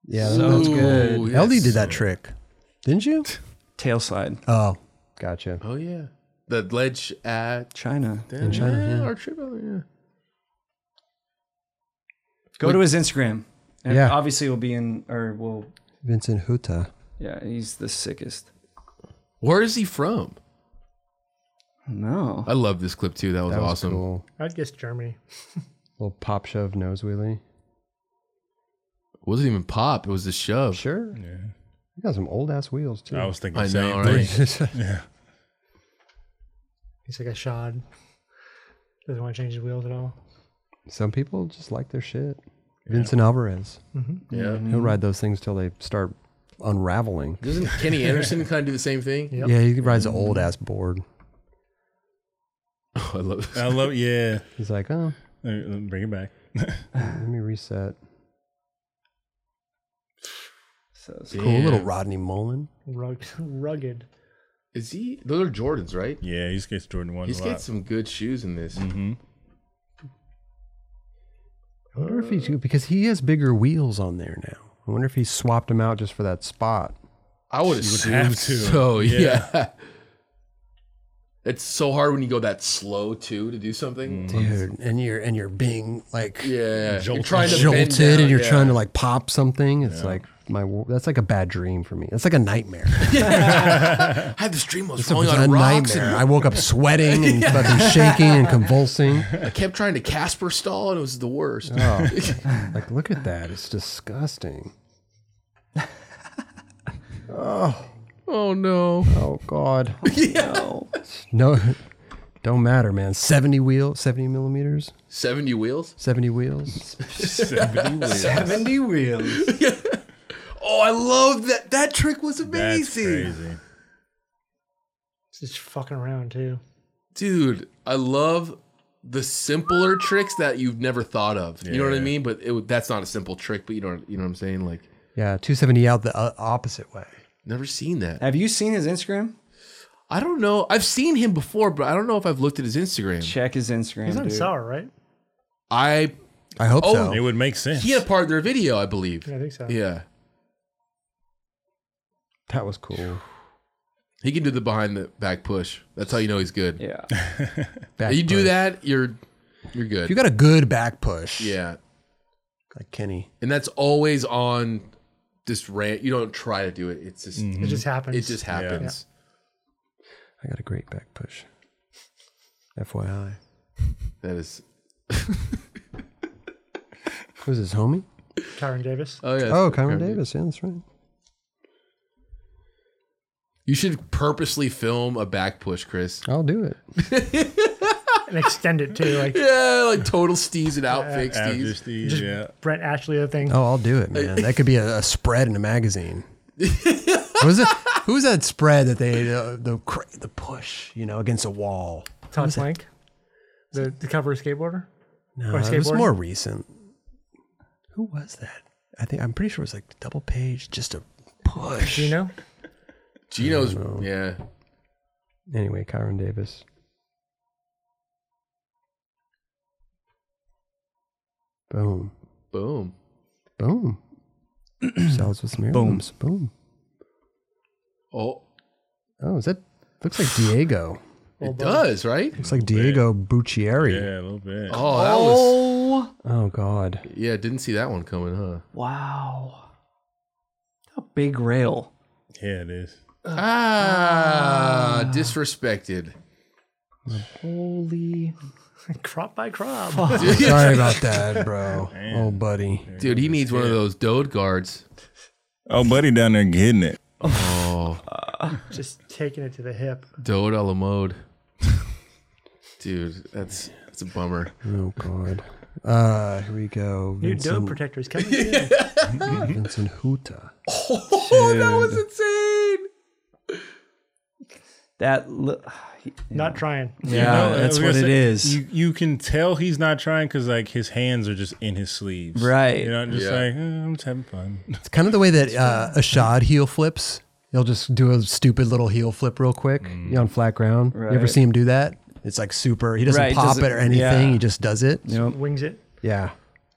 Speaker 1: yeah.
Speaker 4: So good.
Speaker 5: Ooh,
Speaker 1: LD
Speaker 5: yes.
Speaker 1: did that trick, didn't you?
Speaker 4: Tail slide.
Speaker 1: Oh, gotcha.
Speaker 5: Oh yeah. The ledge at
Speaker 4: China.
Speaker 5: in
Speaker 1: China, yeah.
Speaker 5: Our trip over, yeah.
Speaker 4: Go to his Instagram. And
Speaker 1: Yeah.
Speaker 4: Obviously, we'll be in, or we'll,
Speaker 1: Vincent Hutta.
Speaker 4: yeah, he's the sickest.
Speaker 5: Where is he from?
Speaker 4: No.
Speaker 5: I love this clip too. That was,
Speaker 1: That was
Speaker 5: awesome.
Speaker 1: cool.
Speaker 3: I'd guess Germany.
Speaker 1: Little pop shove nose wheelie.
Speaker 5: It wasn't even pop. It was the shove.
Speaker 1: Sure. Yeah. You got some old ass wheels too.
Speaker 2: I was [laughs] thinking.
Speaker 5: I
Speaker 2: the same
Speaker 5: know,
Speaker 2: thing.
Speaker 5: right?
Speaker 2: Yeah,
Speaker 3: He's like a shod. Doesn't want to change his wheels at all.
Speaker 1: some people just like their shit. Vincent Alvarez.
Speaker 5: Yeah.
Speaker 1: He'll ride those things till they start unraveling.
Speaker 5: Doesn't
Speaker 1: [laughs]
Speaker 5: Kenny Anderson kind of do the same thing?
Speaker 3: Yep.
Speaker 1: Yeah, he rides an old ass board.
Speaker 5: [laughs] Oh, I love
Speaker 1: Uh,
Speaker 2: I love. Yeah,
Speaker 1: He's like, oh,
Speaker 2: Uh, bring it back.
Speaker 1: let me reset.
Speaker 4: So,
Speaker 5: Damn.
Speaker 1: Cool little Rodney Mullen.
Speaker 3: Rug, [laughs] rugged.
Speaker 5: [laughs] Is he? Those are Jordans, right?
Speaker 2: Yeah, he skates Jordan one.
Speaker 5: He's
Speaker 2: a
Speaker 5: got
Speaker 2: lot. [laughs]
Speaker 5: some good shoes in this.
Speaker 1: Mm-hmm.
Speaker 2: hmm
Speaker 1: I wonder if he's because he has bigger wheels on there now. I wonder if he swapped them out just for that spot.
Speaker 5: I
Speaker 2: He
Speaker 5: would
Speaker 2: would
Speaker 5: assume
Speaker 2: have to.
Speaker 5: So [laughs] yeah.
Speaker 2: Yeah.
Speaker 5: it's so hard when you go that slow too to do
Speaker 1: Mm.
Speaker 5: something.
Speaker 1: Dude, and you're and you're being like
Speaker 5: Yeah, you're
Speaker 2: Jolted.
Speaker 5: trying to
Speaker 1: jolted,
Speaker 5: bend down,
Speaker 1: and you're
Speaker 5: yeah.
Speaker 1: trying to like pop something. It's like my wo- that's like a bad dream for me. That's like a
Speaker 5: [laughs]
Speaker 1: nightmare.
Speaker 5: I had this dream I was
Speaker 1: It's a,
Speaker 5: falling
Speaker 1: it's a
Speaker 5: on rocks
Speaker 1: nightmare.
Speaker 5: and
Speaker 1: I
Speaker 5: [laughs]
Speaker 1: woke up sweating and fucking shaking and convulsing.
Speaker 5: I kept trying to Casper stall and it was the worst. [laughs]
Speaker 1: Oh, like look at that. It's disgusting.
Speaker 5: Oh no.
Speaker 1: Oh
Speaker 5: [laughs]
Speaker 1: God. No, [laughs] don't matter, man. Seventy wheel, seventy millimeters,
Speaker 5: 70 wheels?
Speaker 1: seventy
Speaker 5: [laughs]
Speaker 1: wheels.
Speaker 5: 70 wheels.
Speaker 4: 70 wheels.
Speaker 5: Oh, I love that. That trick was
Speaker 2: That's
Speaker 5: amazing.
Speaker 2: crazy.
Speaker 3: It's just fucking around too.
Speaker 5: Dude, I love the simpler tricks that you've never thought of. You know what I
Speaker 2: Yeah.
Speaker 5: mean? But it, that's not a simple trick, but you know, you know what I'm saying? Like,
Speaker 1: Yeah, two seventy out the uh, opposite way.
Speaker 5: never seen that.
Speaker 4: Have you seen his Instagram?
Speaker 5: I don't know. I've seen him before, but I don't know if I've looked at his Instagram.
Speaker 4: Check his Instagram.
Speaker 3: He's on
Speaker 4: dude.
Speaker 3: sour, right?
Speaker 5: I
Speaker 1: I hope
Speaker 5: Oh,
Speaker 2: It
Speaker 1: so.
Speaker 2: would make sense.
Speaker 5: he had a partner video, I believe.
Speaker 3: Yeah, I think so.
Speaker 5: Yeah.
Speaker 1: That was cool.
Speaker 5: He can do the behind the back push. That's how you know he's good.
Speaker 4: Yeah.
Speaker 1: Back
Speaker 5: you do
Speaker 1: push.
Speaker 5: that, you're you're good.
Speaker 1: If you got a good back push,
Speaker 5: yeah.
Speaker 1: like Kenny.
Speaker 5: And that's always on this rant. You don't try to do it. It's just
Speaker 3: It just happens.
Speaker 5: it just happens.
Speaker 1: I got a great back push. FYI,
Speaker 5: That is
Speaker 1: who's his homie?
Speaker 3: Tyron Davis.
Speaker 5: Oh yeah.
Speaker 1: oh,
Speaker 5: that's-
Speaker 1: Cameron Davis. Yeah, that's right.
Speaker 5: You should purposely film a back push, Chris.
Speaker 1: I'll do it.
Speaker 3: and extend it too, like
Speaker 5: Yeah, like total steez it out, fake
Speaker 2: After
Speaker 5: steez.
Speaker 2: Steve,
Speaker 3: just
Speaker 2: yeah.
Speaker 3: Brent Ashley
Speaker 1: [laughs]
Speaker 3: thing.
Speaker 1: Oh, I'll do it, man. That could be a, a spread in a magazine.
Speaker 3: [laughs]
Speaker 1: Who's it? Who's that spread that they uh, the cra- the push you know against a wall?
Speaker 3: Todd Plank, the the cover skateboarder.
Speaker 1: No,
Speaker 3: Or
Speaker 1: it was
Speaker 3: skateboarding?
Speaker 1: more recent. Who was that? I think I'm pretty sure it was like double page, just a push.
Speaker 3: Do you know? [laughs]
Speaker 5: Gino's yeah.
Speaker 1: Anyway, Kyron Davis. Boom,
Speaker 5: Boom.
Speaker 1: boom. [clears throat] Sells with some heirlooms. Boom.
Speaker 5: Oh,
Speaker 1: Oh, is that looks like Diego?
Speaker 5: it does, right?
Speaker 1: Looks like Diego Buccieri.
Speaker 2: Yeah, a little bit.
Speaker 5: Oh, that was
Speaker 1: Oh God.
Speaker 5: Yeah, didn't see that one coming, huh?
Speaker 4: Wow. A big rail.
Speaker 2: Yeah, it is.
Speaker 5: Ah, disrespected.
Speaker 4: Holy.
Speaker 3: crop by
Speaker 1: [laughs]
Speaker 3: crop.
Speaker 1: Sorry [laughs] about that, bro. Oh, buddy.
Speaker 5: Dude, he needs one of those dode guards.
Speaker 2: Oh, buddy down there getting it.
Speaker 5: Oh,
Speaker 3: Just taking it to the hip.
Speaker 5: dode a la mode. Dude, that's that's a bummer.
Speaker 1: Oh God. Uh, here we go.
Speaker 3: New
Speaker 1: Vincent,
Speaker 3: dope protectors coming. soon.
Speaker 1: Vincent Huta.
Speaker 5: Oh, that was insane.
Speaker 4: That. Li-
Speaker 3: Not trying.
Speaker 4: yeah,
Speaker 2: No,
Speaker 4: that's
Speaker 2: I was
Speaker 4: what it
Speaker 2: gonna say,
Speaker 4: is.
Speaker 2: You, you can tell he's not trying because like his hands are just in his sleeves,
Speaker 4: Right.
Speaker 2: You know, just
Speaker 5: Yeah.
Speaker 2: like eh, I'm just having fun.
Speaker 4: [laughs]
Speaker 1: It's kind of the way that uh, Ashad heel flips. He'll just do a stupid little heel flip real quick you know, on flat ground. You ever
Speaker 4: Right.
Speaker 1: see him do that? It's like super. He doesn't
Speaker 4: Right,
Speaker 1: pop
Speaker 4: doesn't-
Speaker 1: it or anything.
Speaker 4: yeah.
Speaker 1: He just does it.
Speaker 4: Yep.
Speaker 3: Wings it.
Speaker 1: Yeah.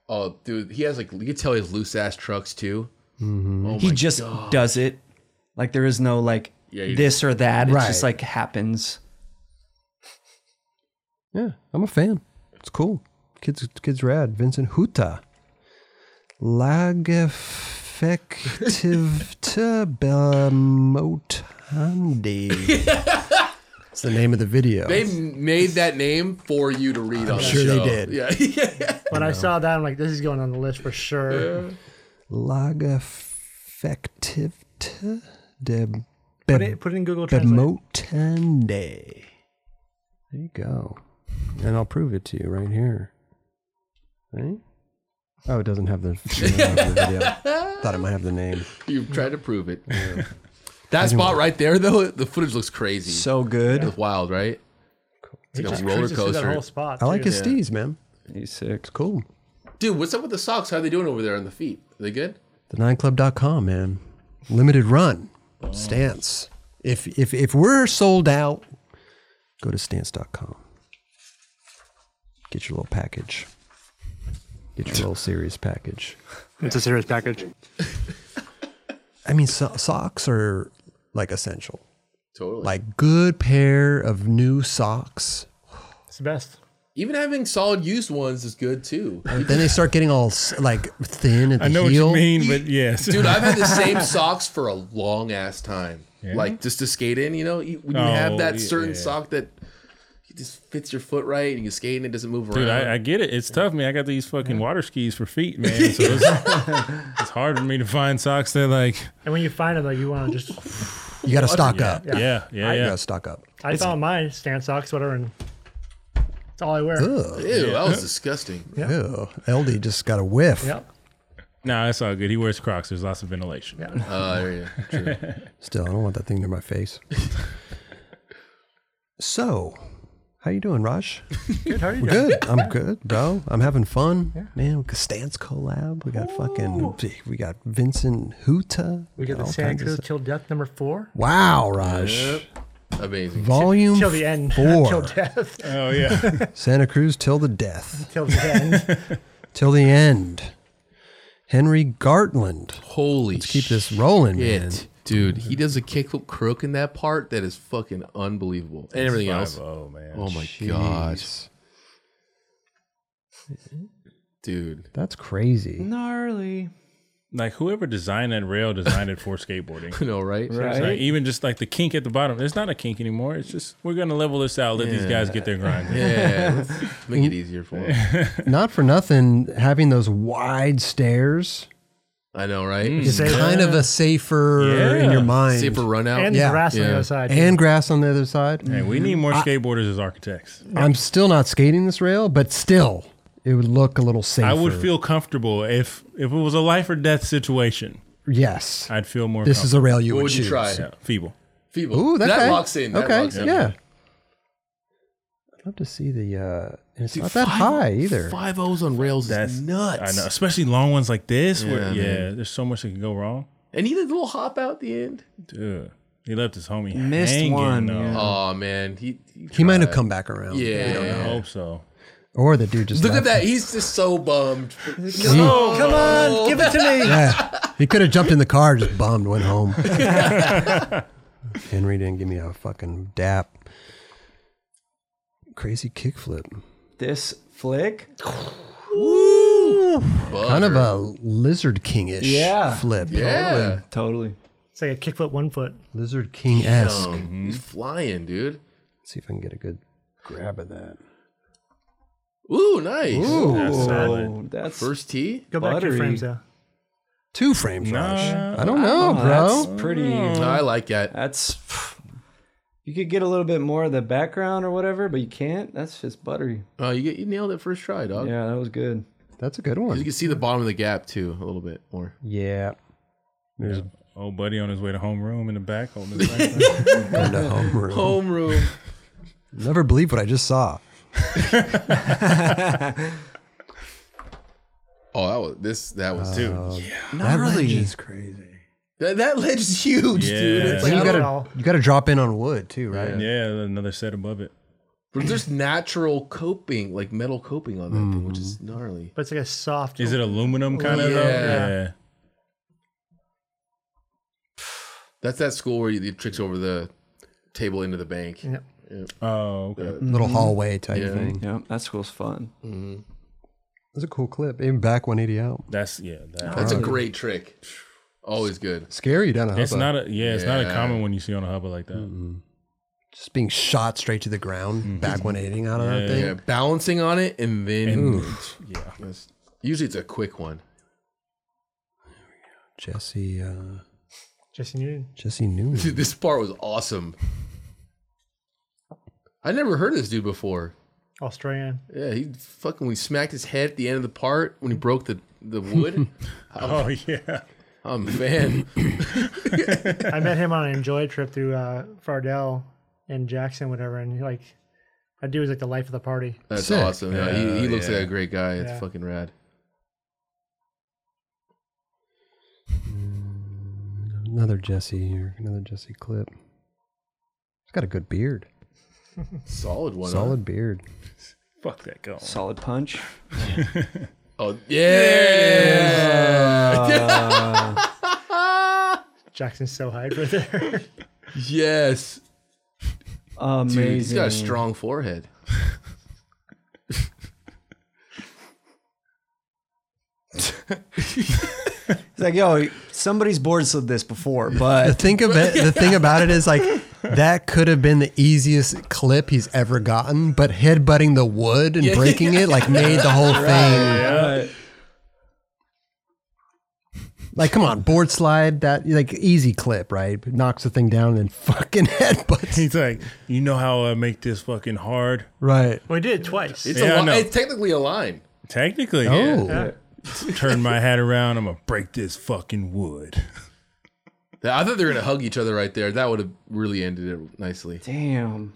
Speaker 5: Oh, dude, he has like you can tell he has loose ass trucks too. Oh
Speaker 4: he
Speaker 5: my
Speaker 4: just does it. Like there is no like
Speaker 5: you-
Speaker 4: this or that. It's just
Speaker 1: Right.
Speaker 4: like happens.
Speaker 1: Yeah. I'm a fan. It's cool. Kids, kids, rad. Vincent Huta. Lageffectivtamotandi. It's the name of the video.
Speaker 5: They made that name for you to read on the
Speaker 1: sure they
Speaker 5: show.
Speaker 1: did.
Speaker 5: Yeah, [laughs] yeah.
Speaker 3: When I saw that, I'm like, this is going on the list for sure.
Speaker 1: Lageffectivta de
Speaker 3: Put it, put it in Google Translate.
Speaker 1: Bemotande. There you go. And I'll prove it to you right here. Right? Oh, it doesn't have the, it doesn't have the video. Thought it might have the name.
Speaker 5: You've tried to prove
Speaker 3: [laughs]
Speaker 5: it. That spot right there, though, the footage looks crazy.
Speaker 4: So good.
Speaker 5: it's wild, right?
Speaker 3: He
Speaker 5: like a
Speaker 3: just
Speaker 5: roller
Speaker 3: cruises through
Speaker 5: coaster.
Speaker 3: That whole spot.
Speaker 1: I like
Speaker 3: too.
Speaker 1: his steez, man.
Speaker 4: He's sick.
Speaker 1: It's cool.
Speaker 5: Dude, what's up with the socks? How are they doing over there on the feet? Are they good?
Speaker 1: The nineclub.com, man. Limited run. Stance. If if if we're sold out, go to stance.com. Get your little package. Get your little serious package.
Speaker 6: It's a serious package.
Speaker 1: I mean, so- socks are like essential.
Speaker 5: Totally.
Speaker 1: Like good pair of new socks.
Speaker 3: It's the best.
Speaker 5: Even having solid used ones is
Speaker 1: [laughs]
Speaker 5: good too.
Speaker 1: Then they start getting all s- like thin at the
Speaker 2: I know
Speaker 1: heel.
Speaker 2: what you mean, but yes,
Speaker 5: [laughs] Dude, I've had the
Speaker 1: [laughs]
Speaker 5: same socks for a long ass time. Like just to skate in, you know, you, when you have
Speaker 2: Oh,
Speaker 5: that
Speaker 2: yeah,
Speaker 5: certain
Speaker 2: yeah.
Speaker 5: sock that just fits your foot right and you can skate and it doesn't move around.
Speaker 2: [laughs] Dude, I, I get it. It's tough, man. I got these fucking water skis for feet, man. So
Speaker 4: [laughs]
Speaker 2: it's, it's hard for me to find socks that like
Speaker 3: And when you find them, like, you want to just
Speaker 1: You got to stock
Speaker 2: Yeah.
Speaker 1: up.
Speaker 2: Yeah. Yeah, yeah,
Speaker 1: You
Speaker 2: yeah.
Speaker 1: got to stock up.
Speaker 3: I found mine, Stan socks, whatever, and it's all I wear.
Speaker 1: Ugh.
Speaker 5: Ew, that was disgusting.
Speaker 3: Yeah. [laughs]
Speaker 1: Ew, LD just got a whiff.
Speaker 3: Yep.
Speaker 2: Nah, that's all good. He wears Crocs. There's lots of ventilation.
Speaker 5: Oh, yeah,
Speaker 1: [laughs]
Speaker 5: true.
Speaker 1: Still, I don't want that thing near my face. [laughs] so, how you doing, Raj?
Speaker 3: Good, how are you
Speaker 1: We're
Speaker 3: doing?
Speaker 1: good. I'm good, bro. I'm having fun, man. Costanz collab. We got fucking. We got Vincent Huta.
Speaker 3: We got the
Speaker 1: all
Speaker 3: Santa
Speaker 1: kinds of
Speaker 3: Cruz
Speaker 1: stuff.
Speaker 3: Till Death number four.
Speaker 1: Wow, Raj.
Speaker 5: Yep. Amazing.
Speaker 1: Volume
Speaker 3: Till the end.
Speaker 1: four.
Speaker 3: [laughs] Till death.
Speaker 2: Oh yeah.
Speaker 1: Santa Cruz till the death,
Speaker 3: Till the [laughs] end.
Speaker 1: till the end. Henry Gartland.
Speaker 5: Holy
Speaker 1: Let's keep this rolling,
Speaker 5: shit.
Speaker 1: man.
Speaker 5: Dude, he does a kickflip crook in that part that is fucking unbelievable. And everything else.
Speaker 2: Oh man.
Speaker 5: Oh my
Speaker 1: Jeez.
Speaker 5: god, dude. [laughs]
Speaker 1: That's crazy.
Speaker 4: Gnarly.
Speaker 2: Like whoever designed that rail designed it for skateboarding.
Speaker 5: I know, right?
Speaker 2: It's like, even just like the kink at the bottom. It's not a kink anymore. It's just we're gonna level this out. Let these guys get their
Speaker 5: [laughs]
Speaker 2: grind.
Speaker 5: Mm-hmm.
Speaker 2: in. [laughs]
Speaker 5: Yeah, let's make it easier for him.
Speaker 1: [laughs] Not for nothing, having those wide stairs
Speaker 5: I know, right?
Speaker 1: is kind of a safer in your
Speaker 2: Yeah.
Speaker 1: mind.
Speaker 5: Safer run out.
Speaker 3: And
Speaker 1: Yeah.
Speaker 3: grass on
Speaker 5: Yeah.
Speaker 3: the other side. too.
Speaker 1: And grass on the other side.
Speaker 2: Hey, we need more skateboarders as architects.
Speaker 1: I'm still not skating this rail, but still, it would look a little safer.
Speaker 2: I would feel comfortable if if it was a life or death situation.
Speaker 1: Yes.
Speaker 2: I'd feel more.
Speaker 1: This is a rail you
Speaker 5: what
Speaker 1: would,
Speaker 5: would you
Speaker 1: choose.
Speaker 5: try?
Speaker 2: comfortable. yeah, feeble.
Speaker 5: Feeble.
Speaker 1: Ooh, that,
Speaker 5: that
Speaker 1: guy-
Speaker 5: locks in. That
Speaker 1: Okay,
Speaker 5: locks in.
Speaker 1: yeah. I'd love to see the. Uh, and it's
Speaker 5: Dude,
Speaker 1: not that
Speaker 5: five- oh,
Speaker 1: high either.
Speaker 5: Five O's on rails
Speaker 2: That's
Speaker 5: is nuts.
Speaker 2: I know, especially long ones like this. Yeah,
Speaker 5: Yeah,
Speaker 2: where, yeah
Speaker 5: man.
Speaker 2: there's so much that can go wrong.
Speaker 5: And he did a little hop out at the end.
Speaker 2: Mm. Dude, he left his homie
Speaker 4: Missed
Speaker 2: hanging,
Speaker 4: one,
Speaker 2: though.
Speaker 4: yeah.
Speaker 5: Oh man, he he,
Speaker 1: He might have
Speaker 5: tried.
Speaker 1: come back around.
Speaker 5: Yeah.
Speaker 2: I hope so.
Speaker 1: Or the dude just
Speaker 5: Look
Speaker 1: left.
Speaker 5: at that. He's just so bummed.
Speaker 1: No.
Speaker 3: Come on, give it to me.
Speaker 1: Yeah. He could have jumped in the car, just bummed, went home. Henry didn't give me a fucking dap. Crazy kickflip.
Speaker 4: This flick.
Speaker 1: Kind of a lizard king ish
Speaker 4: Yeah.
Speaker 1: flip.
Speaker 5: Yeah.
Speaker 4: Totally.
Speaker 3: [laughs] It's like a kickflip one foot.
Speaker 1: Lizard king esque.
Speaker 5: Um, He's flying, dude.
Speaker 1: See if I can get a good grab of that.
Speaker 5: Ooh, nice.
Speaker 2: That's solid.
Speaker 4: Oh, that's
Speaker 5: First tee.
Speaker 3: Go back to your
Speaker 4: Buttery.
Speaker 3: frames though.
Speaker 1: Two frames,
Speaker 2: Nah.
Speaker 1: Raj. I don't know, Oh, bro.
Speaker 4: That's pretty.
Speaker 5: I like that.
Speaker 4: That's. You could get a little bit more of the background or whatever, but you can't. That's just buttery.
Speaker 5: Oh, you get you nailed it first try, dog.
Speaker 4: Yeah, that was good.
Speaker 1: That's a good
Speaker 5: You
Speaker 1: one.
Speaker 5: can see the bottom of the gap too a little bit more.
Speaker 1: Yeah.
Speaker 2: There's old buddy on his way to homeroom in the back holding
Speaker 5: [laughs]
Speaker 2: his back.
Speaker 1: Going to homeroom.
Speaker 5: Homeroom.
Speaker 1: Never believe what I just saw.
Speaker 5: [laughs] Oh, that was this. That was too.
Speaker 1: That ledge is crazy.
Speaker 5: That, that ledge is huge, dude.
Speaker 2: Yeah.
Speaker 5: It's
Speaker 1: But
Speaker 5: like,
Speaker 1: you
Speaker 3: I don't
Speaker 1: gotta
Speaker 3: know.
Speaker 1: you gotta drop in on wood too, right?
Speaker 2: yeah, another set above it.
Speaker 5: but there's natural coping, like metal coping on that thing, which is gnarly.
Speaker 3: But it's like a soft.
Speaker 2: Is it aluminum kind of though?
Speaker 5: Yeah.
Speaker 2: Yeah.
Speaker 5: That's that school where you, you tricks over the table into the bank.
Speaker 3: Yeah.
Speaker 2: Oh, okay.
Speaker 1: Little hallway type
Speaker 5: Mm-hmm. Yeah.
Speaker 1: thing.
Speaker 4: Yeah, that school's fun.
Speaker 1: That's a cool clip. Even back 180 out.
Speaker 2: That's yeah. That,
Speaker 5: That's a great trick. Always good.
Speaker 1: Scary down a
Speaker 2: it's
Speaker 1: hubba.
Speaker 2: not a yeah. It's not a
Speaker 5: Yeah.
Speaker 2: common one you see on a hubba like that.
Speaker 1: Just being shot straight to the ground, back 180 out of that thing.
Speaker 5: Mm-hmm. Yeah, balancing on it and then
Speaker 2: And-
Speaker 5: yeah. That's- Usually it's a quick one. [laughs]
Speaker 1: Jesse, uh,
Speaker 3: Jesse Newton.
Speaker 1: Jesse Newman.
Speaker 5: Dude, this part was awesome. I never heard of this dude before.
Speaker 3: Australian.
Speaker 5: Yeah, he fucking when he smacked his head at the end of the part when he broke the the wood. Oh,
Speaker 2: Oh yeah. [laughs]
Speaker 5: I'm a fan.
Speaker 3: I met him on an enjoy trip through uh, Fardell and Jackson, whatever, and he, like that dude was like the life of the party.
Speaker 5: That's
Speaker 1: Sick.
Speaker 5: awesome. Yeah, he, he
Speaker 2: Oh,
Speaker 5: looks
Speaker 2: yeah.
Speaker 5: like a great guy. It's
Speaker 3: Yeah.
Speaker 5: fucking rad.
Speaker 1: [laughs] Another Jesse here. Another Jesse clip. He's got a good beard.
Speaker 5: Solid one. huh?
Speaker 1: Solid beard.
Speaker 2: Fuck that guy.
Speaker 4: Solid punch.
Speaker 5: Oh yeah.
Speaker 3: Jackson's so hyped right [laughs] there.
Speaker 5: Yes.
Speaker 4: Amazing.
Speaker 5: Dude, he's got a strong forehead.
Speaker 4: It's like, yo, somebody's board slid this
Speaker 1: [laughs]
Speaker 4: before, but
Speaker 1: Think of it. The thing about it is like that could have been the easiest clip he's ever gotten, but headbutting the wood and breaking it like made the whole thing.
Speaker 4: yeah.
Speaker 1: Like, come on, board slide that like easy clip, right? Knocks the thing down and then fucking [laughs] headbutts.
Speaker 2: He's like, you know how I make this fucking hard,
Speaker 1: right?
Speaker 3: We did it twice.
Speaker 5: It's,
Speaker 2: Yeah, I
Speaker 5: a li-
Speaker 2: know.
Speaker 5: it's technically a line.
Speaker 2: Technically,
Speaker 1: Oh.
Speaker 2: yeah. [laughs] Turn my hat around. I'm gonna break this fucking wood.
Speaker 5: I thought they were gonna hug each other right there. That would have really ended it nicely.
Speaker 4: Damn.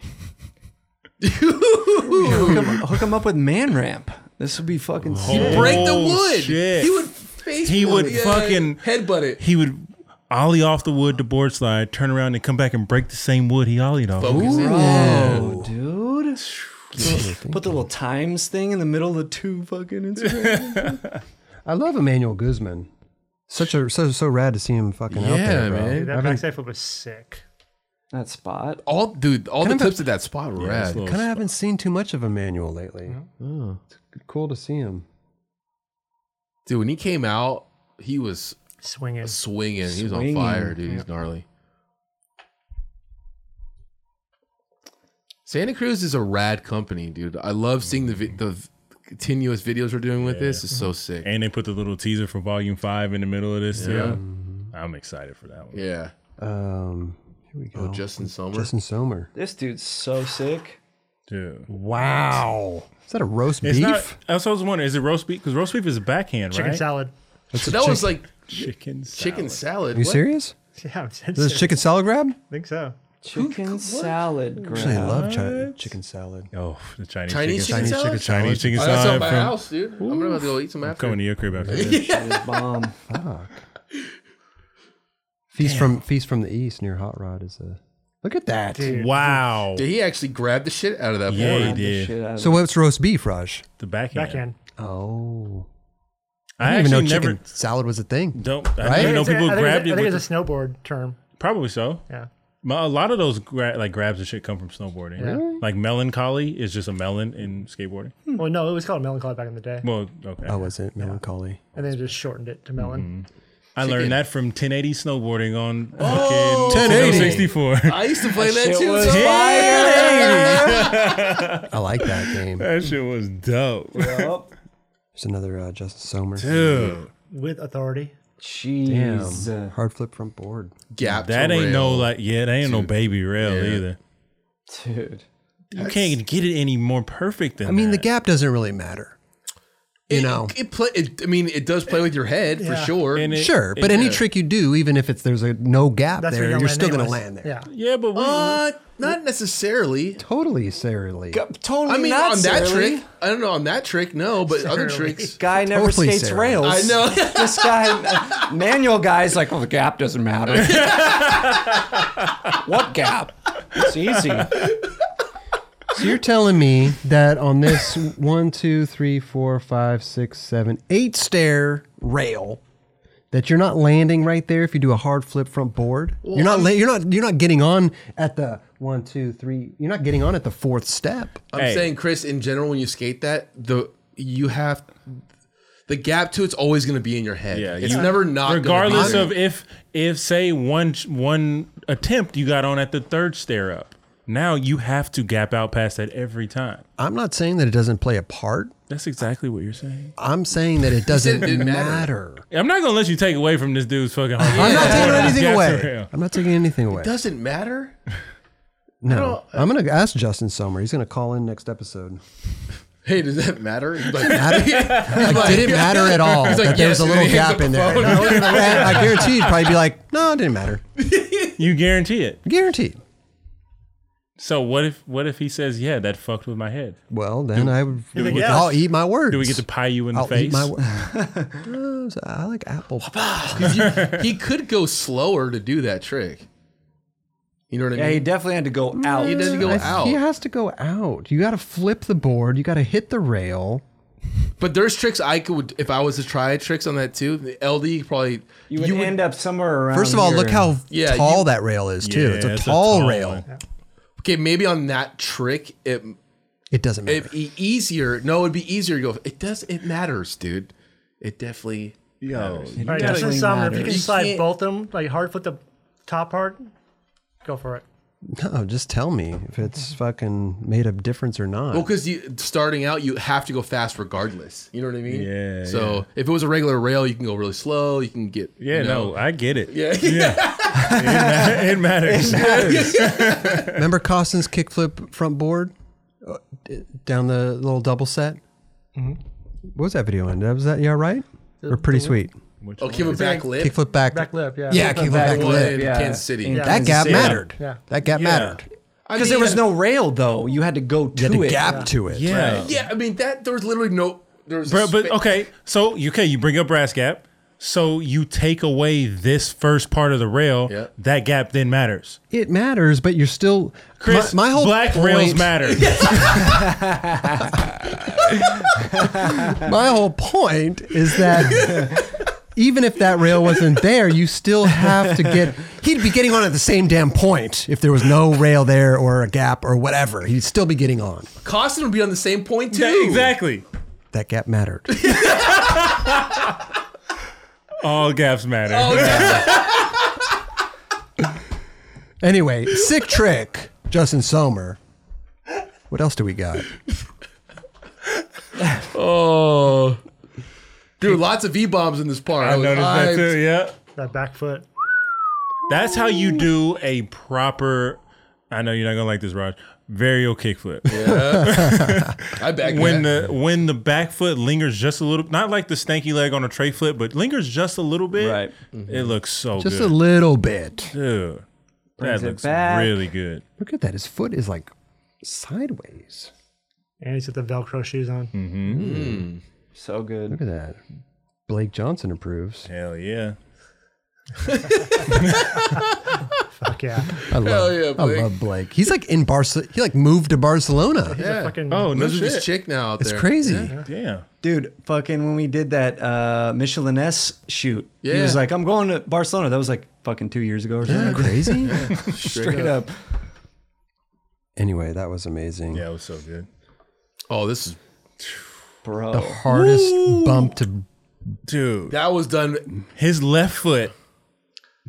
Speaker 4: hook, him, hook him up with Man Ramp. This would be fucking sick.
Speaker 5: Break the
Speaker 2: Oh,
Speaker 5: wood.
Speaker 2: shit.
Speaker 5: He would face.
Speaker 2: He
Speaker 5: plant
Speaker 2: would
Speaker 5: it. Yeah,
Speaker 2: fucking-
Speaker 5: headbutt it.
Speaker 2: He would ollie off the wood to board slide, turn around, and come back and break the same wood he ollied off.
Speaker 5: Focus it.
Speaker 4: Oh, dude. Put the little times thing in the middle of the two fucking
Speaker 2: [laughs]
Speaker 4: Instagram.
Speaker 1: I love Emmanuel Guzman. Such a so so rad to see him fucking out
Speaker 5: Yeah,
Speaker 1: there, bro.
Speaker 5: man.
Speaker 3: Dude, that backside flip was sick.
Speaker 4: that spot.
Speaker 5: [laughs] All dude, all
Speaker 1: Kind of
Speaker 5: the
Speaker 1: a-
Speaker 5: clips of that spot were
Speaker 2: Yeah, it's
Speaker 5: rad.
Speaker 2: a little-
Speaker 1: Kind of haven't seen too much of Emmanuel lately. Oh, it's cool to see him.
Speaker 5: Dude, when he came out, he was
Speaker 3: Swinging.
Speaker 5: swinging. He was on
Speaker 4: Swinging.
Speaker 5: fire, dude. He's gnarly. Santa Cruz is a rad company, dude. I love seeing the vi- the v- continuous videos we're doing with this. It's so sick.
Speaker 2: And they put the little teaser for Volume Five in the middle of this too. I'm excited for that one.
Speaker 5: yeah.
Speaker 1: Um, here we go.
Speaker 5: Oh, Justin Sommer.
Speaker 1: Justin Somer.
Speaker 4: This dude's so sick.
Speaker 2: Dude.
Speaker 1: Wow, is that a roast
Speaker 2: It's
Speaker 1: beef?
Speaker 2: not. I was always wondering, is it roast beef? Because roast beef is a backhand,
Speaker 3: Chicken
Speaker 2: right?
Speaker 3: salad. [laughs]
Speaker 1: That's a
Speaker 5: that was
Speaker 1: chick-
Speaker 5: like
Speaker 2: Chicken salad.
Speaker 5: chicken salad.
Speaker 1: Are you
Speaker 5: What?
Speaker 1: serious?
Speaker 3: Yeah, I'm
Speaker 1: This
Speaker 3: serious.
Speaker 1: is chicken salad grab?
Speaker 3: I think so.
Speaker 4: Chicken salad grab.
Speaker 1: I love chi- chicken salad.
Speaker 2: Oh, the Chinese,
Speaker 5: Chinese
Speaker 2: chicken,
Speaker 5: chicken
Speaker 2: salad.
Speaker 5: salad.
Speaker 2: Chinese chicken
Speaker 5: Oh, that's
Speaker 2: salad.
Speaker 5: on my
Speaker 2: from-
Speaker 5: house, dude. I'm gonna have to go eat some after.
Speaker 2: Coming to your crib after
Speaker 5: [laughs]
Speaker 2: this.
Speaker 4: It was bomb.
Speaker 1: Feast from Feast from the East near Hot Rod is a. Look at that.
Speaker 2: Wow.
Speaker 5: Did he actually grab the shit out of that
Speaker 2: Yeah,
Speaker 5: board?
Speaker 2: he
Speaker 4: Grabbed the
Speaker 2: did.
Speaker 4: shit out of
Speaker 1: So what's roast beef, Raj?
Speaker 2: The backhand.
Speaker 3: Backhand.
Speaker 1: Oh,
Speaker 2: I,
Speaker 1: I didn't even
Speaker 2: actually
Speaker 1: know
Speaker 2: never.
Speaker 1: chicken salad was a thing.
Speaker 2: Don't I
Speaker 1: Right?
Speaker 2: didn't even know
Speaker 3: It's a-
Speaker 2: people
Speaker 3: I think
Speaker 2: grabbed
Speaker 3: it's a-
Speaker 2: it.
Speaker 3: I think
Speaker 2: With
Speaker 3: it's a snowboard term.
Speaker 2: probably so.
Speaker 3: Yeah.
Speaker 2: My, a lot of those gra- like grabs and shit come from snowboarding. Like melancholy is just a melon in skateboarding.
Speaker 3: Well, no, it was called melancholy back in the day,
Speaker 2: Well, okay.
Speaker 1: Oh, was it melancholy?
Speaker 3: and they just shortened it to melon.
Speaker 2: I learned that from 1080 snowboarding on fucking
Speaker 5: 1080.
Speaker 2: 64.
Speaker 5: Oh. I used to play that, too.
Speaker 4: was
Speaker 5: so-
Speaker 1: I like that game. There's
Speaker 2: [laughs] that shit was dope.
Speaker 1: another uh, Justin Somer.
Speaker 2: Dude,
Speaker 3: With authority,
Speaker 4: Jeez.
Speaker 1: Hard flip front board.
Speaker 5: Gap to
Speaker 2: that ain't no
Speaker 5: rail.
Speaker 2: like yeah, that ain't no baby rail
Speaker 5: Yeah.
Speaker 2: either.
Speaker 4: Dude.
Speaker 2: You can't get it any more perfect than
Speaker 1: I mean, the
Speaker 2: that.
Speaker 1: gap doesn't really matter. You
Speaker 5: It-
Speaker 1: know,
Speaker 5: It play. It, I mean, it does play with your head for sure.
Speaker 2: And it-
Speaker 1: sure, but any trick you do, even if it's there's a no gap
Speaker 3: that's
Speaker 1: there,
Speaker 3: where
Speaker 1: you're,
Speaker 3: gonna land
Speaker 1: still going to
Speaker 3: anyways.
Speaker 1: land there.
Speaker 3: Yeah,
Speaker 2: Yeah, but we,
Speaker 5: uh, not necessarily.
Speaker 1: Totally, serially.
Speaker 4: Totally
Speaker 5: I mean,
Speaker 4: not
Speaker 5: on that
Speaker 4: Surly.
Speaker 5: trick, I don't know. On that trick, no, but other
Speaker 3: Surly.
Speaker 5: tricks.
Speaker 4: Guy never
Speaker 1: Totally
Speaker 4: skates
Speaker 1: Sarah.
Speaker 4: rails.
Speaker 5: I know.
Speaker 4: [laughs] this guy, manual guy's like, oh, the gap doesn't matter. what gap? It's easy.
Speaker 1: So you're telling me that on this [laughs] one, two, three, four, five, six, seven, eight stair rail, that you're not landing right there if you do a hard flip front board. you're not. La- you're not. You're not getting on at the one, two, three. You're not getting on at the fourth step.
Speaker 5: I'm
Speaker 2: Hey.
Speaker 5: saying, Chris, in general, when you skate that, the you have the gap to it's always going to be in your head.
Speaker 2: Yeah,
Speaker 5: it's
Speaker 2: you-
Speaker 5: never not. gonna be
Speaker 2: regardless
Speaker 5: there.
Speaker 2: of if if say one one attempt you got on at the third stair up. Now you have to gap out past that every time.
Speaker 1: I'm not saying that it doesn't play a part.
Speaker 2: That's exactly what you're saying.
Speaker 1: I'm saying that it doesn't
Speaker 5: didn't matter.
Speaker 1: matter.
Speaker 2: I'm not gonna let you take away from this dude's fucking.
Speaker 1: [laughs] I'm not taking anything
Speaker 2: Gaps
Speaker 1: away.
Speaker 2: around.
Speaker 1: I'm not taking anything away.
Speaker 5: doesn't matter.
Speaker 1: No, I'm gonna ask Justin Sommer. He's gonna call in next episode.
Speaker 5: Hey, does that matter? He's like,
Speaker 1: It didn't matter at all
Speaker 5: He's
Speaker 1: that
Speaker 5: like,
Speaker 1: there
Speaker 5: yes,
Speaker 1: was a
Speaker 5: and
Speaker 1: little
Speaker 5: then he hangs up
Speaker 1: gap in
Speaker 5: [laughs] the
Speaker 1: there.
Speaker 5: phone.
Speaker 1: And I guarantee you'd probably be like, no, it didn't matter.
Speaker 2: You guarantee it.
Speaker 1: Guaranteed.
Speaker 2: So what if what if he says yeah that fucked with my head?
Speaker 1: Well, then I would.
Speaker 3: we get-
Speaker 1: I'll eat my words.
Speaker 2: Do we get to pie you in the
Speaker 1: I'll
Speaker 2: face?
Speaker 1: eat my [laughs] words. I like apple.
Speaker 5: [laughs] he could go slower to do that trick. You know what I
Speaker 4: Yeah,
Speaker 5: mean?
Speaker 4: he definitely had to go out.
Speaker 5: He doesn't go
Speaker 1: I-
Speaker 5: out.
Speaker 1: He has to go out. You got to flip the board. You got to hit the rail.
Speaker 5: But there's tricks I could if I was to try tricks on that too. The LD you could probably
Speaker 4: you would end up somewhere around.
Speaker 1: First of all,
Speaker 4: here.
Speaker 1: look how
Speaker 5: Yeah,
Speaker 1: tall
Speaker 5: you-
Speaker 1: that rail is too.
Speaker 2: Yeah,
Speaker 1: it's a
Speaker 2: it's a
Speaker 1: tall,
Speaker 2: tall
Speaker 1: rail.
Speaker 2: one.
Speaker 5: okay maybe on that trick it
Speaker 1: It doesn't matter.
Speaker 5: it'd be easier. No, it'd be easier to go. It does. It matters, dude. It definitely. Yo,
Speaker 3: All right, Justin
Speaker 4: definitely
Speaker 3: Summer, if you
Speaker 4: matters.
Speaker 3: can
Speaker 5: You
Speaker 3: slide
Speaker 5: can't-
Speaker 3: both of them, like hard foot the top part, go for it.
Speaker 1: No, just tell me if it's fucking made a difference or not.
Speaker 5: Well, because you starting out, you have to go fast regardless. You know what I mean?
Speaker 2: Yeah,
Speaker 5: So
Speaker 2: yeah.
Speaker 5: if it was a regular rail, you can go really slow. You can get.
Speaker 2: Yeah,
Speaker 5: you know,
Speaker 2: no, I get it.
Speaker 5: Yeah. [laughs]
Speaker 2: yeah. [laughs] it, ma- it matters.
Speaker 1: Remember Costin's kickflip front board Uh, d- down the little double set? What was that video in? Was that yeah right? or pretty sweet.
Speaker 5: Oh, give a back lip.
Speaker 1: Kickflip back.
Speaker 3: Back lip, yeah.
Speaker 1: Yeah,
Speaker 3: Kickflip
Speaker 1: kickflip
Speaker 5: back
Speaker 1: back,
Speaker 5: lip.
Speaker 1: lip.
Speaker 5: in Kansas City.
Speaker 4: In
Speaker 3: Yeah.
Speaker 1: That
Speaker 4: Kansas
Speaker 1: gap
Speaker 4: City.
Speaker 1: mattered.
Speaker 3: Yeah.
Speaker 1: That gap
Speaker 2: Yeah.
Speaker 1: mattered.
Speaker 5: I
Speaker 4: Because
Speaker 5: mean,
Speaker 4: there was
Speaker 5: yeah.
Speaker 4: no rail though. You had to go
Speaker 1: You
Speaker 4: to
Speaker 1: had to
Speaker 4: it.
Speaker 1: gap to it.
Speaker 2: Yeah.
Speaker 5: Yeah, I mean that. There was literally no. There was.
Speaker 2: But, but
Speaker 5: spa-
Speaker 2: okay, so you- okay, you bring up brass gap. So you take away this first part of the rail.
Speaker 5: Yeah.
Speaker 2: That gap then matters.
Speaker 1: It matters, but you're still
Speaker 2: Chris,
Speaker 1: my, my whole
Speaker 2: black
Speaker 1: point, [laughs]
Speaker 2: rails matter.
Speaker 1: My whole point is that even if that rail wasn't there, you still have to get. He'd be getting on at the same damn point if there was no rail there or a gap or whatever. He'd still be getting on.
Speaker 5: Costin would be on the same point too.
Speaker 2: Yeah, exactly.
Speaker 1: That gap mattered.
Speaker 2: All gaps matter. [laughs]
Speaker 1: Anyway, sick trick, Justin Somer. What else do we got?
Speaker 5: Oh. Dude, lots of V bombs in this part.
Speaker 2: I
Speaker 5: was
Speaker 2: noticed that
Speaker 5: hyped.
Speaker 2: too. Yeah.
Speaker 3: That back foot.
Speaker 2: That's how you do a proper. I know you're not gonna like this, Raj. Varial kickflip.
Speaker 5: I back
Speaker 2: When
Speaker 5: that.
Speaker 2: the when the back foot lingers just a little, not like the stanky leg on a tray flip, but lingers just a little bit.
Speaker 4: Right.
Speaker 2: It looks so
Speaker 1: Just a
Speaker 2: good.
Speaker 1: little bit.
Speaker 2: Dude, that
Speaker 4: it
Speaker 2: looks
Speaker 4: back.
Speaker 2: really good.
Speaker 1: Look at that. His foot is like sideways.
Speaker 3: And he's got the Velcro shoes on.
Speaker 4: So good.
Speaker 1: Look at that. Blake Johnson approves.
Speaker 2: Hell yeah.
Speaker 3: Fuck yeah.
Speaker 1: I love,
Speaker 5: yeah,
Speaker 1: I
Speaker 5: Blake.
Speaker 1: love Blake. He's like in Barcelona. He like moved to Barcelona.
Speaker 5: yeah.
Speaker 3: Fucking
Speaker 2: Oh no
Speaker 5: Lives with
Speaker 2: shit.
Speaker 5: this chick now out
Speaker 1: It's
Speaker 5: there.
Speaker 1: crazy.
Speaker 2: Damn.
Speaker 4: Dude, fucking when we did that uh Michelin S shoot, he
Speaker 5: Yeah.
Speaker 4: was like, I'm going to Barcelona. That was like fucking two years ago or something.
Speaker 1: Isn't that crazy?
Speaker 4: Straight up.
Speaker 1: Anyway, that was amazing.
Speaker 2: Yeah, it was so good.
Speaker 5: Oh, this is
Speaker 4: Bro.
Speaker 1: The hardest bump to
Speaker 2: Dude,
Speaker 5: that was done.
Speaker 2: his left foot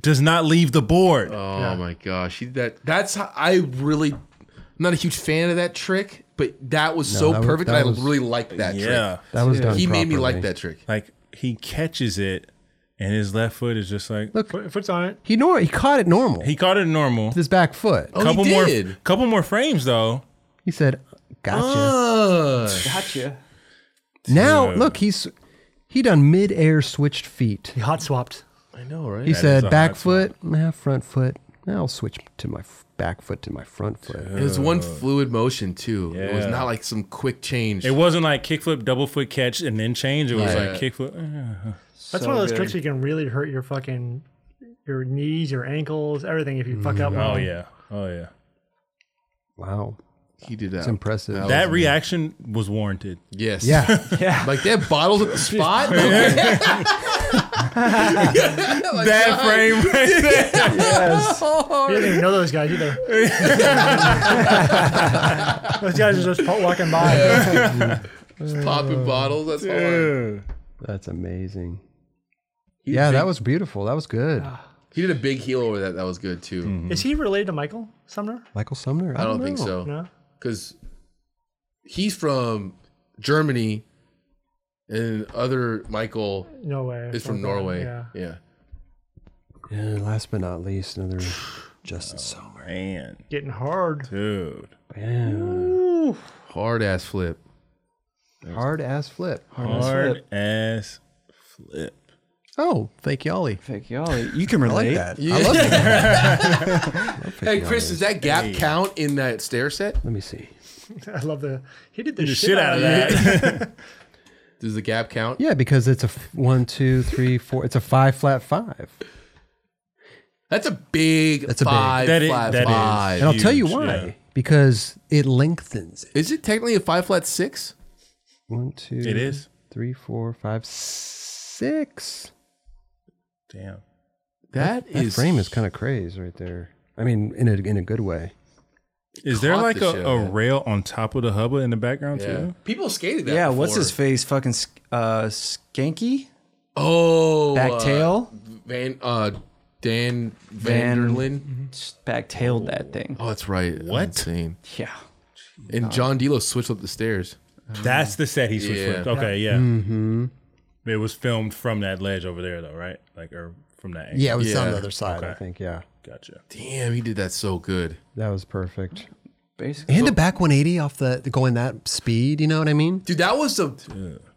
Speaker 2: does not leave the board.
Speaker 5: Oh my gosh, he, that that's how, I really. I'm not a huge fan of that trick, but that was so
Speaker 1: that was-
Speaker 5: perfect.
Speaker 1: that
Speaker 5: and
Speaker 1: was-
Speaker 5: I really liked that
Speaker 2: yeah.
Speaker 1: that was
Speaker 5: trick.
Speaker 1: done.
Speaker 5: He made me like
Speaker 1: properly.
Speaker 5: that trick.
Speaker 2: Like he catches it and his left foot is just like
Speaker 1: Look,
Speaker 3: Foot- Foot's on it.
Speaker 1: he nor he caught it normal.
Speaker 2: he caught it normal.
Speaker 1: with his back foot.
Speaker 5: Oh,
Speaker 2: couple
Speaker 5: he
Speaker 2: more
Speaker 5: did.
Speaker 2: couple more frames though.
Speaker 1: He said, "Gotcha."
Speaker 5: Uh,
Speaker 4: Gotcha.
Speaker 1: now
Speaker 2: dude.
Speaker 1: look, he's he done mid air switched feet.
Speaker 3: He hot swapped.
Speaker 5: I know, right?
Speaker 1: He
Speaker 2: is a
Speaker 1: said, "Back
Speaker 2: hot
Speaker 1: foot, nah, front foot. I'll switch to my f- back foot to my front foot."
Speaker 5: it was one fluid motion too. It was
Speaker 2: Oh. Yeah.
Speaker 5: not like some quick change.
Speaker 2: It wasn't like kickflip, double foot catch, and then change. It was
Speaker 5: Yeah.
Speaker 2: like kickflip. eh.
Speaker 3: That's
Speaker 4: So
Speaker 3: one of those
Speaker 4: good.
Speaker 3: tricks you can really hurt your fucking your knees, your ankles, everything if you fuck up.
Speaker 2: Oh
Speaker 3: wrong.
Speaker 2: yeah. Oh yeah.
Speaker 1: Wow,
Speaker 5: he did that.
Speaker 1: it's impressive.
Speaker 2: That reaction was warranted.
Speaker 5: yes.
Speaker 1: yeah,
Speaker 5: [laughs] Like they have
Speaker 2: [laughs]
Speaker 5: bottles at the spot. Okay. [laughs]
Speaker 2: that frame
Speaker 5: [laughs]
Speaker 2: right there.
Speaker 3: You didn't even know those guys either. those guys are just walking by.
Speaker 5: Just popping bottles. That's hard.
Speaker 1: that's amazing. yeah, that was beautiful. That was good.
Speaker 5: He did a big heel over that. That was good too.
Speaker 3: Is he related to Michael Sumner?
Speaker 1: Michael Sumner.
Speaker 5: I don't think
Speaker 1: know.
Speaker 5: so.
Speaker 3: No.
Speaker 5: because he's from Germany, and other Michael
Speaker 3: No way.
Speaker 5: is from
Speaker 3: Something,
Speaker 5: Norway.
Speaker 3: Yeah.
Speaker 5: Yeah.
Speaker 1: And last but not least, another Justin Sumner.
Speaker 2: Man,
Speaker 3: Getting hard. [laughs]
Speaker 2: dude.
Speaker 5: hard ass flip.
Speaker 1: Hard ass flip.
Speaker 2: Hard ass flip.
Speaker 1: Oh, fake Yolly.
Speaker 4: Fake y'all. You can
Speaker 1: I
Speaker 4: relate.
Speaker 1: like that. I love that.
Speaker 2: [laughs]
Speaker 5: Hey Chris, does that gap count in that stair set?
Speaker 1: Let me see.
Speaker 3: I love the. He did the,
Speaker 2: Get the shit out of that.
Speaker 5: [laughs] Does the gap count?
Speaker 1: Yeah, because it's a f- one, two, three, four. It's a five flat five.
Speaker 5: That's a big.
Speaker 1: That's
Speaker 5: That's
Speaker 1: a
Speaker 5: a
Speaker 1: big-
Speaker 5: five
Speaker 2: That is-
Speaker 5: flat
Speaker 2: that is.
Speaker 5: five.
Speaker 1: And I'll tell you
Speaker 2: Huge,
Speaker 1: why.
Speaker 2: yeah.
Speaker 1: Because it lengthens it.
Speaker 5: Is it technically a five flat six?
Speaker 1: One, two,
Speaker 2: It is.
Speaker 1: three, four, five, six.
Speaker 2: Damn.
Speaker 1: That frame is kind of crazy right there. I mean, in a in a good way.
Speaker 2: Is there
Speaker 5: Caught
Speaker 2: like
Speaker 5: the
Speaker 2: a,
Speaker 5: shit,
Speaker 2: a
Speaker 5: yeah.
Speaker 2: rail on top of the hubba in the background
Speaker 5: Yeah.
Speaker 2: too?
Speaker 5: People skated that.
Speaker 4: yeah, what's
Speaker 5: before.
Speaker 4: his face? Fucking sk- uh skanky?
Speaker 5: Oh,
Speaker 4: Back
Speaker 5: uh,
Speaker 4: tail?
Speaker 5: Van. Uh, Dan
Speaker 4: Van
Speaker 5: Vanderlin.
Speaker 4: Mm-hmm. Back tailed that thing.
Speaker 5: Oh, that's right. That's
Speaker 2: What?
Speaker 5: insane.
Speaker 4: Yeah.
Speaker 5: And John Delo switched up the stairs.
Speaker 2: That's the set he switch
Speaker 5: Yeah.
Speaker 2: flipped. Okay, yeah.
Speaker 1: Mm-hmm.
Speaker 2: It was filmed from that ledge over there, though, right? Like, or from that angle.
Speaker 1: Yeah, it was on
Speaker 5: Yeah.
Speaker 1: the other side, I
Speaker 2: Okay.
Speaker 1: think. Yeah,
Speaker 2: Gotcha.
Speaker 5: Damn, he did that so good.
Speaker 1: that was perfect.
Speaker 4: Basically.
Speaker 1: And a back 180 off the going that speed. You know what I mean?
Speaker 5: Dude, that was a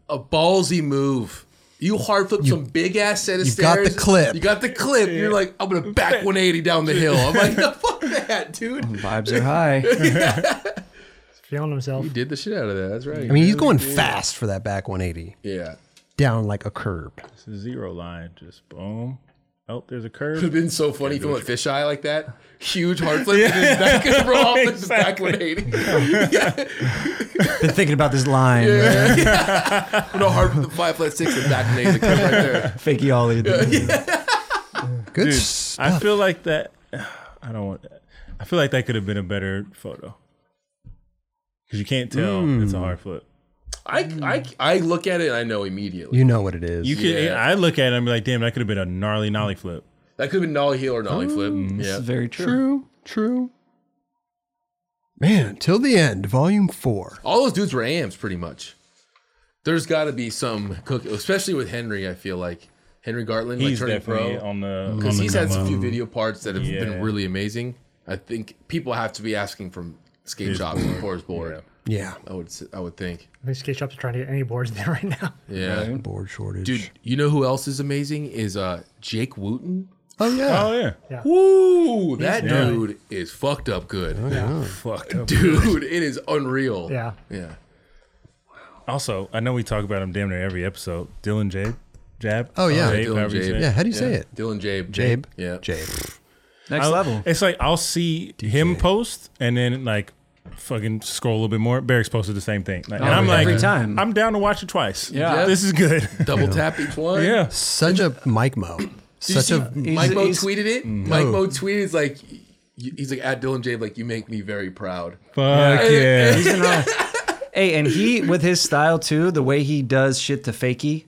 Speaker 5: a ballsy move. You hard flip some big ass set of
Speaker 1: you've got
Speaker 5: stairs.
Speaker 1: the clip.
Speaker 5: You got the clip. and You're like, I'm gonna back 180 down the hill. I'm like, [laughs] no, fuck that, dude.
Speaker 4: Vibes are high.
Speaker 3: feeling himself.
Speaker 5: He did the shit out of that. That's right.
Speaker 1: I mean, he's going fast for that back 180
Speaker 5: yeah.
Speaker 1: down like a curb.
Speaker 2: It's a zero line. Just boom. Oh, there's a curve.
Speaker 5: Would have been so funny if you went fisheye like that. Huge hard flip and then back roll off and just back 180.
Speaker 4: Been thinking about this line.
Speaker 5: [laughs] No hard flip, five flat six and back 180. The clip right there.
Speaker 4: Fakey ollie.
Speaker 1: Good
Speaker 2: Dude,
Speaker 1: stuff.
Speaker 2: I feel like that. [sighs] I don't want that. I feel like that could have been a better photo. Because you can't tell
Speaker 5: Mm.
Speaker 2: it's a hard flip.
Speaker 5: I, I, I look at it and I know immediately.
Speaker 1: you know what it is.
Speaker 2: You could.
Speaker 5: Yeah.
Speaker 2: I look at it and be like, damn, that could have been a gnarly nollie flip.
Speaker 5: That could have been nollie heel or nollie flip.
Speaker 4: This
Speaker 5: Yeah.
Speaker 4: is [laughs] very true.
Speaker 1: true, true. Man, till the end, volume four.
Speaker 5: All those dudes were AMs pretty much. There's got to be some cook, especially with Henry. I feel like Henry Gartland
Speaker 2: He's
Speaker 5: like turning
Speaker 2: definitely
Speaker 5: pro
Speaker 2: on the.
Speaker 5: because
Speaker 2: on the
Speaker 5: he's had
Speaker 2: come
Speaker 5: some
Speaker 2: up.
Speaker 5: few video parts that have
Speaker 2: Yeah.
Speaker 5: been really amazing. I think people have to be asking from skate shop for his board.
Speaker 1: Yeah,
Speaker 5: I would s- I would think.
Speaker 3: I think skate shops are trying to get any boards in there right now.
Speaker 5: Yeah,
Speaker 1: board shortage.
Speaker 5: dude. You know who else is amazing is uh Jake Wooten.
Speaker 1: Oh yeah,
Speaker 2: Oh yeah.
Speaker 5: Woo, that
Speaker 2: Yeah.
Speaker 5: dude is fucked up good.
Speaker 1: Oh,
Speaker 2: [laughs] Fucked up.
Speaker 5: Dude, it is unreal.
Speaker 3: Yeah.
Speaker 5: yeah.
Speaker 2: Also, I know we talk about him damn near every episode. Dylan Jab. Jab.
Speaker 1: Oh, yeah.
Speaker 2: Jabe,
Speaker 5: Dylan
Speaker 2: however you
Speaker 5: Jabe.
Speaker 2: say it.
Speaker 1: yeah. How do you say it?
Speaker 5: Dylan Jabe.
Speaker 1: Jabe.
Speaker 5: Yeah.
Speaker 1: Jabe.
Speaker 4: Next
Speaker 2: I-
Speaker 4: level.
Speaker 2: It's like I'll see him post and then like fucking scroll a little bit more. Barracks posted the same thing. Like, and I'm
Speaker 4: Oh, yeah.
Speaker 2: like,
Speaker 4: Every time.
Speaker 2: I'm down to watch it twice.
Speaker 4: Yeah.
Speaker 2: This is good.
Speaker 5: Double tap each one.
Speaker 2: yeah.
Speaker 1: Such a Mike Mo.
Speaker 5: Did you
Speaker 1: Such
Speaker 5: see
Speaker 1: a
Speaker 5: Mike Mo
Speaker 4: he's-
Speaker 5: tweeted it. Mike Mo tweeted it's like y- he's like at Dylan Jabe like you make me very proud.
Speaker 2: Fuck yeah.
Speaker 4: He's in all- hey, and he with his style too, the way he does shit to fakey.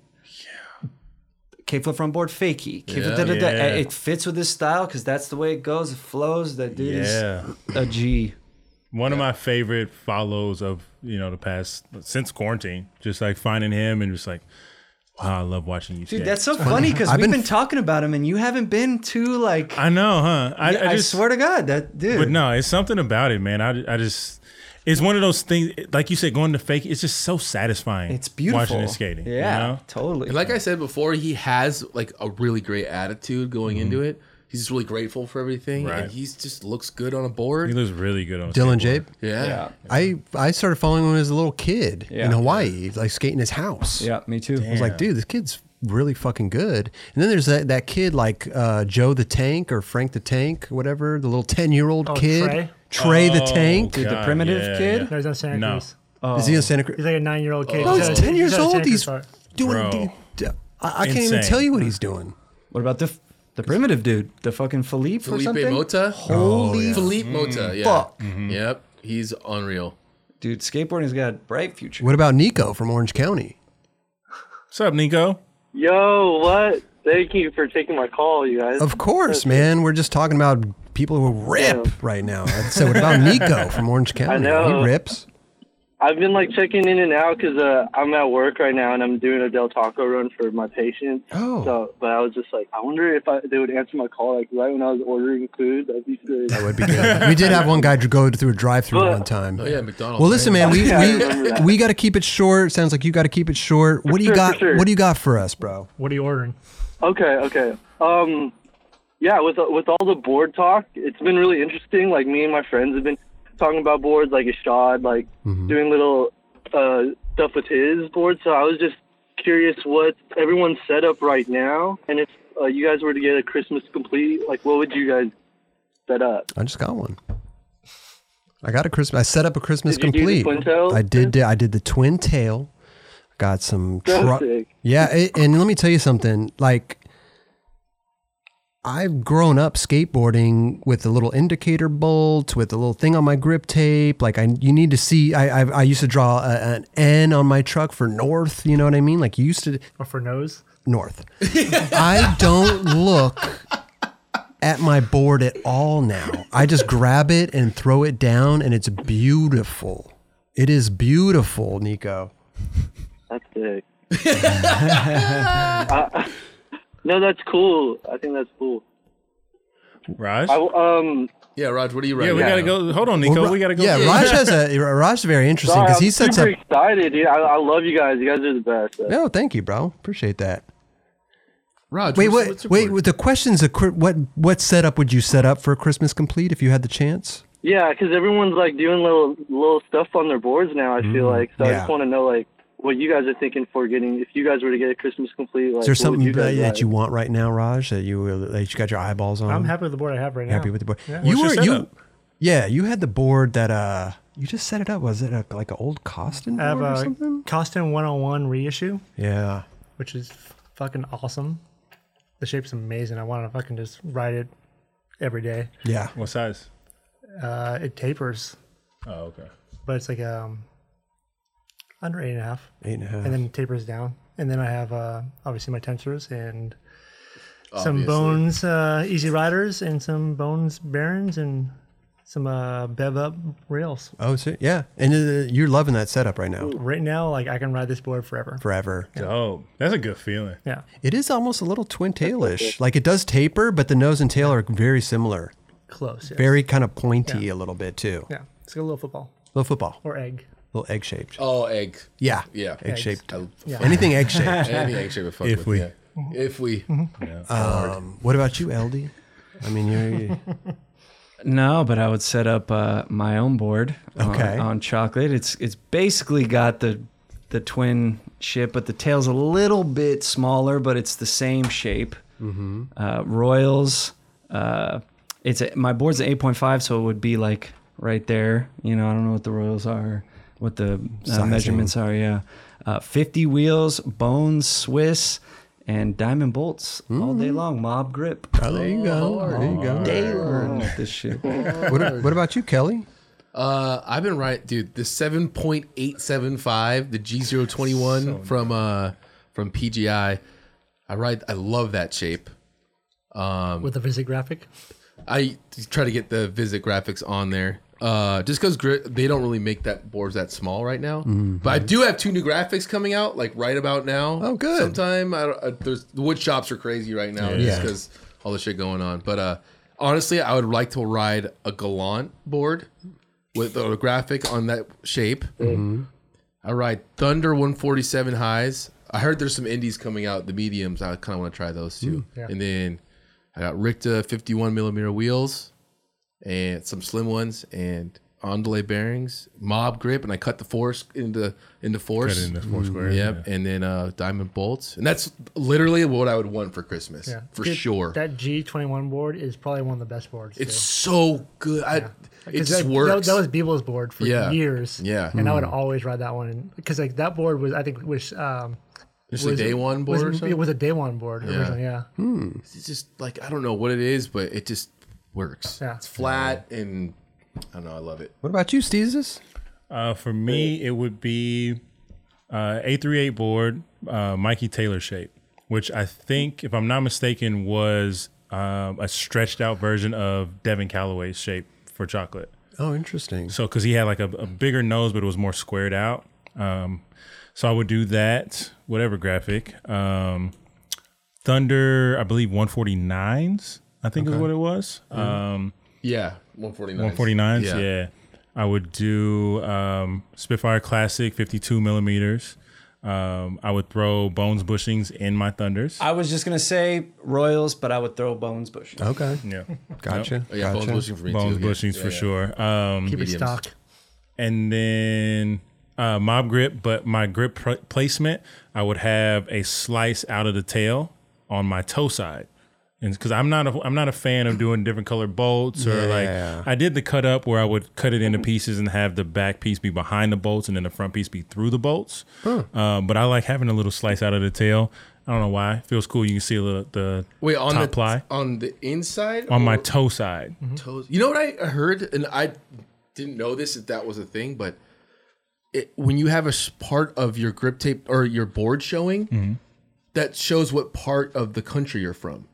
Speaker 4: K flip front board fakey. eh, K flip
Speaker 5: Yeah.
Speaker 4: da, da, da.
Speaker 2: Yeah.
Speaker 4: uh, It fits with his style because that's the way it goes. It flows. That dude
Speaker 2: Yeah.
Speaker 4: is a G.
Speaker 2: One of my favorite follows of, you know, the past since quarantine. Just like finding him and just like, wow, I love watching you.
Speaker 4: Dude,
Speaker 2: skate.
Speaker 4: that's so funny because
Speaker 1: I've
Speaker 4: we've been,
Speaker 1: been-
Speaker 4: talking about him and you haven't been too like. I,
Speaker 2: I know, huh? I,
Speaker 4: I, swear to God, that dude.
Speaker 2: But no, it's something about it, man. I, I just, it's one of those things, like you said, going to fake, it's just so satisfying.
Speaker 4: it's beautiful.
Speaker 2: Watching and skating. you
Speaker 4: Yeah,
Speaker 2: know?
Speaker 4: totally.
Speaker 5: And like I said before, he has like a really great attitude going into it. He's just really grateful for everything,
Speaker 2: Right.
Speaker 5: and he's just looks good on a board.
Speaker 2: He looks really good on a
Speaker 1: Dylan
Speaker 2: skateboard.
Speaker 1: Jabe.
Speaker 5: yeah.
Speaker 4: yeah,
Speaker 1: I I started following him as a little kid
Speaker 4: Yeah.
Speaker 1: in Hawaii, like skating his house.
Speaker 4: yeah, me too.
Speaker 1: I was like, dude, this kid's really fucking good. And then there's that, that kid like uh, Joe the Tank or Frank the Tank, whatever, the little ten year old
Speaker 3: Oh,
Speaker 1: kid.
Speaker 3: Trey?
Speaker 1: Trey the
Speaker 2: Oh,
Speaker 1: Tank.
Speaker 2: God,
Speaker 4: the primitive
Speaker 2: yeah,
Speaker 4: kid?
Speaker 2: yeah.
Speaker 3: No, he's on Santa
Speaker 2: No.
Speaker 3: Cruz.
Speaker 1: Is he on Santa Cruz?
Speaker 3: He's like a nine year old kid.
Speaker 1: Oh, he's
Speaker 3: at a-
Speaker 1: 10 years
Speaker 3: at a
Speaker 1: old.
Speaker 3: Santa
Speaker 1: He's
Speaker 3: Cruz bar.
Speaker 1: doing.
Speaker 2: Bro.
Speaker 1: d- d- I, I can't even
Speaker 2: Insane.
Speaker 1: tell you what he's doing.
Speaker 4: What about the f- the primitive dude, the fucking Philippe or
Speaker 5: Felipe
Speaker 4: something?
Speaker 5: Mota. Oh,
Speaker 4: Holy
Speaker 5: Felipe Mota. Yeah. Mm-hmm.
Speaker 4: fuck.
Speaker 5: Yep. He's unreal.
Speaker 4: dude, skateboarding's got a bright future.
Speaker 1: What about Nico from Orange County?
Speaker 2: What's up, Nico?
Speaker 11: Yo, what? Thank you for taking my call, you guys.
Speaker 1: Of course, man. We're just talking about people who rip
Speaker 11: Yeah.
Speaker 1: right now. So what about Nico from
Speaker 11: [laughs]
Speaker 1: Orange County?
Speaker 11: know.
Speaker 1: He rips.
Speaker 11: I've been like checking in and out 'cause uh, I'm at work right now and I'm doing a Del Taco run for my patient.
Speaker 1: Oh.
Speaker 11: So, but I was just like, I wonder if I, they would answer my call like right when I was ordering food. That'd be good.
Speaker 1: That would be
Speaker 11: [laughs]
Speaker 1: good. we did have one guy go through a drive-through
Speaker 11: Well-
Speaker 1: one time.
Speaker 5: Oh yeah, McDonald's.
Speaker 1: Well, listen, man, we
Speaker 11: [laughs] Yeah, I remember
Speaker 1: we,
Speaker 11: that.
Speaker 1: we got to keep it short. Sounds like you got to keep it short. What do you
Speaker 11: sure,
Speaker 1: got?
Speaker 11: for sure.
Speaker 1: What do you got for us, bro?
Speaker 3: What are you ordering?
Speaker 11: Okay, okay. Um, yeah, with uh, with all the board talk, it's been really interesting. Like me and my friends have been talking about boards, like Ishad, like
Speaker 1: Mm-hmm.
Speaker 11: doing little uh, stuff with his board. So I was just curious what everyone's set up right now, and if uh, you guys were to get a Christmas complete, like what would you guys set up?
Speaker 1: I just got one. I got a Christmas. I set up a Christmas
Speaker 11: Did you do
Speaker 1: complete.
Speaker 11: the twin tail?
Speaker 1: I did. I did the twin tail. Got some.
Speaker 11: So
Speaker 1: tru-
Speaker 11: sick.
Speaker 1: Yeah, a- and let me tell you something. Like, I've grown up skateboarding with a little indicator bolt, with a little thing on my grip tape. Like, I you need to see. I I, I used to draw a, an N on my truck for north. You know what I mean?
Speaker 3: Oh,
Speaker 1: Like, you used to
Speaker 3: Or for nose?
Speaker 1: north. I don't look at my board at all now. I just grab it and throw it down, and it's beautiful. It is beautiful, Nico.
Speaker 11: That's sick. Uh, [laughs] no, that's cool. I think that's cool.
Speaker 2: Raj?
Speaker 11: I, um,
Speaker 5: yeah, Raj, what are you
Speaker 2: Yeah, we gotta go. Hold on, Nico.
Speaker 1: Well, Ra-
Speaker 2: we gotta go.
Speaker 1: Yeah, Raj has a Raj's very interesting
Speaker 11: sorry,
Speaker 1: because
Speaker 11: I'm
Speaker 1: he sets up.
Speaker 11: super excited, dude. I, I love you guys. You guys are the best.
Speaker 1: No, thank you, bro. Appreciate that.
Speaker 5: Raj,
Speaker 1: Wait,
Speaker 5: what's-
Speaker 1: what?
Speaker 5: what's your
Speaker 1: Wait, the question's a cri- what? What setup would you set up for Christmas complete if you had the chance?
Speaker 11: Yeah, because everyone's like doing little little stuff on their boards now. I feel
Speaker 1: Mm,
Speaker 11: like so. I
Speaker 1: yeah.
Speaker 11: just want to know like what you guys are thinking for getting if you guys were to get a Christmas complete. Like,
Speaker 1: Is there
Speaker 11: what would
Speaker 1: something
Speaker 11: you
Speaker 1: that,
Speaker 11: guys
Speaker 1: that you want right now, Raj? That you will- that you got your eyeballs on?
Speaker 3: I'm happy with the board I have right now.
Speaker 1: Um, Happy with the board.
Speaker 3: Yeah.
Speaker 1: You
Speaker 3: What's
Speaker 1: were you.
Speaker 3: your setup?
Speaker 1: Yeah, you had the board that uh you just set it up. Was it a, like an old Costin
Speaker 3: I have
Speaker 1: board or
Speaker 3: a
Speaker 1: something?
Speaker 3: Costin 101 reissue,
Speaker 1: Yeah.
Speaker 3: which is fucking awesome. The shape's amazing. I want to fucking just ride it every day.
Speaker 1: Yeah.
Speaker 2: What size?
Speaker 3: Uh, it tapers,
Speaker 2: Oh, okay.
Speaker 3: but it's like um under eight and a half.
Speaker 1: Eight and a half.
Speaker 3: And then tapers down. And then I have uh obviously my tensors and some
Speaker 5: Obviously.
Speaker 3: bones uh easy riders and some bones barons and some uh bev up rails.
Speaker 1: Oh, so, yeah, and uh, you're loving that setup right now.
Speaker 3: Right now, like I can ride this board forever.
Speaker 1: Forever.
Speaker 2: Oh, that's a good feeling.
Speaker 3: Yeah.
Speaker 1: It is almost a little twin tailish. Like it does taper, but the nose and tail are very similar.
Speaker 3: Close, yes.
Speaker 1: Very kind of pointy a little bit too.
Speaker 3: Yeah. It's like a little football.
Speaker 1: Little football.
Speaker 3: Or egg.
Speaker 1: Little egg shaped.
Speaker 5: Oh, egg.
Speaker 1: Yeah.
Speaker 5: Yeah.
Speaker 1: Egg shaped.
Speaker 5: I-
Speaker 1: Yeah. [laughs] Anything egg shaped.
Speaker 5: Any egg shaped. I fuck
Speaker 1: If
Speaker 5: with,
Speaker 1: we-
Speaker 5: yeah. If we. Yeah.
Speaker 1: Um, what about you, LD? I mean, you're.
Speaker 4: No, but I would set up uh, my own board on-
Speaker 1: Okay.
Speaker 4: on, chocolate. It's it's basically got the the twin ship, but the tail's a little bit smaller, but it's the same shape.
Speaker 1: Mhm.
Speaker 4: Uh, Royals. Uh, it's a, my board's an eight point five, so it would be like right there. You know, I don't know what the Royals are, what the uh,
Speaker 1: Sizing.
Speaker 4: measurements are. Yeah, uh, fifty wheels, bones, Swiss. And diamond bolts all day
Speaker 1: Mm-hmm.
Speaker 4: long, mob grip.
Speaker 1: Oh, there you go. there you go.
Speaker 4: Day long with this shit.
Speaker 1: What, what about you, Kelly?
Speaker 5: Uh, I've been right, dude. The seven point eight seven five, the G 21 from uh from PGI. I ride. I love that shape. Um,
Speaker 3: With a visit graphic.
Speaker 5: I try to get the visit graphics on there. Uh, just because gri- they don't really make that boards that small right now,
Speaker 1: Mhm.
Speaker 5: but I do have two new graphics coming out like right about now.
Speaker 1: Oh, good.
Speaker 5: Sometime I, don't- uh there's the wood shops are crazy right now
Speaker 1: Yeah.
Speaker 5: just
Speaker 1: Yeah.
Speaker 5: because all the shit going on. But uh, honestly, I would like to ride a Gallant board with a graphic on that shape.
Speaker 3: Mm-hmm.
Speaker 5: I ride Thunder 147 highs. I heard there's some indies coming out, the mediums. I kind of want to try those too.
Speaker 1: Mm,
Speaker 3: Mm-hmm.
Speaker 1: yeah.
Speaker 5: And then I got Richta 51 millimeter wheels and some slim ones and Andale bearings, mob grip, and I cut the force into into force.
Speaker 2: into four
Speaker 5: Mm,
Speaker 2: squares,
Speaker 5: Yep. And then uh, diamond bolts, and that's literally what I would want for Christmas
Speaker 3: Yeah.
Speaker 5: for
Speaker 3: Dude,
Speaker 5: sure.
Speaker 3: That G21 board is probably one of the best boards.
Speaker 5: it's
Speaker 3: too.
Speaker 5: so good. I, It
Speaker 3: 'Cause
Speaker 5: just
Speaker 3: that,
Speaker 5: works.
Speaker 3: That, that was Beeble's board for
Speaker 5: Yeah.
Speaker 3: years.
Speaker 5: Yeah. Mm-hmm.
Speaker 3: and I would always ride that one because like that board was I think was um,
Speaker 5: Just a day one board or
Speaker 3: Was,
Speaker 5: something?
Speaker 3: it was a day one board
Speaker 5: Yeah. Hmm.
Speaker 3: originally. Yeah,
Speaker 5: It's just like I don't know what it is, but it just works.
Speaker 3: Yeah.
Speaker 5: It's flat and I don't know. I love it.
Speaker 1: What about you, Steezes?
Speaker 2: Uh, for me, it would be uh, A38 board, uh, Mikey Taylor shape, which I think, if I'm not mistaken, was um, a stretched out version of Devin Calloway's shape for chocolate.
Speaker 1: Oh, interesting.
Speaker 2: So, because he had like a, a bigger nose, but it was more squared out. Um, so I would do that, whatever graphic. Um, Thunder, I believe 149s, I think is
Speaker 5: Okay.
Speaker 2: what it was. Um,
Speaker 5: Yeah, 149.
Speaker 2: 149s. Yeah. I would do um, Spitfire Classic 52 millimeters. Um, I would throw bones bushings in my thunders.
Speaker 4: I was just gonna say Royals, but I would throw Bones Bush.
Speaker 1: Okay.
Speaker 2: Yeah.
Speaker 1: Gotcha.
Speaker 5: Oh, yeah, bones
Speaker 1: gotcha.
Speaker 5: bushing for me
Speaker 2: Bones
Speaker 5: too. yeah.
Speaker 2: bushings
Speaker 5: Yeah,
Speaker 2: for
Speaker 5: yeah.
Speaker 2: sure. Um,
Speaker 3: keep it
Speaker 5: Mediums.
Speaker 3: stock.
Speaker 2: and then uh, mob grip, but my grip pr- placement, I would have a slice out of the tail on my toe side, and because I'm not a, I'm not a fan of doing different colored bolts or
Speaker 1: Yeah.
Speaker 2: like I did the cut up where I would cut it into pieces and have the back piece be behind the bolts and then the front piece be through the bolts. Um, but I like having a little slice out of the tail. I don't know why. It feels cool. You can see a little the
Speaker 5: Wait on
Speaker 2: top
Speaker 5: the oh.
Speaker 2: ply
Speaker 5: on the inside
Speaker 2: on my
Speaker 5: or
Speaker 2: toe side.
Speaker 5: toes. You know what I heard, and I didn't know this if that was a thing, but it, when you have a s- part of your grip
Speaker 2: Mm-hmm.
Speaker 5: tape or your board showing, that shows what part of the country you're from.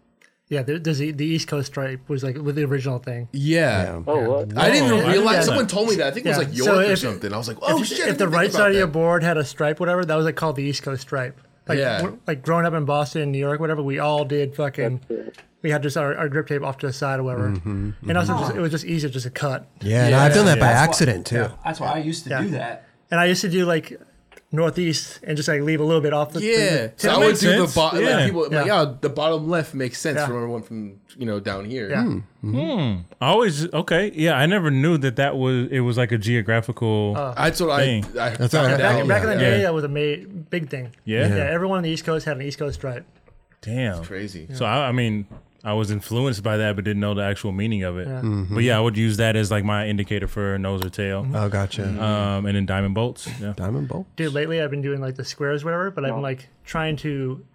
Speaker 3: Yeah, there, there's the, the East Coast stripe was like with the original thing.
Speaker 5: Yeah.
Speaker 11: Oh, what?
Speaker 5: I didn't even
Speaker 3: Yeah.
Speaker 5: realize.
Speaker 3: Yeah.
Speaker 5: Someone told me that. I think it was
Speaker 3: Yeah.
Speaker 5: like
Speaker 3: So
Speaker 5: York or
Speaker 3: if-
Speaker 5: something. I was like, oh
Speaker 3: if,
Speaker 5: shit. I
Speaker 3: If
Speaker 5: didn't
Speaker 3: the
Speaker 5: think
Speaker 3: right
Speaker 5: about
Speaker 3: side of your
Speaker 5: that.
Speaker 3: board had a stripe, whatever, that was like called the East Coast stripe. Like,
Speaker 5: Yeah.
Speaker 3: we're- like growing up in Boston, New York, whatever, we all did fucking. We had just our, our grip tape off to the side or whatever,
Speaker 5: Mm-hmm,
Speaker 1: Mhm,
Speaker 3: and also
Speaker 1: mhm.
Speaker 3: just, it was just easier just to cut.
Speaker 1: Yeah, and I've done that by accident too.
Speaker 4: That's why I used to
Speaker 3: Yeah.
Speaker 4: do that.
Speaker 3: And I used to do like northeast and just like leave a little bit off the
Speaker 2: [laughs]
Speaker 3: the-
Speaker 5: Yeah.
Speaker 3: the
Speaker 5: So I
Speaker 3: tip.
Speaker 5: would do the bottom. Like people, like,
Speaker 3: Yeah.
Speaker 5: yeah, the bottom left makes sense
Speaker 3: Yeah.
Speaker 5: from everyone from you know down here.
Speaker 3: Yeah.
Speaker 2: Hmm. I always okay. Yeah, I never knew that that was it was like a geographical.
Speaker 3: Oh.
Speaker 5: That's what I-
Speaker 2: thing.
Speaker 5: I
Speaker 3: That's
Speaker 5: all right.
Speaker 3: Back,
Speaker 5: Yeah.
Speaker 3: back in the day,
Speaker 2: Yeah.
Speaker 3: that was a ma- big thing.
Speaker 2: Yeah.
Speaker 3: yeah. Everyone on the East Coast had an East Coast stripe.
Speaker 2: Damn,
Speaker 5: crazy.
Speaker 2: So I, I mean, I was influenced by that, but didn't know the actual meaning of it.
Speaker 3: Yeah.
Speaker 1: Mhm.
Speaker 2: But yeah, I would use that as like my indicator for nose or tail.
Speaker 1: Oh, gotcha.
Speaker 2: Um, and then diamond bolts. Yeah.
Speaker 1: Diamond bolt.
Speaker 3: Dude, lately I've been doing like the squares, whatever, but I've been like trying to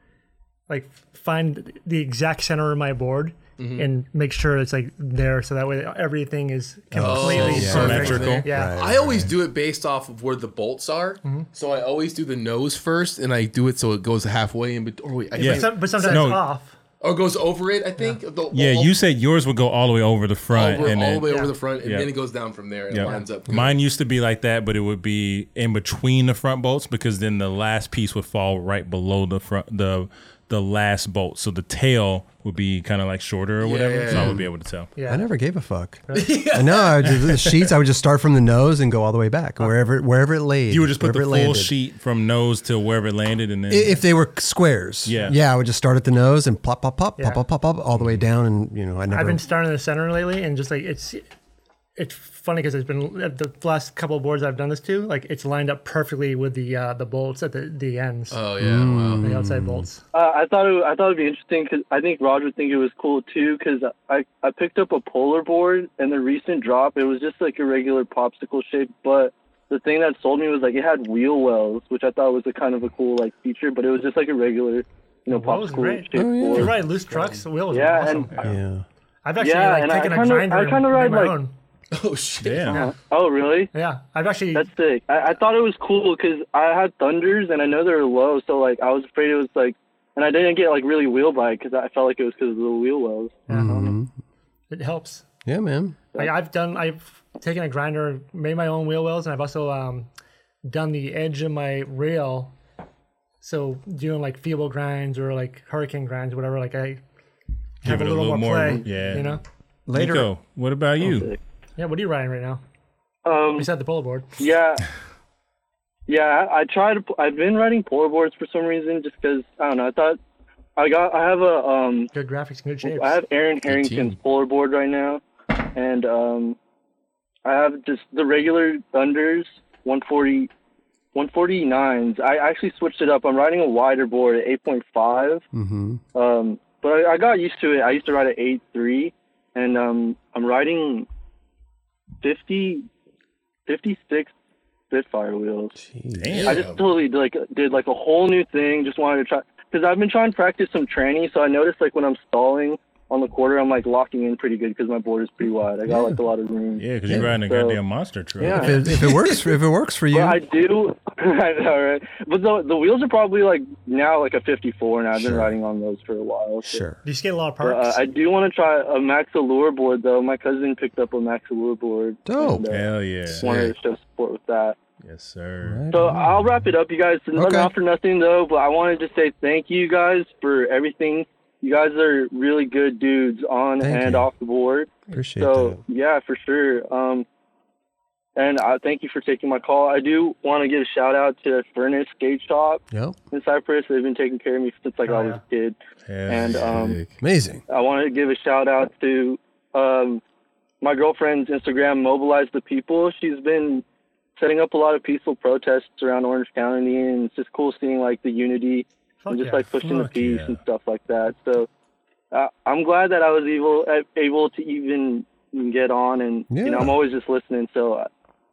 Speaker 3: like find the exact center of my board
Speaker 5: Mhm.
Speaker 3: and make sure it's like there, so that way everything is
Speaker 5: Oh,
Speaker 3: completely
Speaker 5: yeah.
Speaker 3: perfect.
Speaker 5: Symmetrical.
Speaker 3: Yeah,
Speaker 5: I always do it based off of where the bolts are.
Speaker 3: Mm-hmm.
Speaker 5: So I always do the nose first, and I do it so it goes halfway in. But or wait, I
Speaker 2: Yeah. But
Speaker 5: can't-
Speaker 2: some- but sometimes No. it's
Speaker 3: off.
Speaker 5: Or goes over it. I think. The-
Speaker 2: Yeah,
Speaker 5: all-
Speaker 2: you said yours would go all the way over the front,
Speaker 5: over,
Speaker 2: and
Speaker 5: all
Speaker 2: then,
Speaker 5: the way over the front, and
Speaker 2: Yeah.
Speaker 5: then it goes down from there and
Speaker 2: Yeah.
Speaker 5: lines up.
Speaker 2: Mine used to be like that, but it would be in between the front bolts because then the last piece would fall right below the front the the last bolt. So the tail would be kind of like shorter or whatever,
Speaker 5: yeah,
Speaker 2: so I
Speaker 5: yeah.
Speaker 2: would be able to tell.
Speaker 1: I never gave a
Speaker 2: [laughs]
Speaker 1: fuck.
Speaker 2: Right.
Speaker 1: I know. I would just, the sheets. I would just start from the nose and go all the way back wherever wherever it laid.
Speaker 2: Uh, You would just put the
Speaker 1: wherever
Speaker 2: full
Speaker 1: it landed.
Speaker 2: sheet from nose to wherever it landed, and
Speaker 1: I-
Speaker 2: then
Speaker 1: If they were squares,
Speaker 2: Yeah.
Speaker 1: yeah, I would just start at the nose and pop, pop, pop,
Speaker 3: Yeah.
Speaker 1: pop, pop, pop, pop, all the way down, and you know, I never.
Speaker 3: I've been starting in the center lately, and just like it's, it's funny because it's been uh, the last couple of boards I've done this to, like it's lined up perfectly with the uh, the bolts at the the ends.
Speaker 5: Oh
Speaker 11: yeah, wow.
Speaker 1: Mm.
Speaker 3: the outside bolts.
Speaker 11: Uh, I thought it, I thought it'd be interesting because I think Roger would think it was cool too because I I picked up a polar board and the recent drop it was just like a regular popsicle shape, but the thing that sold me was like it had wheel wells, which I thought was a kind of a cool like feature, but it was just like a regular you know
Speaker 3: That was
Speaker 11: popsicle
Speaker 3: great.
Speaker 11: shaped
Speaker 1: Oh,
Speaker 11: board.
Speaker 3: You're right, loose trucks, the wheels.
Speaker 11: Yeah,
Speaker 3: are
Speaker 11: uh,
Speaker 3: awesome.
Speaker 1: yeah.
Speaker 3: I've actually
Speaker 11: Yeah,
Speaker 3: like
Speaker 11: and I
Speaker 3: taken a
Speaker 11: kinda-
Speaker 3: grinder.
Speaker 11: I
Speaker 3: and
Speaker 11: kinda
Speaker 3: made
Speaker 11: ride,
Speaker 3: my
Speaker 11: like-
Speaker 3: own.
Speaker 5: [laughs] Oh shit!
Speaker 11: Yeah. Oh, really?
Speaker 3: Yeah, I've actually.
Speaker 11: That's sick. I, I thought it was cool because I had thunders and I know they were low, so like I was afraid it was like, and I didn't get like really wheel by because I felt like it was because of the wheel wells.
Speaker 1: Mhm.
Speaker 3: It helps.
Speaker 1: Yeah, man.
Speaker 3: Like I've done, I've taken a grinder, made my own wheel wells, and I've also um, done the edge of my rail. So doing like feeble grinds or like hurricane grinds, whatever. Like I have
Speaker 2: give it
Speaker 3: a little, more, play.
Speaker 2: yeah.
Speaker 3: you know.
Speaker 2: Later. Nico, what about you?
Speaker 3: Yeah, what are you riding right now? [laughs]
Speaker 11: Um,
Speaker 3: Beside the polo board.
Speaker 11: Yeah. Yeah, I I tried. I've been writing polar boards for some reason, just because I don't know. I thought I got. I have a um.
Speaker 3: Good graphics, good shapes.
Speaker 11: I have Aaron Harrington's polar board right now, and um, I have just the regular Thunders 140, 149s. I actually switched it up. I'm riding a wider board at 8.5.
Speaker 1: Mm-hmm.
Speaker 11: Um, but I, I got used to it. I used to ride at eight three, and um, I'm riding 50, 56 Spitfire wheels. I just totally like did like a whole new thing. Just wanted to try because I've been trying to practice some tranny. So I noticed like when I'm stalling on the quarter, I'm like locking in pretty good because my board is pretty wide. I got like a lot of room.
Speaker 2: Yeah, because you're riding a goddamn monster truck.
Speaker 11: Yeah.
Speaker 1: If it, if it works, if it works for you,
Speaker 11: Well, I do. [laughs] I know, right? But the the wheels are probably like now like a 54, and I've been riding on those for a while. so-
Speaker 1: sure.
Speaker 3: Do you skate a lot of
Speaker 11: but,
Speaker 3: parks?
Speaker 11: uh, I do want to try a Max Allure board though. My cousin picked up a Max Allure board.
Speaker 1: Dope.
Speaker 11: and, uh,
Speaker 2: Hell yeah.
Speaker 11: Wanted to show support with that.
Speaker 2: Yes, sir.
Speaker 11: So I'll wrap it up, you guys. Not
Speaker 1: Mm-hmm. Okay.
Speaker 11: not for nothing though, but I wanted to say thank you guys for everything. You guys are really good dudes on
Speaker 1: Thank
Speaker 11: and
Speaker 1: you.
Speaker 11: off the board.
Speaker 1: Appreciate
Speaker 11: So yeah, for sure. Um, and I thank you for taking my call. I do want to give a shout out to Furnace Skate Shop
Speaker 1: that. Yep.
Speaker 11: in Cypress. They've been taking care of me since like I
Speaker 1: Oh,
Speaker 11: was a kid. And um,
Speaker 1: Amazing.
Speaker 11: I want to give a shout out to um, my girlfriend's Instagram, Mobilize the People. She's been setting up a lot of peaceful protests around Orange County, and it's just cool seeing like the unity and just
Speaker 3: yeah.
Speaker 11: like pushing the
Speaker 2: Fuck
Speaker 11: peace
Speaker 2: yeah.
Speaker 11: and stuff like that. So uh, I'm glad that I was able able to even get on, and you know
Speaker 1: Yeah.
Speaker 11: I'm always just listening. So I-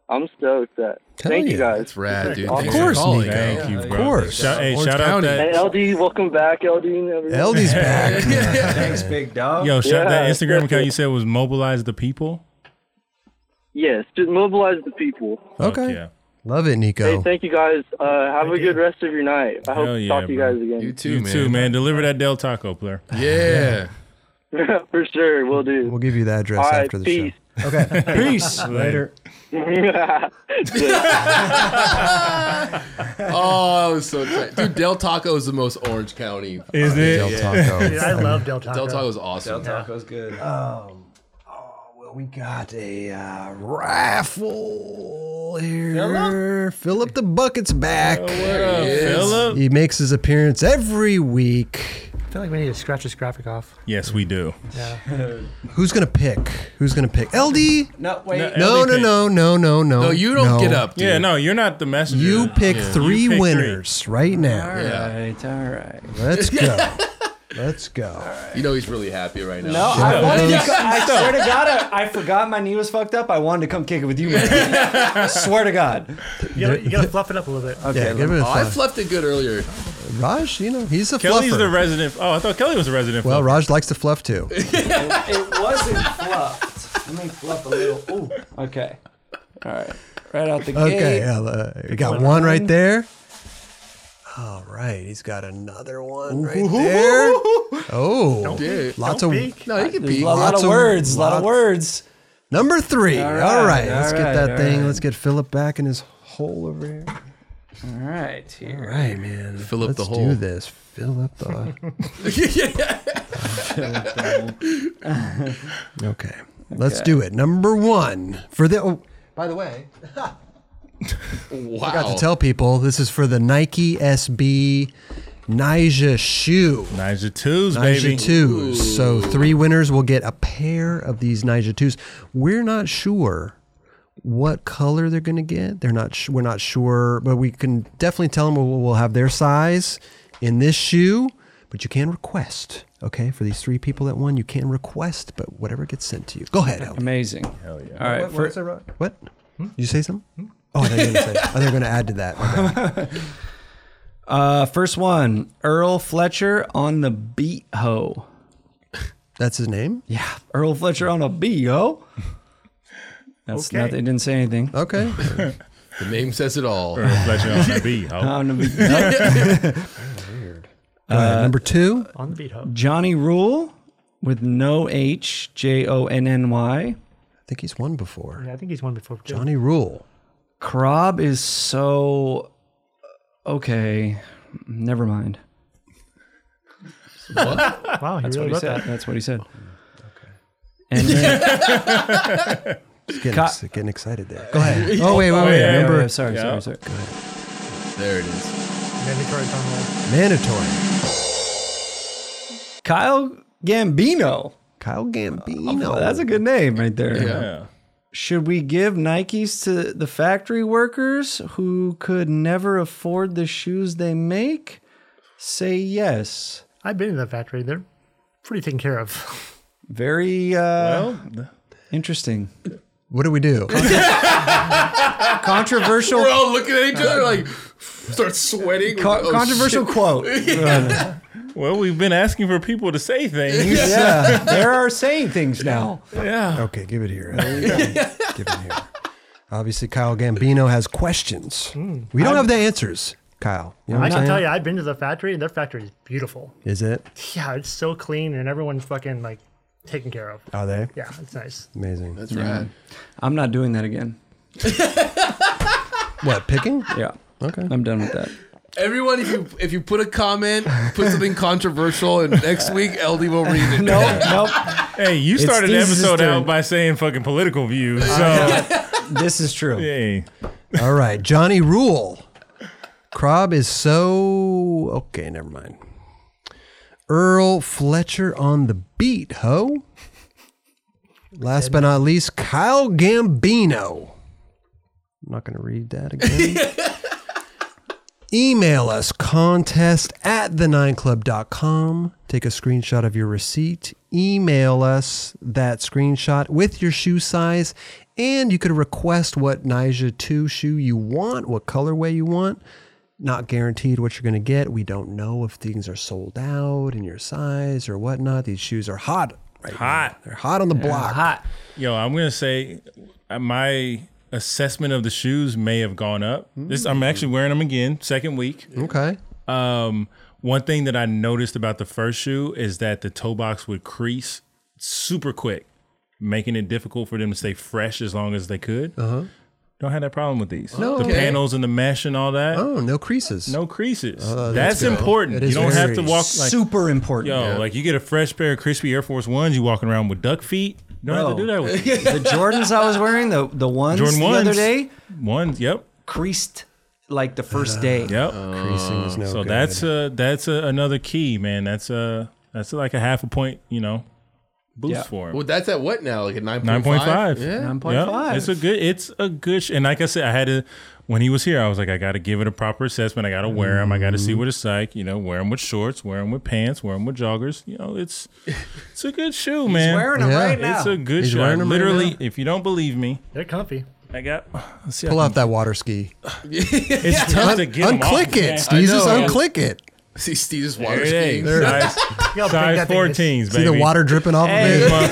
Speaker 11: I'm stoked that.
Speaker 1: Hell
Speaker 11: Thank
Speaker 1: yeah.
Speaker 11: you guys.
Speaker 5: That's rad, dude.
Speaker 11: Of
Speaker 5: Thanks for
Speaker 1: course,
Speaker 5: calling.
Speaker 1: Nico.
Speaker 2: Thank you,
Speaker 1: Of
Speaker 2: bro.
Speaker 1: course.
Speaker 2: Shout, hey,
Speaker 1: Orange
Speaker 2: shout out
Speaker 1: County.
Speaker 2: that.
Speaker 11: And LD, welcome back, LD. and everyone.
Speaker 2: [laughs]
Speaker 1: LD's back.
Speaker 4: Thanks, big dog.
Speaker 2: Yo, shout that
Speaker 11: Yeah.
Speaker 2: Instagram account you said was mobilize the people.
Speaker 11: Yes, just mobilize the people.
Speaker 2: Fuck
Speaker 1: Okay.
Speaker 2: yeah.
Speaker 1: Love it,
Speaker 11: Hey,
Speaker 1: Nico.
Speaker 11: thank you guys. Uh, have a good rest of your night. I hope
Speaker 2: Hell
Speaker 11: to
Speaker 2: yeah,
Speaker 11: [laughs] talk to you
Speaker 2: bro.
Speaker 11: guys again.
Speaker 5: You too,
Speaker 2: you
Speaker 5: man.
Speaker 1: Oh,
Speaker 2: too, man. Deliver that Del Taco, player.
Speaker 5: Yeah.
Speaker 11: For sure, we'll do.
Speaker 1: We'll give you the address
Speaker 11: All right,
Speaker 1: after the
Speaker 11: peace.
Speaker 1: show. Okay.
Speaker 2: [laughs]
Speaker 11: Peace.
Speaker 1: Later.
Speaker 11: [laughs]
Speaker 5: oh, I was so excited. Dude, Del Taco is the most Orange County.
Speaker 2: Is
Speaker 5: fucking-
Speaker 2: it? Del Taco. Dude, I love
Speaker 3: Del Taco.
Speaker 5: Del Taco is awesome.
Speaker 4: Del Taco's good.
Speaker 1: Um, oh, well, we got a uh, raffle here. Philip the Bucket's back.
Speaker 3: up, Yes. Phillip?
Speaker 1: He makes his appearance every week.
Speaker 3: I feel like we need to scratch this graphic off.
Speaker 2: Yes, we do.
Speaker 3: Yeah.
Speaker 1: Who's gonna pick? Who's gonna pick? LD.
Speaker 4: No,
Speaker 2: wait.
Speaker 1: No, no,
Speaker 2: LD pick.
Speaker 1: no, no, no, no.
Speaker 2: Yeah, no, you're not the messenger.
Speaker 1: You pick
Speaker 2: Yeah.
Speaker 1: three
Speaker 2: You pick
Speaker 1: winners right now.
Speaker 4: All right, all right.
Speaker 1: Let's go. Let's go.
Speaker 5: You know he's really happy right now.
Speaker 4: No, I wanted to.
Speaker 5: Yeah.
Speaker 4: [laughs] co- I swear to God, I, I forgot my knee was fucked up. I wanted to come kick it with you, man. [laughs] I swear to God.
Speaker 3: You gotta, you gotta fluff it up a little bit.
Speaker 4: Okay,
Speaker 1: give it a
Speaker 5: Oh, I
Speaker 1: thought.
Speaker 5: fluffed it good earlier.
Speaker 1: Raj, you know he's a
Speaker 2: Kelly's
Speaker 1: fluffer.
Speaker 2: the resident. Oh, I thought Kelly was the resident.
Speaker 1: well,
Speaker 2: fluffer.
Speaker 1: Raj likes to fluff too.
Speaker 4: it wasn't fluffed. Let me fluff a little. Ooh. Okay. All right. Right out the gate.
Speaker 1: Okay, yeah, uh, we got one right there. All right, he's got another one right there. Oh,
Speaker 4: Don't peek.
Speaker 1: lots
Speaker 4: Don't
Speaker 1: of
Speaker 4: peek. No,
Speaker 5: he can
Speaker 4: There's a lot of words, a lot of words.
Speaker 1: Number three. All
Speaker 4: All
Speaker 1: right,
Speaker 4: right,
Speaker 1: let's
Speaker 4: all
Speaker 1: get
Speaker 4: right,
Speaker 1: that
Speaker 4: all
Speaker 1: thing.
Speaker 4: right.
Speaker 1: Let's get Philip back in his hole over here.
Speaker 4: All right. Here.
Speaker 1: All right, man.
Speaker 5: Philip
Speaker 1: let's
Speaker 5: the
Speaker 1: Do
Speaker 5: hole.
Speaker 1: this, Philip the. Okay. Let's
Speaker 5: Okay.
Speaker 1: do it. Number one for the. Oh, By the way,
Speaker 5: wow.
Speaker 1: I got
Speaker 5: Oh.
Speaker 1: to tell people this is for the Nike SB Nija shoe.
Speaker 2: Nija twos, baby.
Speaker 1: Nija twos. So three winners will get a pair of these Nija twos. We're not sure what color they're going to get. They're not. Sh- we're not sure, but we can definitely tell them we'll, we'll have their size in this shoe. But you can request. Okay, for these three people that won, you can request, but whatever gets sent to you. Go ahead, Ellie.
Speaker 4: Amazing. Hell
Speaker 1: yeah.
Speaker 4: All right. uh,
Speaker 1: What- what was that, What? You say something? Oh, I thought you were going to say. I thought you were going to add to that. My bad.
Speaker 4: Uh, first one, Earl Fletcher on the beat hoe.
Speaker 1: That's his name.
Speaker 4: Yeah, Earl Fletcher on a beat hoe. That's
Speaker 5: Okay.
Speaker 4: not. They didn't say anything.
Speaker 1: Okay.
Speaker 5: The name says it all.
Speaker 2: Fletcher on the beat, ho.
Speaker 4: On the beat. Nope. Uh,
Speaker 1: Go ahead, number two.
Speaker 3: On the beat hoe.
Speaker 4: Johnny Rule with no H, J O N N Y.
Speaker 1: I think he's won before.
Speaker 3: Yeah, I think he's won before. too.
Speaker 1: Johnny Rule.
Speaker 4: Krob is so uh, okay. Never mind.
Speaker 3: What? Wow,
Speaker 4: That's
Speaker 3: he really
Speaker 4: what he
Speaker 3: wrote
Speaker 4: said.
Speaker 3: that.
Speaker 4: That's what he said. Okay. And then,
Speaker 1: He's getting,
Speaker 4: Ka-
Speaker 1: ex- getting excited there. Go ahead. Oh, wait, wait, wait.
Speaker 4: [laughs] yeah,
Speaker 1: number.
Speaker 4: yeah, sorry, sorry, sorry.
Speaker 5: There it is.
Speaker 3: Mandatory
Speaker 1: [laughs]
Speaker 3: time.
Speaker 1: Mandatory.
Speaker 4: Oh, Kyle Gambino. Oh,
Speaker 1: Kyle Gambino.
Speaker 4: that's a good name right there.
Speaker 2: Yeah.
Speaker 4: Should we give Nikes to the factory workers who could never afford the shoes they make? Say yes.
Speaker 3: I've been in that factory. They're pretty taken care of.
Speaker 4: Very uh,
Speaker 2: Well,
Speaker 4: interesting.
Speaker 1: What do we
Speaker 4: [laughs]
Speaker 1: do?
Speaker 4: Controversial. [laughs]
Speaker 5: We're all looking at each other like, start sweating.
Speaker 4: Co-
Speaker 5: Oh,
Speaker 4: controversial
Speaker 5: shit.
Speaker 4: quote. yeah.
Speaker 2: well, we've been asking for people to say things.
Speaker 4: there are saying things now.
Speaker 2: Yeah.
Speaker 1: Okay, give it here. give it here. Obviously, Kyle Gambino has questions. We don't have the answers, Kyle. You know
Speaker 3: I
Speaker 1: what I'm
Speaker 3: can
Speaker 1: saying?
Speaker 3: tell you, I've been to the factory, and their factory is beautiful.
Speaker 1: Is it?
Speaker 3: Yeah, it's so clean, and everyone's fucking like taken care of.
Speaker 1: Are they?
Speaker 3: Yeah, it's nice.
Speaker 1: Amazing.
Speaker 5: That's right.
Speaker 4: I'm not doing that again.
Speaker 1: What, picking?
Speaker 4: Yeah.
Speaker 1: Okay.
Speaker 4: I'm done with that.
Speaker 5: Everyone, if you if you put a comment, put something controversial, and
Speaker 1: [laughs]
Speaker 5: next week LD will read it.
Speaker 4: Nope, nope.
Speaker 2: Hey, you
Speaker 4: It's
Speaker 2: started the
Speaker 4: Deez's
Speaker 2: episode
Speaker 4: turn.
Speaker 2: out by saying fucking political views. So,
Speaker 4: This is true.
Speaker 2: hey.
Speaker 1: All right, Johnny Rule. Krob is so okay. Never mind. Earl Fletcher on the beat, ho. Last but not least, Kyle Gambino. I'm not going to read that again. Email us contest at the nineclub.com. Take a screenshot of your receipt. Email us that screenshot with your shoe size. And you could request what Nija 2 shoe you want, what colorway you want. Not guaranteed what you're going to get. We don't know if things are sold out in your size or whatnot. These shoes are hot. Right now.
Speaker 2: Hot.
Speaker 1: They're hot on the block.
Speaker 4: Hot.
Speaker 2: Yo, I'm gonna say uh, my assessment of the Mm. shoes may have gone up. This I'm actually wearing them again, second week.
Speaker 1: Okay.
Speaker 2: Um, One thing that I noticed about the first shoe is that the toe box would crease super quick, making it difficult for them to stay fresh as long as they could. Uh-huh. Don't have that problem with these.
Speaker 1: No,
Speaker 2: the
Speaker 1: okay.
Speaker 2: panels and the mesh and all that.
Speaker 1: Oh, no creases.
Speaker 2: No creases.
Speaker 1: Oh,
Speaker 2: that's
Speaker 1: that's good.
Speaker 2: important.
Speaker 1: That is
Speaker 2: you don't have
Speaker 1: very
Speaker 2: to walk like
Speaker 4: super important.
Speaker 2: Yo, like you get a fresh pair of crispy Air Force Ones, you walking around with duck feet. You don't have to do that with
Speaker 4: [laughs]
Speaker 2: these.
Speaker 4: the Jordans I was wearing, the the ones
Speaker 2: Jordan
Speaker 4: the
Speaker 2: ones
Speaker 4: other day,
Speaker 2: ones. Yep,
Speaker 4: creased like the first day.
Speaker 2: Yep.
Speaker 1: Creasing is no
Speaker 2: so
Speaker 1: good.
Speaker 2: that's a that's a, another key, man. That's a that's like a half a point, you know, boost
Speaker 5: Yeah.
Speaker 2: for him.
Speaker 5: Well, that's at what now? Like at nine
Speaker 2: Nine point five.
Speaker 5: Yeah.
Speaker 2: Yeah. It's a good. It's a good. Sh- and like I said, I had to when he was here. I was like, I got to give it a proper assessment. I got to wear him. I got to see what it's like. You know, wear him with shorts, wear him with pants, wear him with joggers. You know, it's it's a good shoe, man.
Speaker 4: wearing 'em Yeah. right now.
Speaker 2: It's a good
Speaker 1: He's
Speaker 2: shoe.
Speaker 1: wearing 'em right
Speaker 2: Literally,
Speaker 1: now.
Speaker 2: if you don't believe me,
Speaker 3: They're comfy.
Speaker 2: I got. Let's see, I
Speaker 1: Pull
Speaker 2: can-
Speaker 1: out that water ski.
Speaker 2: It's tough to get 'em off,
Speaker 1: Unclick it,
Speaker 2: man.
Speaker 1: Steve. Just
Speaker 2: I know.
Speaker 1: unclick it.
Speaker 5: See Steve's
Speaker 2: There
Speaker 5: water
Speaker 2: it
Speaker 5: skiing.
Speaker 2: is. Size,
Speaker 3: Yo,
Speaker 2: size
Speaker 3: big that thing
Speaker 2: 14s,
Speaker 3: is.
Speaker 2: baby.
Speaker 1: See the
Speaker 2: [laughs]
Speaker 1: water dripping off
Speaker 2: Hey,
Speaker 1: of [laughs] it.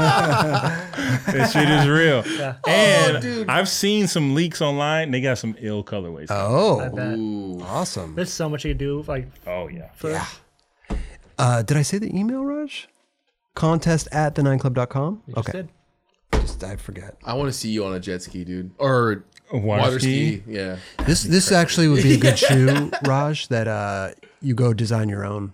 Speaker 2: motherfucker. this shit is real. And
Speaker 5: dude.
Speaker 2: I've seen some leaks online. They got some ill colorways.
Speaker 3: I
Speaker 1: Oh,
Speaker 3: bet.
Speaker 1: awesome.
Speaker 3: There's so much you can do. Like,
Speaker 2: oh yeah.
Speaker 3: for,
Speaker 1: Uh, did I say the email, Raj? Contest at the nineclub.com?
Speaker 3: you just
Speaker 1: Okay.
Speaker 3: did.
Speaker 1: Just, I forget.
Speaker 5: I want to see you on a jet ski, dude, or
Speaker 2: A
Speaker 5: water,
Speaker 2: water
Speaker 5: ski.
Speaker 2: ski?
Speaker 5: Yeah.
Speaker 1: This this actually would be a good shoe, [laughs] Raj, that uh, you go design your own.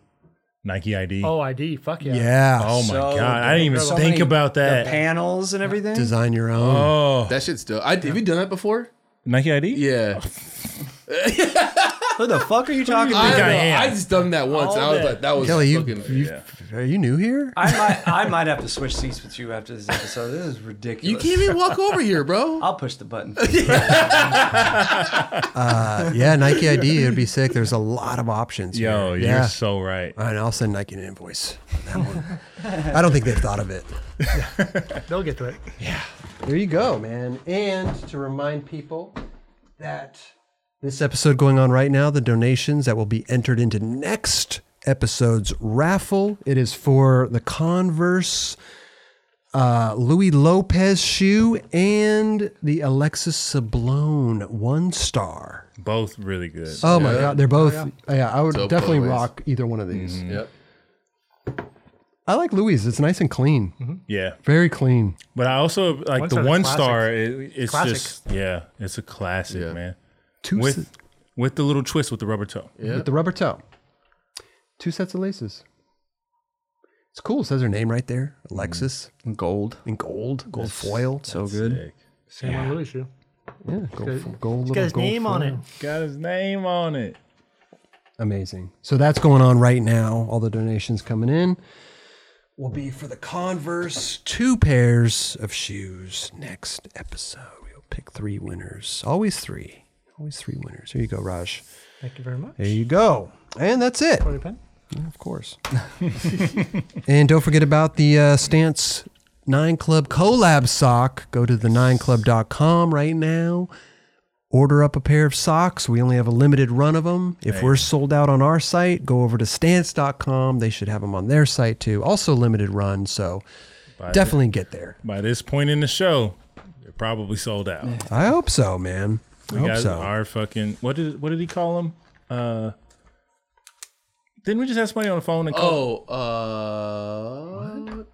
Speaker 2: Nike ID. Oh,
Speaker 3: Oh, ID. Fuck yeah.
Speaker 1: Yeah.
Speaker 2: my
Speaker 4: So
Speaker 2: god. I didn't even
Speaker 4: So
Speaker 2: think
Speaker 4: many-
Speaker 2: about
Speaker 4: The
Speaker 2: that.
Speaker 4: panels and everything.
Speaker 1: Design your own.
Speaker 2: Oh,
Speaker 5: That shit's dope. I, have you done that before?
Speaker 2: Nike ID?
Speaker 5: Yeah.
Speaker 4: Who the fuck are you talking
Speaker 5: I,
Speaker 2: think
Speaker 5: don't
Speaker 2: I
Speaker 5: know.
Speaker 2: am?
Speaker 5: I just done that once. and I was
Speaker 4: All
Speaker 5: like, that was
Speaker 1: Kelly, you,
Speaker 5: fucking.
Speaker 1: you are you new here?
Speaker 4: I might, I might have to switch seats with you after this episode. This is ridiculous.
Speaker 5: you can't even walk over here, bro.
Speaker 4: I'll push the button.
Speaker 1: Uh, yeah, Nike ID. It'd be sick. There's a lot of options.
Speaker 2: Yo,
Speaker 1: here.
Speaker 2: you're
Speaker 1: yeah.
Speaker 2: so right.
Speaker 1: All right, I'll send Nike an invoice. on That one. I don't think they've thought of it.
Speaker 3: They'll get to it.
Speaker 1: There you go, man. And to remind people that this episode going on right now, the donations that will be entered into next episode's raffle, it is for the Converse uh, Louis Lopez shoe and the Alexis Sablone one star.
Speaker 2: Both really good.
Speaker 1: Oh my god, they're both. Mm-hmm. yeah. I would
Speaker 5: Dope
Speaker 1: definitely
Speaker 5: colorways.
Speaker 1: rock either one of these.
Speaker 5: [laughs] Yep.
Speaker 1: I like Louis. It's nice and clean,
Speaker 2: yeah.
Speaker 1: very clean.
Speaker 2: But I also like the
Speaker 3: One star is
Speaker 2: one
Speaker 3: classic.
Speaker 2: star. It, it's
Speaker 3: Classic.
Speaker 2: just yeah, it's a classic,
Speaker 5: Yeah.
Speaker 2: man.
Speaker 1: Two
Speaker 2: With
Speaker 1: s-
Speaker 2: with the little twist with the rubber toe.
Speaker 5: Yeah.
Speaker 1: with the rubber toe. Two sets of laces. It's cool. It says her name right there, Alexis,
Speaker 4: Gold.
Speaker 1: in gold, gold foil.
Speaker 4: So good.
Speaker 3: Same on Louis shoe.
Speaker 1: Yeah, gold,
Speaker 3: It's
Speaker 1: fo-
Speaker 3: got-
Speaker 1: gold
Speaker 3: It's
Speaker 1: little
Speaker 3: got his
Speaker 1: gold
Speaker 3: name on it.
Speaker 1: foil.
Speaker 2: Got his name on it.
Speaker 1: Amazing. So that's going on right now. All the donations coming in will be for the Converse two pairs of shoes. Next episode, we'll pick three winners. Always three. Always three winners. Here you go, Raj.
Speaker 3: Thank you very much.
Speaker 1: There you go. And that's it.
Speaker 3: Put it pen.
Speaker 1: Of
Speaker 2: [laughs]
Speaker 1: course. and don't forget about the uh, Stance 9 Club collab sock. Go to the 9club.com right now. Order up a pair of socks. We only have a limited run of them. If we're sold out on our site, go over to stance.com. They should have them on their site too. Also limited run, so definitely get there.
Speaker 2: By this point in the show, they're probably sold out.
Speaker 1: I hope so, man. I
Speaker 2: We
Speaker 1: hope
Speaker 2: got
Speaker 1: so.
Speaker 2: our fucking what did what did he call him? Uh, didn't we just have somebody on the phone and call?
Speaker 5: Oh, uh,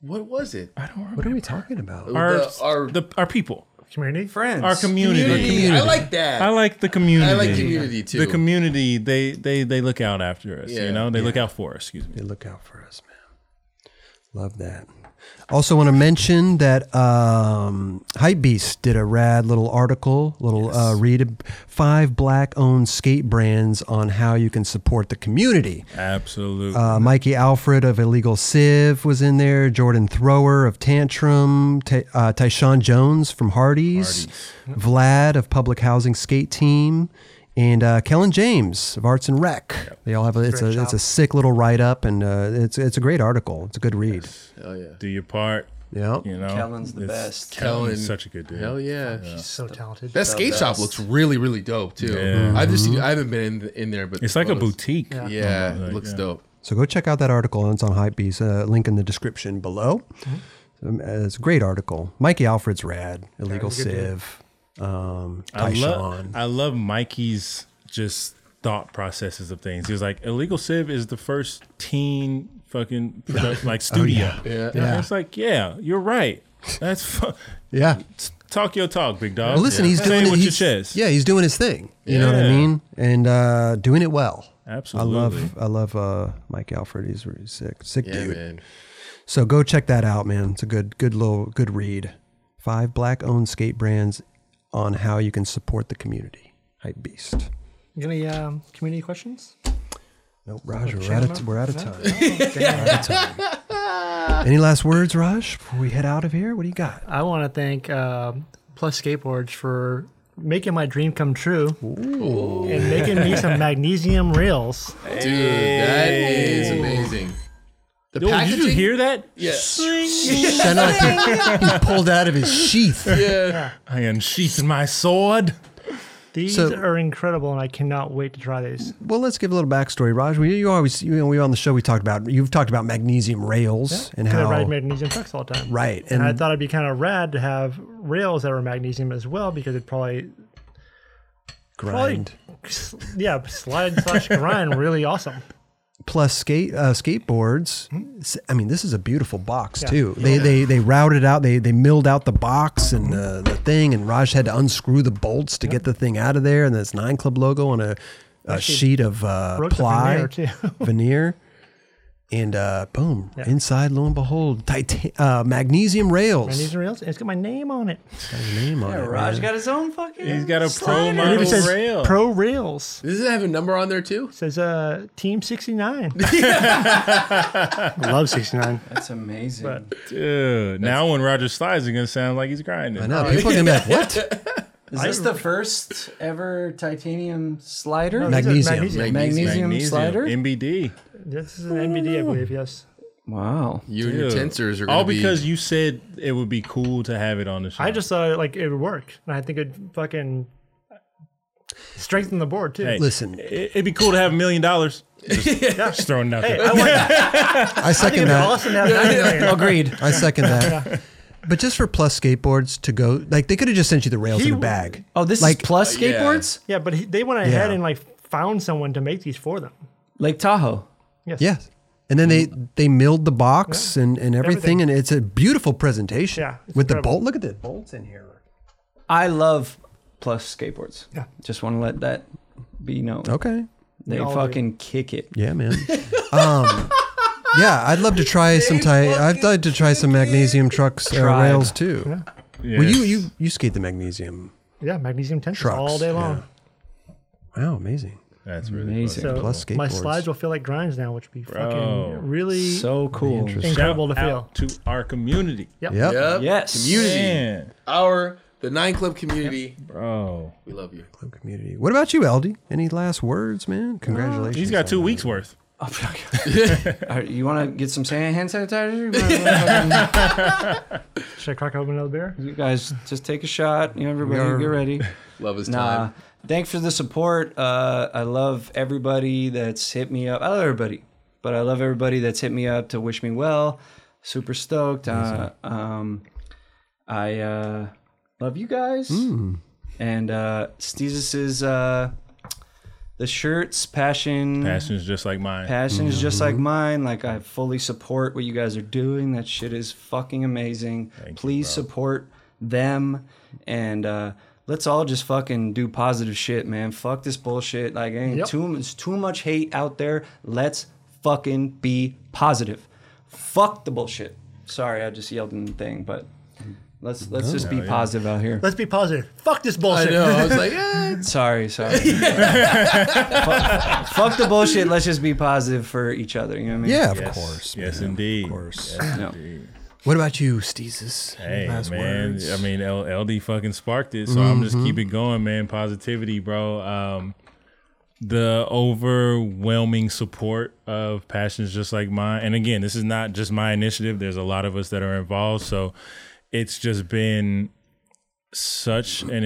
Speaker 5: what? was it?
Speaker 2: I don't
Speaker 1: what are
Speaker 2: remember.
Speaker 1: we talking about?
Speaker 2: Our
Speaker 5: The- our-
Speaker 2: our, the, our people,
Speaker 3: Community.
Speaker 4: Friends.
Speaker 2: our community.
Speaker 5: I like that.
Speaker 2: I like the community.
Speaker 5: I like community, too.
Speaker 2: The community they they they look out after us.
Speaker 5: Yeah.
Speaker 2: You know they look out for us. Excuse me.
Speaker 1: They look out for us, man. Love that. Also, want to mention that um, Hypebeast did a rad little article, little uh, read ab- five black-owned skate brands on how you can support the community.
Speaker 2: Absolutely.
Speaker 1: Uh, Mikey Alfred of Illegal Civ was in there. Jordan Thrower of Tantrum. Ta uh, Tyshawn Jones from Hardee's. Vlad of Public Housing Skate Team. And uh, Kellen James of Arts and Rec. They all have a, it's a it's a sick little write up and uh, it's it's a great article. It's a good read.
Speaker 5: Hell yeah.
Speaker 2: Do your part.
Speaker 1: Yeah.
Speaker 2: You know,
Speaker 4: Kellen's the
Speaker 2: It's-
Speaker 4: best.
Speaker 5: Kellen.
Speaker 2: Kellen's such a good dude.
Speaker 5: Hell yeah.
Speaker 3: She's so talented.
Speaker 5: That skate shop
Speaker 4: best.
Speaker 5: looks really, really dope too.
Speaker 2: Yeah.
Speaker 5: I've just seen, I haven't been in, in there, but
Speaker 2: It's
Speaker 5: the
Speaker 2: like a
Speaker 5: photos-
Speaker 2: boutique.
Speaker 3: Yeah.
Speaker 5: Yeah,
Speaker 2: Like,
Speaker 5: it looks
Speaker 2: yeah.
Speaker 5: dope.
Speaker 1: So go check out that article. It's on Hypebeast. Uh, link in the description below. Um, uh, it's a great article. Mikey Alfred's rad. Illegal Civ. Um,
Speaker 2: I
Speaker 1: Tyshawn.
Speaker 2: love I love Mikey's just thought processes of things. He was like, "Illegal Civ is the first teen fucking
Speaker 1: [laughs]
Speaker 2: production, like
Speaker 1: Oh,
Speaker 2: studio."
Speaker 5: yeah. Yeah.
Speaker 2: And I was like, "Yeah, you're right. That's fu-
Speaker 1: yeah."
Speaker 2: Talk your talk, big dog.
Speaker 1: Well, listen, he's
Speaker 2: Say
Speaker 1: doing
Speaker 2: it
Speaker 1: it.
Speaker 2: with
Speaker 1: He's,
Speaker 2: your chest.
Speaker 1: Yeah, he's doing his thing. You know what I
Speaker 2: Yeah.
Speaker 1: mean? And uh, doing it well.
Speaker 2: Absolutely.
Speaker 1: I love I love uh, Mike Alfred. He's really sick, sick
Speaker 5: Yeah,
Speaker 1: dude.
Speaker 5: man.
Speaker 1: So go check that out, man. It's a good good little good read. Five black-owned skate brands on how you can support the community. Hype beast.
Speaker 3: You got any um, community questions?
Speaker 1: Nope, Raj,
Speaker 3: Oh,
Speaker 1: we're
Speaker 3: shut
Speaker 1: out
Speaker 3: him
Speaker 1: of,
Speaker 3: up.
Speaker 1: we're out of
Speaker 3: No?
Speaker 1: time.
Speaker 3: Oh, damn.
Speaker 1: We're out of
Speaker 2: [laughs]
Speaker 1: time. Any last words, Raj, before we head out of here? What do you got?
Speaker 3: I want to thank uh, Plus Skateboards for making my dream come true and making
Speaker 1: [laughs]
Speaker 3: me some magnesium rails.
Speaker 5: Dude, that is amazing. The
Speaker 2: Dude, did you
Speaker 5: packaging-
Speaker 2: hear that?
Speaker 5: Yeah.
Speaker 1: [laughs] Send out- he pulled out of his sheath.
Speaker 5: Yeah.
Speaker 2: I unsheathed my sword.
Speaker 3: These
Speaker 1: So-
Speaker 3: are incredible, and I cannot wait to try these.
Speaker 1: Well, let's give a little backstory, Raj. We you always you know, we on the show we talked about you've talked about magnesium rails and
Speaker 3: 'Cause
Speaker 1: how
Speaker 3: I ride magnesium trucks all the time.
Speaker 1: Right,
Speaker 3: And, I
Speaker 1: and-
Speaker 3: thought it'd be kind of rad to have rails that were magnesium as well because it probably,
Speaker 1: grind.
Speaker 3: probably yeah, slide
Speaker 1: [laughs]
Speaker 3: slash grind really awesome.
Speaker 1: plus skate uh, skateboards. S- I mean, this is a beautiful box
Speaker 3: Hmm? Yeah.
Speaker 1: too. They they they routed out, they they milled out the box and the, the thing, and Raj had to unscrew the bolts to get the thing out of there, and this Nine Club logo on a, a
Speaker 3: Actually
Speaker 1: sheet of uh,
Speaker 3: broke the
Speaker 1: ply
Speaker 3: veneer, too.
Speaker 1: [laughs] veneer. And uh, boom! Inside, lo and behold, tita- uh, magnesium rails.
Speaker 3: Magnesium rails, and it's got my name on it.
Speaker 1: It's got his name on it.
Speaker 4: Raj
Speaker 1: man.
Speaker 4: got his own fucking.
Speaker 2: He's got a pro
Speaker 4: slider.
Speaker 2: model
Speaker 3: It says
Speaker 2: rail.
Speaker 1: Oh.
Speaker 3: Pro Rails.
Speaker 5: Does it have a number on there too?
Speaker 3: It says uh, Team 69.
Speaker 6: I love 69.
Speaker 4: That's amazing.
Speaker 2: Dude, now when Roger slides, it's gonna sound like he's grinding.
Speaker 1: I know. People are gonna be like, "What?
Speaker 4: Is this the first ever titanium slider?
Speaker 3: No, these
Speaker 1: [laughs]
Speaker 3: are
Speaker 1: Magnesium.
Speaker 3: magnesium.
Speaker 4: Magnesium, slider?
Speaker 2: MBD.
Speaker 3: This is an NBD, I believe, yes.
Speaker 4: wow.
Speaker 5: You and your
Speaker 2: Dude.
Speaker 5: tensors are gonna
Speaker 2: All
Speaker 5: be-
Speaker 2: because you said it would be cool to have it on the show.
Speaker 3: I just thought like it would work, and I think it would fucking strengthen the board too.
Speaker 2: Hey,
Speaker 3: [laughs]
Speaker 1: Listen,
Speaker 2: it, would be cool to have a million dollars. Just just throwing it out there.
Speaker 1: I second
Speaker 3: It'd be
Speaker 1: that.
Speaker 3: awesome to have that in there.
Speaker 4: Agreed.
Speaker 1: I second that. But just for plus skateboards to go, like they could have just sent you the rails
Speaker 3: He
Speaker 1: in a
Speaker 3: would-
Speaker 1: bag.
Speaker 4: Oh, this
Speaker 1: Like-
Speaker 4: is plus
Speaker 5: yeah.
Speaker 4: skateboards?
Speaker 3: Yeah, but he, they went ahead
Speaker 1: Yeah.
Speaker 3: and like found someone to make these for them.
Speaker 4: Lake Tahoe.
Speaker 3: Yes.
Speaker 1: Yeah. And then they they milled the box and, and everything,
Speaker 3: Mm. Everything.
Speaker 1: and it's a beautiful presentation.
Speaker 3: Yeah, it's
Speaker 1: with
Speaker 3: incredible.
Speaker 1: the bolt. Look at the bolts in here.
Speaker 4: I love plus skateboards.
Speaker 3: Yeah.
Speaker 4: Just want to let that be known.
Speaker 1: Okay.
Speaker 4: They
Speaker 3: all do.
Speaker 4: fucking kick it.
Speaker 1: Yeah, man. um, yeah, I'd love to try some. Ty- I'd like to try some magnesium trucks uh,
Speaker 4: Tried.
Speaker 1: rails too.
Speaker 2: Yeah.
Speaker 1: Well, you you you skate the magnesium.
Speaker 3: Yeah, magnesium tensors
Speaker 1: Trucks,
Speaker 3: all day long.
Speaker 1: Wow, amazing.
Speaker 2: That's really
Speaker 4: Amazing.
Speaker 2: fucking
Speaker 3: So
Speaker 1: Plus
Speaker 3: my
Speaker 1: skateboards.
Speaker 3: slides will feel like grinds now, which would be
Speaker 2: Bro.
Speaker 3: fucking really
Speaker 4: So cool.
Speaker 1: Interesting.
Speaker 3: incredible to
Speaker 2: Shout
Speaker 3: feel.
Speaker 2: out to our community.
Speaker 3: Yep.
Speaker 1: Yep.
Speaker 5: Yep.
Speaker 4: Yes. [laughs]
Speaker 5: Community.
Speaker 2: Man,
Speaker 5: Our the nine club community.
Speaker 2: bro.
Speaker 5: We love you.
Speaker 1: Club community. What about you, Aldi? Any last words, man? Congratulations.
Speaker 2: He's got two weeks worth.
Speaker 4: Oh, [laughs] fuck. All right, you want to get some san- hand sanitizer? You wanna
Speaker 3: Should I crack open another beer?
Speaker 4: fucking- you guys just take a shot. You know, everybody
Speaker 1: are-
Speaker 4: get ready.
Speaker 5: Love is
Speaker 4: Nah,
Speaker 5: time.
Speaker 4: thanks for the support. Uh, I love everybody that's hit me up. I love everybody, but I love everybody that's hit me up to wish me well. Super stoked. Uh, um, I uh, love you guys. And uh, Steezus is uh, the shirts, passion.
Speaker 2: Passion's just like mine.
Speaker 4: Passion is just
Speaker 3: Mm-hmm.
Speaker 4: like mine. Like I fully support what you guys are doing. That shit is fucking amazing. Please support them, and uh, let's all just fucking do positive shit, man. Fuck this bullshit. Like ain't
Speaker 3: Yep.
Speaker 4: too it's too much hate out there. Let's fucking be positive. Fuck the bullshit. Sorry, I just yelled in the thing, but let's let's just be positive out here.
Speaker 3: Let's be positive. Fuck this
Speaker 5: I
Speaker 3: bullshit.
Speaker 5: know. I was like,
Speaker 2: [laughs]
Speaker 5: eh.
Speaker 4: Sorry,
Speaker 3: [laughs]
Speaker 4: sorry. fuck, fuck the bullshit. Let's just be positive for each other. You know what I mean?
Speaker 1: Yeah, of
Speaker 2: Yes.
Speaker 1: course.
Speaker 2: Yes, indeed. Of
Speaker 1: course.
Speaker 4: No.
Speaker 1: What about you, Steezus?
Speaker 2: Hey man, I mean L- LD fucking sparked it, so I'm just keep it going, man. Positivity, bro. Um, the overwhelming support of passions just like mine, and again, this is not just my initiative. There's a lot of us that are involved, so it's just been such an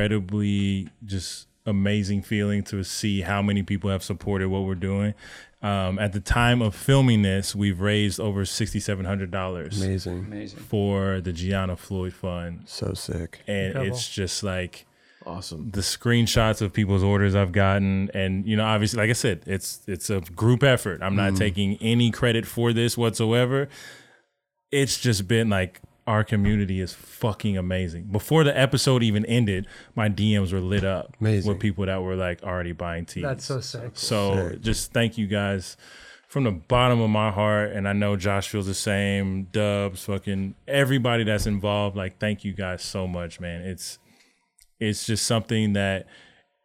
Speaker 2: incredibly just amazing feeling to see how many people have supported what we're doing. Um, at the time of filming this, we've raised over sixty seven hundred dollars
Speaker 1: Amazing.
Speaker 4: Amazing.
Speaker 2: for the Gianna Floyd Fund,
Speaker 1: So sick.
Speaker 2: and
Speaker 3: Incredible.
Speaker 2: it's just like
Speaker 5: Awesome.
Speaker 2: The screenshots of people's orders I've gotten, and you know, obviously, like I said, it's it's a group effort. I'm not
Speaker 5: Mhm.
Speaker 2: taking any credit for this whatsoever. It's just been like our community is fucking amazing. Before the episode even ended, my DMs were lit up with people that were like already buying teas.
Speaker 3: [laughs] That's so sick.
Speaker 2: So just thank you guys from the bottom of my heart, and I know Josh feels the same. Dubs, fucking everybody that's involved, like thank you guys so much, man. It's it's just something that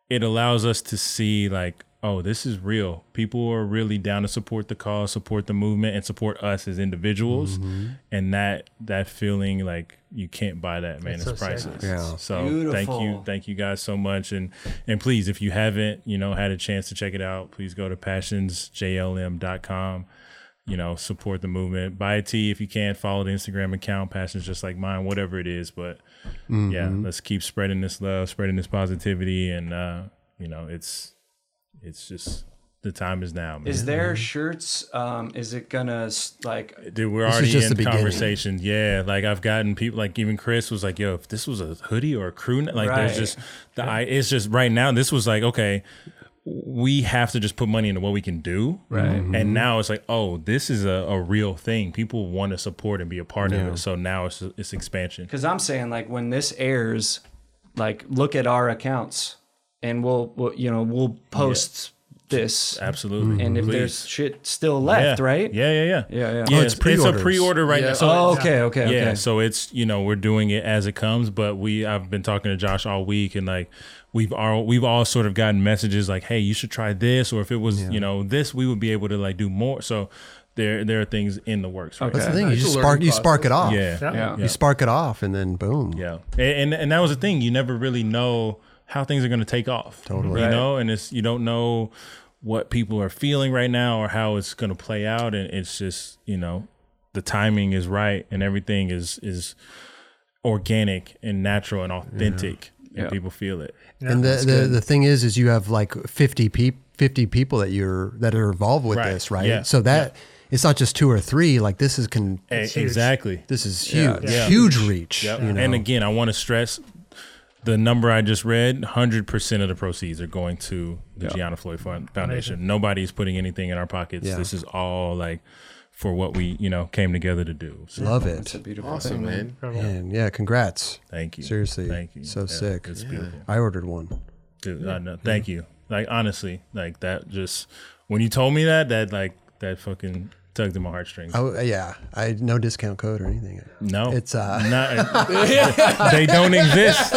Speaker 2: it allows us to see like oh this is real people are really down to support the cause support the movement and support us as individuals
Speaker 1: Mhm.
Speaker 2: and that that feeling like you can't buy that man
Speaker 1: That's
Speaker 2: it's
Speaker 1: so sick.
Speaker 2: priceless
Speaker 1: Yeah.
Speaker 2: so thank you
Speaker 1: Beautiful.
Speaker 2: thank you guys so much and and please if you haven't you know had a chance to check it out please go to passionsjlm.com you know support the movement buy a tee if you can follow the instagram account passions just like mine whatever it is but yeah
Speaker 1: Mhm.
Speaker 2: let's keep spreading this love spreading this positivity and uh you know it's it's just the time is now man.
Speaker 4: Is there shirts? Um, is it gonna s- like?
Speaker 2: Dude, we're
Speaker 1: This is
Speaker 2: already
Speaker 1: just
Speaker 2: in
Speaker 1: the beginning.
Speaker 2: conversation. Yeah, like I've gotten people, like even Chris was like, "Yo, if this was a hoodie or a crew, neck," like there's
Speaker 4: Right.
Speaker 2: just the I. It's just right now. This was like, okay, we have to just put money into what we can do,
Speaker 4: Right.
Speaker 1: Mm-hmm.
Speaker 4: Mhm.
Speaker 2: And now it's like, oh, this is a, a real thing. People want to support and be a part
Speaker 4: Yeah.
Speaker 2: of it. So now it's it's expansion.
Speaker 4: Because I'm saying like when this airs, like look at our accounts, and we'll, we'll you know we'll post this
Speaker 1: Mm-hmm.
Speaker 2: absolutely.
Speaker 4: And if
Speaker 2: Please.
Speaker 4: there's shit still left,
Speaker 2: Yeah.
Speaker 4: right?
Speaker 2: Yeah, yeah, yeah,
Speaker 4: yeah, yeah.
Speaker 1: Oh,
Speaker 2: Yeah, it's, it's a pre-order right now. So
Speaker 4: oh,
Speaker 2: it's-
Speaker 4: okay, okay,
Speaker 2: yeah.
Speaker 4: okay.
Speaker 2: So it's you know we're doing it as it comes, but we I've been talking to Josh all week and like we've all we've all sort of gotten messages like, hey, you should try this, or if it was you know this, we would be able to like do more. So there there are things in the works. Right
Speaker 1: That's the
Speaker 2: now.
Speaker 1: thing. You just spark. You spark it off.
Speaker 2: Yeah,
Speaker 1: You spark it off, and then boom.
Speaker 2: Yeah. And, and and that was the thing. You never really know how things are going to take off.
Speaker 1: Totally.
Speaker 2: You
Speaker 1: Right.
Speaker 2: know, and it's you don't know what people are feeling right now or how it's going to play out, and it's just you know the timing is right and everything is is organic and natural and authentic, and
Speaker 1: Yeah.
Speaker 2: people feel it.
Speaker 1: and the, the, the thing is, is you have like 50 people, 50 people that you're, that are involved with
Speaker 2: Right.
Speaker 1: this, right?
Speaker 2: Yeah.
Speaker 1: So that it's not just two or three, like this is can
Speaker 2: E- exactly.
Speaker 1: This is huge, huge reach.
Speaker 2: Yep.
Speaker 1: You know?
Speaker 2: And again, I want to stress the number I just read 100% of the proceeds are going to the
Speaker 1: Yeah.
Speaker 2: Gianna Floyd Fund Foundation. Nobody's putting anything in our pockets.
Speaker 1: Yeah.
Speaker 2: This is all like for what we, you know, came together to do. So-
Speaker 1: Love it.
Speaker 5: Awesome, thing, man. man.
Speaker 1: And yeah, congrats.
Speaker 2: Thank you.
Speaker 1: Seriously.
Speaker 2: Thank you.
Speaker 1: So
Speaker 2: Yeah,
Speaker 1: sick.
Speaker 2: it's beautiful.
Speaker 1: I ordered one.
Speaker 2: Dude, I know. Thank you. Like honestly, like that just when you told me that that like that fucking tugged at my heartstrings.
Speaker 1: I w yeah, I no discount code or anything.
Speaker 2: No,
Speaker 1: it's uh, [laughs]
Speaker 2: [laughs] Not- they don't exist.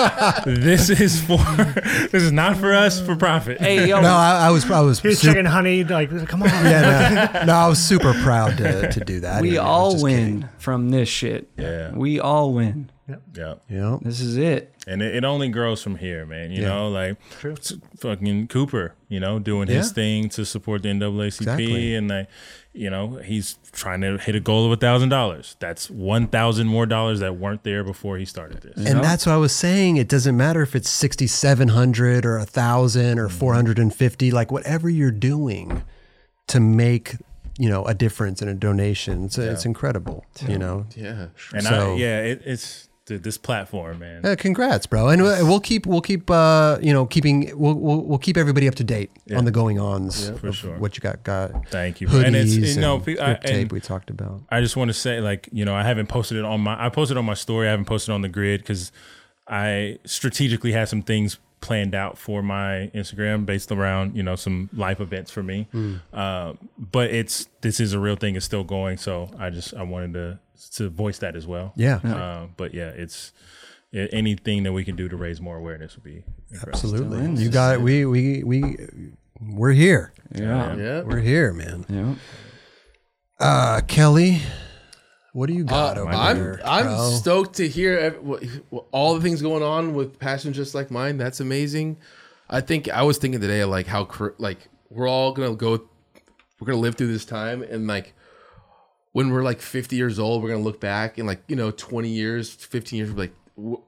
Speaker 2: This is for [laughs] this is not for us for profit. [laughs]
Speaker 1: no, I, I was, I was,
Speaker 3: He was
Speaker 1: super,
Speaker 3: checking honey. Like, come on. [laughs]
Speaker 1: yeah, no, no, I was super proud to, to do that.
Speaker 4: we
Speaker 1: you know,
Speaker 4: all
Speaker 1: just
Speaker 4: win
Speaker 1: kidding.
Speaker 4: from this shit.
Speaker 2: Yeah.
Speaker 4: We all win.
Speaker 2: Yeah.
Speaker 1: Yeah.
Speaker 4: This is it.
Speaker 2: And it, it only grows from here, man. You
Speaker 4: Yeah.
Speaker 2: know, like s- fucking Cooper, you know, doing his
Speaker 1: Yeah.
Speaker 2: thing to support the NAACP,
Speaker 1: Exactly.
Speaker 2: and like, you know, he's trying to hit a goal of a thousand dollars. That's one thousand more dollars that weren't there before he started this.
Speaker 1: And that's what I was saying. It doesn't matter if it's 6,700 or 1,000
Speaker 2: Mm-hmm.
Speaker 1: or 450, like whatever you're doing to make, you know, a difference in a donation. It's, it's incredible, you know?
Speaker 2: And
Speaker 1: so,
Speaker 2: I, yeah, it, it's th- this platform, man.
Speaker 1: yeah, Uh, congrats, bro. And we- we'll keep, we'll keep, uh, you know, keeping, we'll, we'll, we'll keep everybody up to date
Speaker 2: Yeah.
Speaker 1: on the going ons.
Speaker 2: Yeah, for sure.
Speaker 1: What you got, got.
Speaker 2: Thank you.
Speaker 1: Hoodies
Speaker 2: And it's- you know,
Speaker 1: and
Speaker 2: pe- I-
Speaker 1: grip tape
Speaker 2: and-
Speaker 1: we talked about.
Speaker 2: I just want to say, like, you know, I haven't posted it on my. I posted on my story. I haven't posted on the grid because I strategically had some things planned out for my Instagram based around you know some life events for me.
Speaker 1: Mm.
Speaker 2: Uh, but it's this is a real thing. It's still going. So I just I wanted to to voice that as well.
Speaker 1: Yeah.
Speaker 2: Uh, but yeah, it's a- anything that we can do to raise more awareness would be incredible.
Speaker 1: Absolutely. You got it. We, we, we, we're here.
Speaker 2: Yeah. Yeah.
Speaker 1: We're here, man.
Speaker 4: Yeah.
Speaker 1: Uh, Kelly, what do you got
Speaker 5: Uh,
Speaker 1: over
Speaker 5: I'm
Speaker 1: there?
Speaker 5: I'm
Speaker 1: bro?
Speaker 5: stoked to hear ev- wh- wh- all the things going on with passion just like mine. That's amazing. I think I was thinking today like how cr- like we're all gonna go, we're gonna live through this time and like when we're like 50 years old, we're gonna look back and like you know 20 years, 15 years, we'll be like w-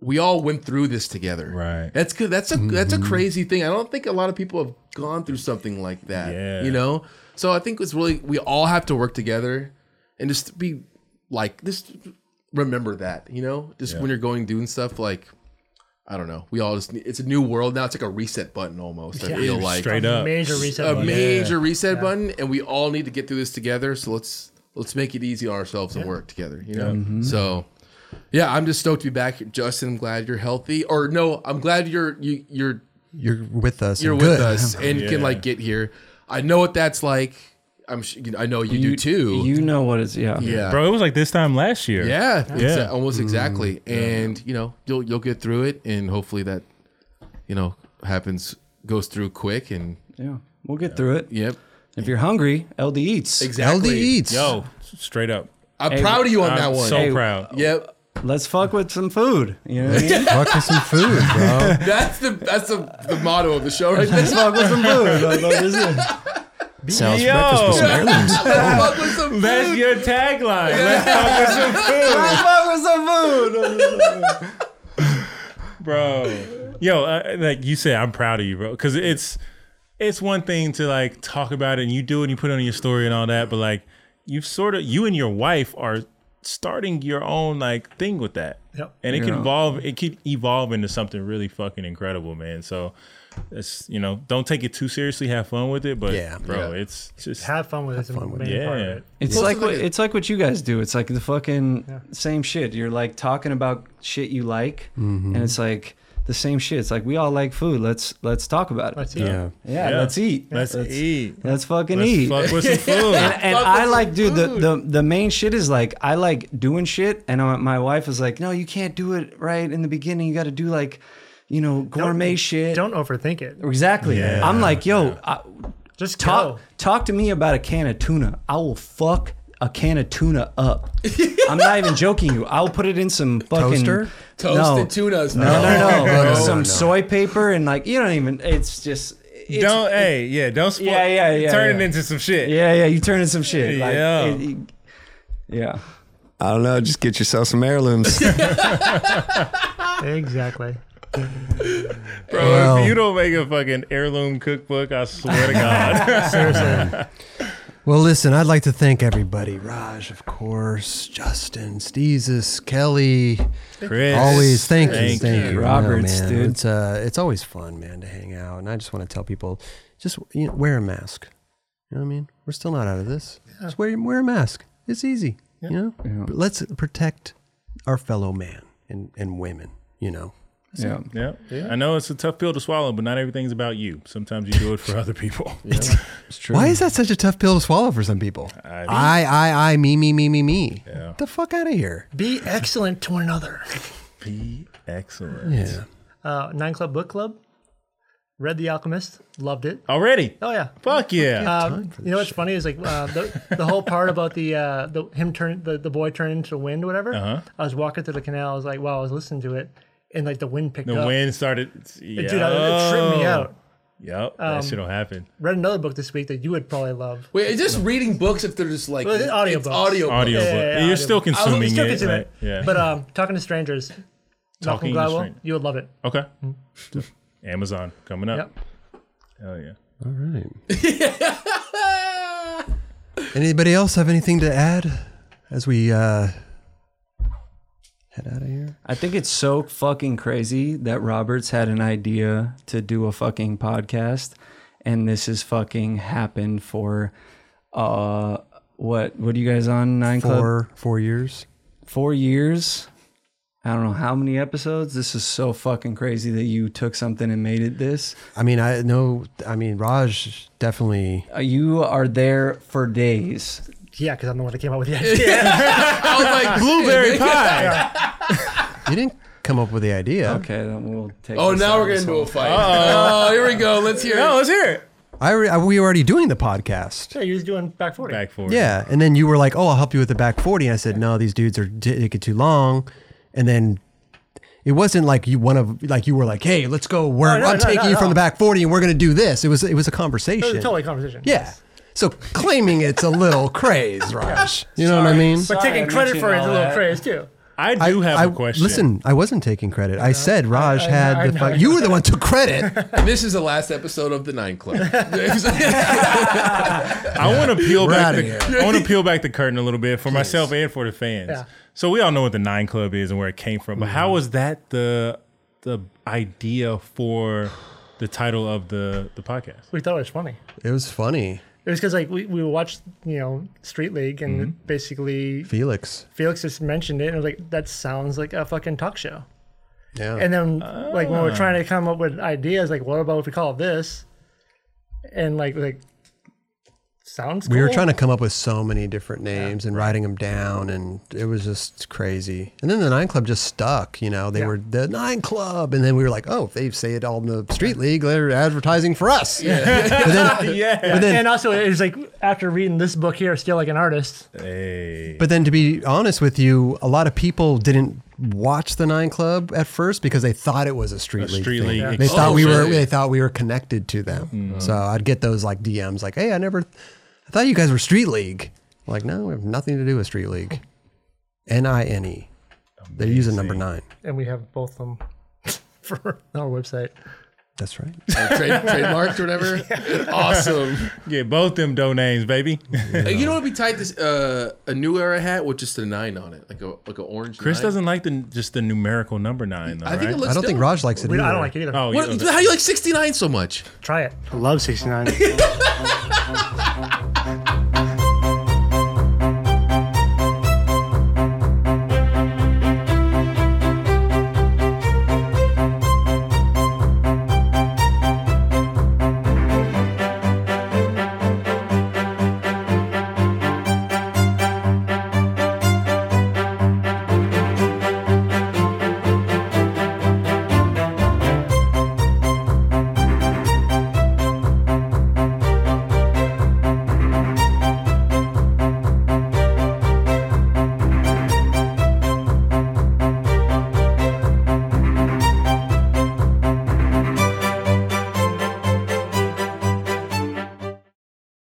Speaker 5: we all went through this together.
Speaker 2: Right.
Speaker 5: That's good. That's a
Speaker 1: Mm-hmm.
Speaker 5: that's a
Speaker 2: Mhm.
Speaker 5: crazy thing. I don't think a lot of people have gone through something like that.
Speaker 2: Yeah.
Speaker 5: You know. So I think it's really we all have to work together and just be like just remember that. You know, just
Speaker 2: Yeah.
Speaker 5: when you're going doing stuff like I don't know. We all just need, it's a new world now. It's like a reset button almost. I
Speaker 2: Yeah.
Speaker 5: feel like
Speaker 2: Straight up. Major
Speaker 3: reset
Speaker 5: a
Speaker 3: button.
Speaker 5: major
Speaker 2: Yeah.
Speaker 5: reset button, and we all need to get through this together. So let's let's make it easy on ourselves and work together. You know.
Speaker 2: Yeah. Mhm.
Speaker 5: So yeah, I'm just stoked to be back, Justin. I'm glad you're healthy. Or no, I'm glad you're you you're
Speaker 1: You're with us.
Speaker 5: you're
Speaker 1: and
Speaker 5: with
Speaker 1: good. [laughs]
Speaker 5: [laughs] us and can like get here. I know what that's like. I'm sh- I know you, do too.
Speaker 4: You know what it's yeah.
Speaker 5: Yeah.
Speaker 2: Bro, it was like this time last year.
Speaker 5: Yeah,
Speaker 2: Yeah.
Speaker 5: exa- almost exactly. And you know, you'll you'll get through it, and hopefully that, you know, happens goes through quick, and
Speaker 4: Yeah. We'll get through it.
Speaker 5: Yep.
Speaker 4: If you're hungry, LD eats.
Speaker 5: Exactly. LD eats.
Speaker 2: Yo, straight up.
Speaker 5: I'm proud of you on
Speaker 2: I'm
Speaker 5: that one.
Speaker 2: So
Speaker 4: Hey,
Speaker 2: proud.
Speaker 5: Yep.
Speaker 4: Let's fuck with some food. You know what I mean?
Speaker 1: Fuck with some food,
Speaker 2: [laughs]
Speaker 1: bro.
Speaker 5: That's the that's the, the motto of the show,
Speaker 4: [laughs]
Speaker 5: right? there.
Speaker 4: Let's fuck with some food. Like, what is it?
Speaker 10: Sounds
Speaker 2: Yo.
Speaker 10: breakfast with some heirlooms.
Speaker 5: Fuck with some
Speaker 2: That's
Speaker 5: food.
Speaker 2: your tagline. Let's fuck with some food,
Speaker 4: Let's fuck with some food.
Speaker 2: bro. Yo, uh, like you said, I'm proud of you, bro. Because it's it's one thing to like talk about it and you do it and you put it on your story and all that, but like you've sort of you and your wife are starting your own like thing with that.
Speaker 3: Yep.
Speaker 2: And it can
Speaker 4: Yeah.
Speaker 2: evolve. It can evolve into something really fucking incredible, man. So, it's you know, don't take it too seriously. Have fun with it, but
Speaker 1: Yeah.
Speaker 2: bro, it's just
Speaker 3: Have fun with it. Fun with
Speaker 2: yeah.
Speaker 4: It's
Speaker 5: Most
Speaker 4: like
Speaker 5: of
Speaker 4: what,
Speaker 5: it-
Speaker 4: it's like what you guys do. It's like the fucking same shit. You're like talking about shit you like, and it's like the same shit. It's like we all like food. Let's let's talk about it.
Speaker 3: Let's eat.
Speaker 1: Yeah.
Speaker 4: yeah,
Speaker 2: Yeah.
Speaker 4: let's eat.
Speaker 2: Let's, eat.
Speaker 4: Let's fucking
Speaker 2: Let's
Speaker 4: eat.
Speaker 2: fuck with some
Speaker 3: [laughs]
Speaker 4: and
Speaker 2: food.
Speaker 4: and
Speaker 5: Fuck
Speaker 4: I
Speaker 5: with
Speaker 4: like,
Speaker 5: some
Speaker 4: dude, the,
Speaker 5: food.
Speaker 4: the the main shit is like I like doing shit, and I, my wife is like, no, you can't do it right in the beginning. You got to do like, you know, gourmet shit.
Speaker 3: Don't overthink it.
Speaker 4: exactly.
Speaker 2: Yeah.
Speaker 4: I'm like, yo, I,
Speaker 3: Just
Speaker 4: talk
Speaker 3: go.
Speaker 4: talk to me about a can of tuna. I will fuck a can of tuna up. I'm not even joking you. I'll put it in some fucking
Speaker 1: Toaster?
Speaker 5: Toasted
Speaker 4: no.
Speaker 5: tunas.
Speaker 4: No, no, no,
Speaker 1: no,
Speaker 4: some
Speaker 1: no.
Speaker 4: soy paper and like you don't even. It's just. It's,
Speaker 2: don't hey yeah don't spoil
Speaker 4: Yeah, yeah, yeah,
Speaker 2: turn it
Speaker 4: yeah.
Speaker 2: into some shit
Speaker 4: Yeah, yeah. You turning some shit. Like,
Speaker 2: Yeah.
Speaker 4: it- it- yeah.
Speaker 10: I don't know. Just get yourself some heirlooms.
Speaker 3: Exactly.
Speaker 2: bro
Speaker 1: Well.
Speaker 2: if you don't make a fucking heirloom cookbook I swear to
Speaker 3: [laughs]
Speaker 2: God
Speaker 1: Well, listen, I'd like to thank everybody. Raj, of course, Justin, Steezus, Kelly.
Speaker 2: Chris
Speaker 1: always, thank you, thank, you,
Speaker 4: Roberts,
Speaker 1: No, man,
Speaker 4: dude.
Speaker 1: It's uh, it's always fun, man, to hang out. And I just want to tell people, just you know, wear a mask. You know what I mean? We're still not out of this. Just wear wear a mask. It's easy. You know, but let's protect our fellow man and and women. You know,
Speaker 4: Yeah.
Speaker 2: yeah. I know it's a tough pill to swallow but not everything's about you sometimes you do it for other
Speaker 3: [laughs]
Speaker 2: people
Speaker 4: It's true.
Speaker 1: why is that such a tough pill to swallow for some people? I, I, I, me, me, me, me, me. Get the fuck out of here.
Speaker 3: Be excellent to one another.
Speaker 2: be excellent
Speaker 1: Yeah.
Speaker 3: Uh, Nine Club Book Club. Read The Alchemist. Loved it.
Speaker 2: already
Speaker 3: Oh yeah.
Speaker 2: fuck yeah
Speaker 3: Um, you know what's funny is like uh, the, the whole part about the uh, the him turn the, the boy turning into the wind or whatever.
Speaker 2: Uh-huh.
Speaker 3: I was walking through the canal. I was like, wow. I was listening to it, and like the wind picked
Speaker 2: the
Speaker 3: up.
Speaker 2: wind started yeah.
Speaker 3: Oh, Dude, I, it tripped me out. Um,
Speaker 2: yep that shit'll happen
Speaker 3: Read another book this week that you would probably love.
Speaker 5: Wait, it's just reading books if they're just like
Speaker 3: Well, it's audiobooks.
Speaker 5: It's audio.
Speaker 2: audio
Speaker 3: yeah, yeah,
Speaker 2: book
Speaker 3: audio
Speaker 2: you're still
Speaker 3: book.
Speaker 2: consuming
Speaker 3: you still
Speaker 2: it
Speaker 3: consume
Speaker 2: right?
Speaker 3: it.
Speaker 2: yeah
Speaker 3: But um, talking to strangers,
Speaker 2: Talking to
Speaker 3: Malcolm Gladwell,
Speaker 2: Strangers.
Speaker 3: you would love it.
Speaker 2: okay Amazon coming up
Speaker 3: Mm-hmm. Yep.
Speaker 2: hell yeah
Speaker 1: All right. Anybody else have anything to add as we uh, head out of here?
Speaker 4: I think it's so fucking crazy that Roberts had an idea to do a fucking podcast, and this has fucking happened for, uh, what? What are you guys on Nine Club?
Speaker 1: Four four years.
Speaker 4: Four years. I don't know how many episodes. This is so fucking crazy that you took something and made it this.
Speaker 1: I mean, I know. I mean, Raj
Speaker 3: [laughs]
Speaker 1: definitely.
Speaker 4: Uh, You are there for days.
Speaker 3: Yeah, because I'm the one that came up with the idea.
Speaker 5: I was like [laughs]
Speaker 2: blueberry pie
Speaker 1: You didn't come up with the idea.
Speaker 4: Okay, then we'll take.
Speaker 5: Oh,
Speaker 4: this out
Speaker 5: now we're
Speaker 4: of
Speaker 5: getting
Speaker 4: this
Speaker 5: into
Speaker 4: one.
Speaker 5: a fight. Oh, here we go. Let's hear.
Speaker 2: no
Speaker 5: it.
Speaker 2: let's hear it
Speaker 1: I, re- I we were already doing the podcast.
Speaker 3: yeah, you was doing back forty.
Speaker 2: back for
Speaker 1: Yeah, and then you were like, "Oh, I'll help you with the back 40. I said, "No, these dudes are take it too long," and then. It wasn't like you one of like you were like, hey, let's go. We're,
Speaker 3: Oh, no,
Speaker 1: I'm
Speaker 3: no,
Speaker 1: taking
Speaker 3: no,
Speaker 1: you from
Speaker 3: no.
Speaker 1: the back forty, and we're gonna do this. It was it was a
Speaker 3: It was
Speaker 1: conversation.
Speaker 3: a totally conversation.
Speaker 1: Yeah. So claiming it's a little craze, Raj. You know what I mean?
Speaker 3: But
Speaker 4: Sorry, I
Speaker 3: taking credit
Speaker 4: mentioned
Speaker 3: for it is
Speaker 4: all
Speaker 3: a little
Speaker 4: that.
Speaker 3: crazy too.
Speaker 2: I do have
Speaker 1: I-
Speaker 2: a question.
Speaker 1: Listen, I wasn't taking credit. I said Raj
Speaker 3: I- I-
Speaker 1: had
Speaker 3: I
Speaker 1: the.
Speaker 3: know.
Speaker 1: Fuck, you were the one took
Speaker 3: [laughs]
Speaker 1: credit.
Speaker 5: And this is the last episode of the Nine
Speaker 2: [laughs]
Speaker 5: Club. [laughs]
Speaker 2: I
Speaker 1: [laughs]
Speaker 2: want to peel
Speaker 1: We're
Speaker 2: back.
Speaker 1: outta
Speaker 2: The, I want to peel back the curtain a little bit for myself and for the fans.
Speaker 3: Yeah.
Speaker 1: Mm-hmm.
Speaker 2: So we all know what the Nine Club is and where it came from, but how was that the the idea for the title of the the podcast?
Speaker 3: We thought it was funny.
Speaker 1: It was funny.
Speaker 3: It was because like we, we watched you know Street League and
Speaker 1: Mm-hmm.
Speaker 3: basically
Speaker 1: Felix.
Speaker 3: Felix just mentioned it and I was like that sounds like a fucking talk show.
Speaker 1: Yeah.
Speaker 3: And then like when we're
Speaker 1: Ah.
Speaker 3: trying to come up with ideas, like what about if we call it this? And like like sounds.
Speaker 1: we were
Speaker 3: cool.
Speaker 1: trying to come up with so many different names and writing them down, and it was just crazy. And then the Nine Club just stuck. You know, they were the Nine Club, and then we were like, oh, if they say it all in the Street League, they're advertising for us. [laughs]
Speaker 3: Yeah.
Speaker 1: but
Speaker 3: [laughs]
Speaker 1: then, but then-
Speaker 3: and also it was like after reading this book here, still like an artist.
Speaker 1: But then, to be honest with you, a lot of people didn't watch the Nine Club at first because they thought it was a street
Speaker 2: A
Speaker 1: league.
Speaker 2: Street
Speaker 1: thing.
Speaker 2: League
Speaker 1: They thought we were.
Speaker 2: exclusive.
Speaker 1: They thought we were connected to them.
Speaker 2: Mhm.
Speaker 1: So I'd get those like DMs like, "Hey, I never. I thought you guys were Street League." I'm like, no, we have nothing to do with Street League. N I N E. They're using number nine.
Speaker 3: And we have both of them [laughs] for our website.
Speaker 1: That's right.
Speaker 5: Trade, trademarked or whatever. Awesome.
Speaker 2: Get both them dough
Speaker 1: [laughs]
Speaker 2: names, baby.
Speaker 5: Uh, You know what would be tight? This uh, a new era hat with just a nine on it, like a like an orange.
Speaker 2: Chris
Speaker 5: nine.
Speaker 2: doesn't like the just the numerical number nine. Though,
Speaker 5: I think it
Speaker 2: right? Oh,
Speaker 5: looks I don't think dope. Raj
Speaker 1: likes
Speaker 5: it We- I don't either. like it either.
Speaker 1: Oh.
Speaker 5: What- how do you like sixty nine so much?
Speaker 3: Try it.
Speaker 6: I love sixty nine.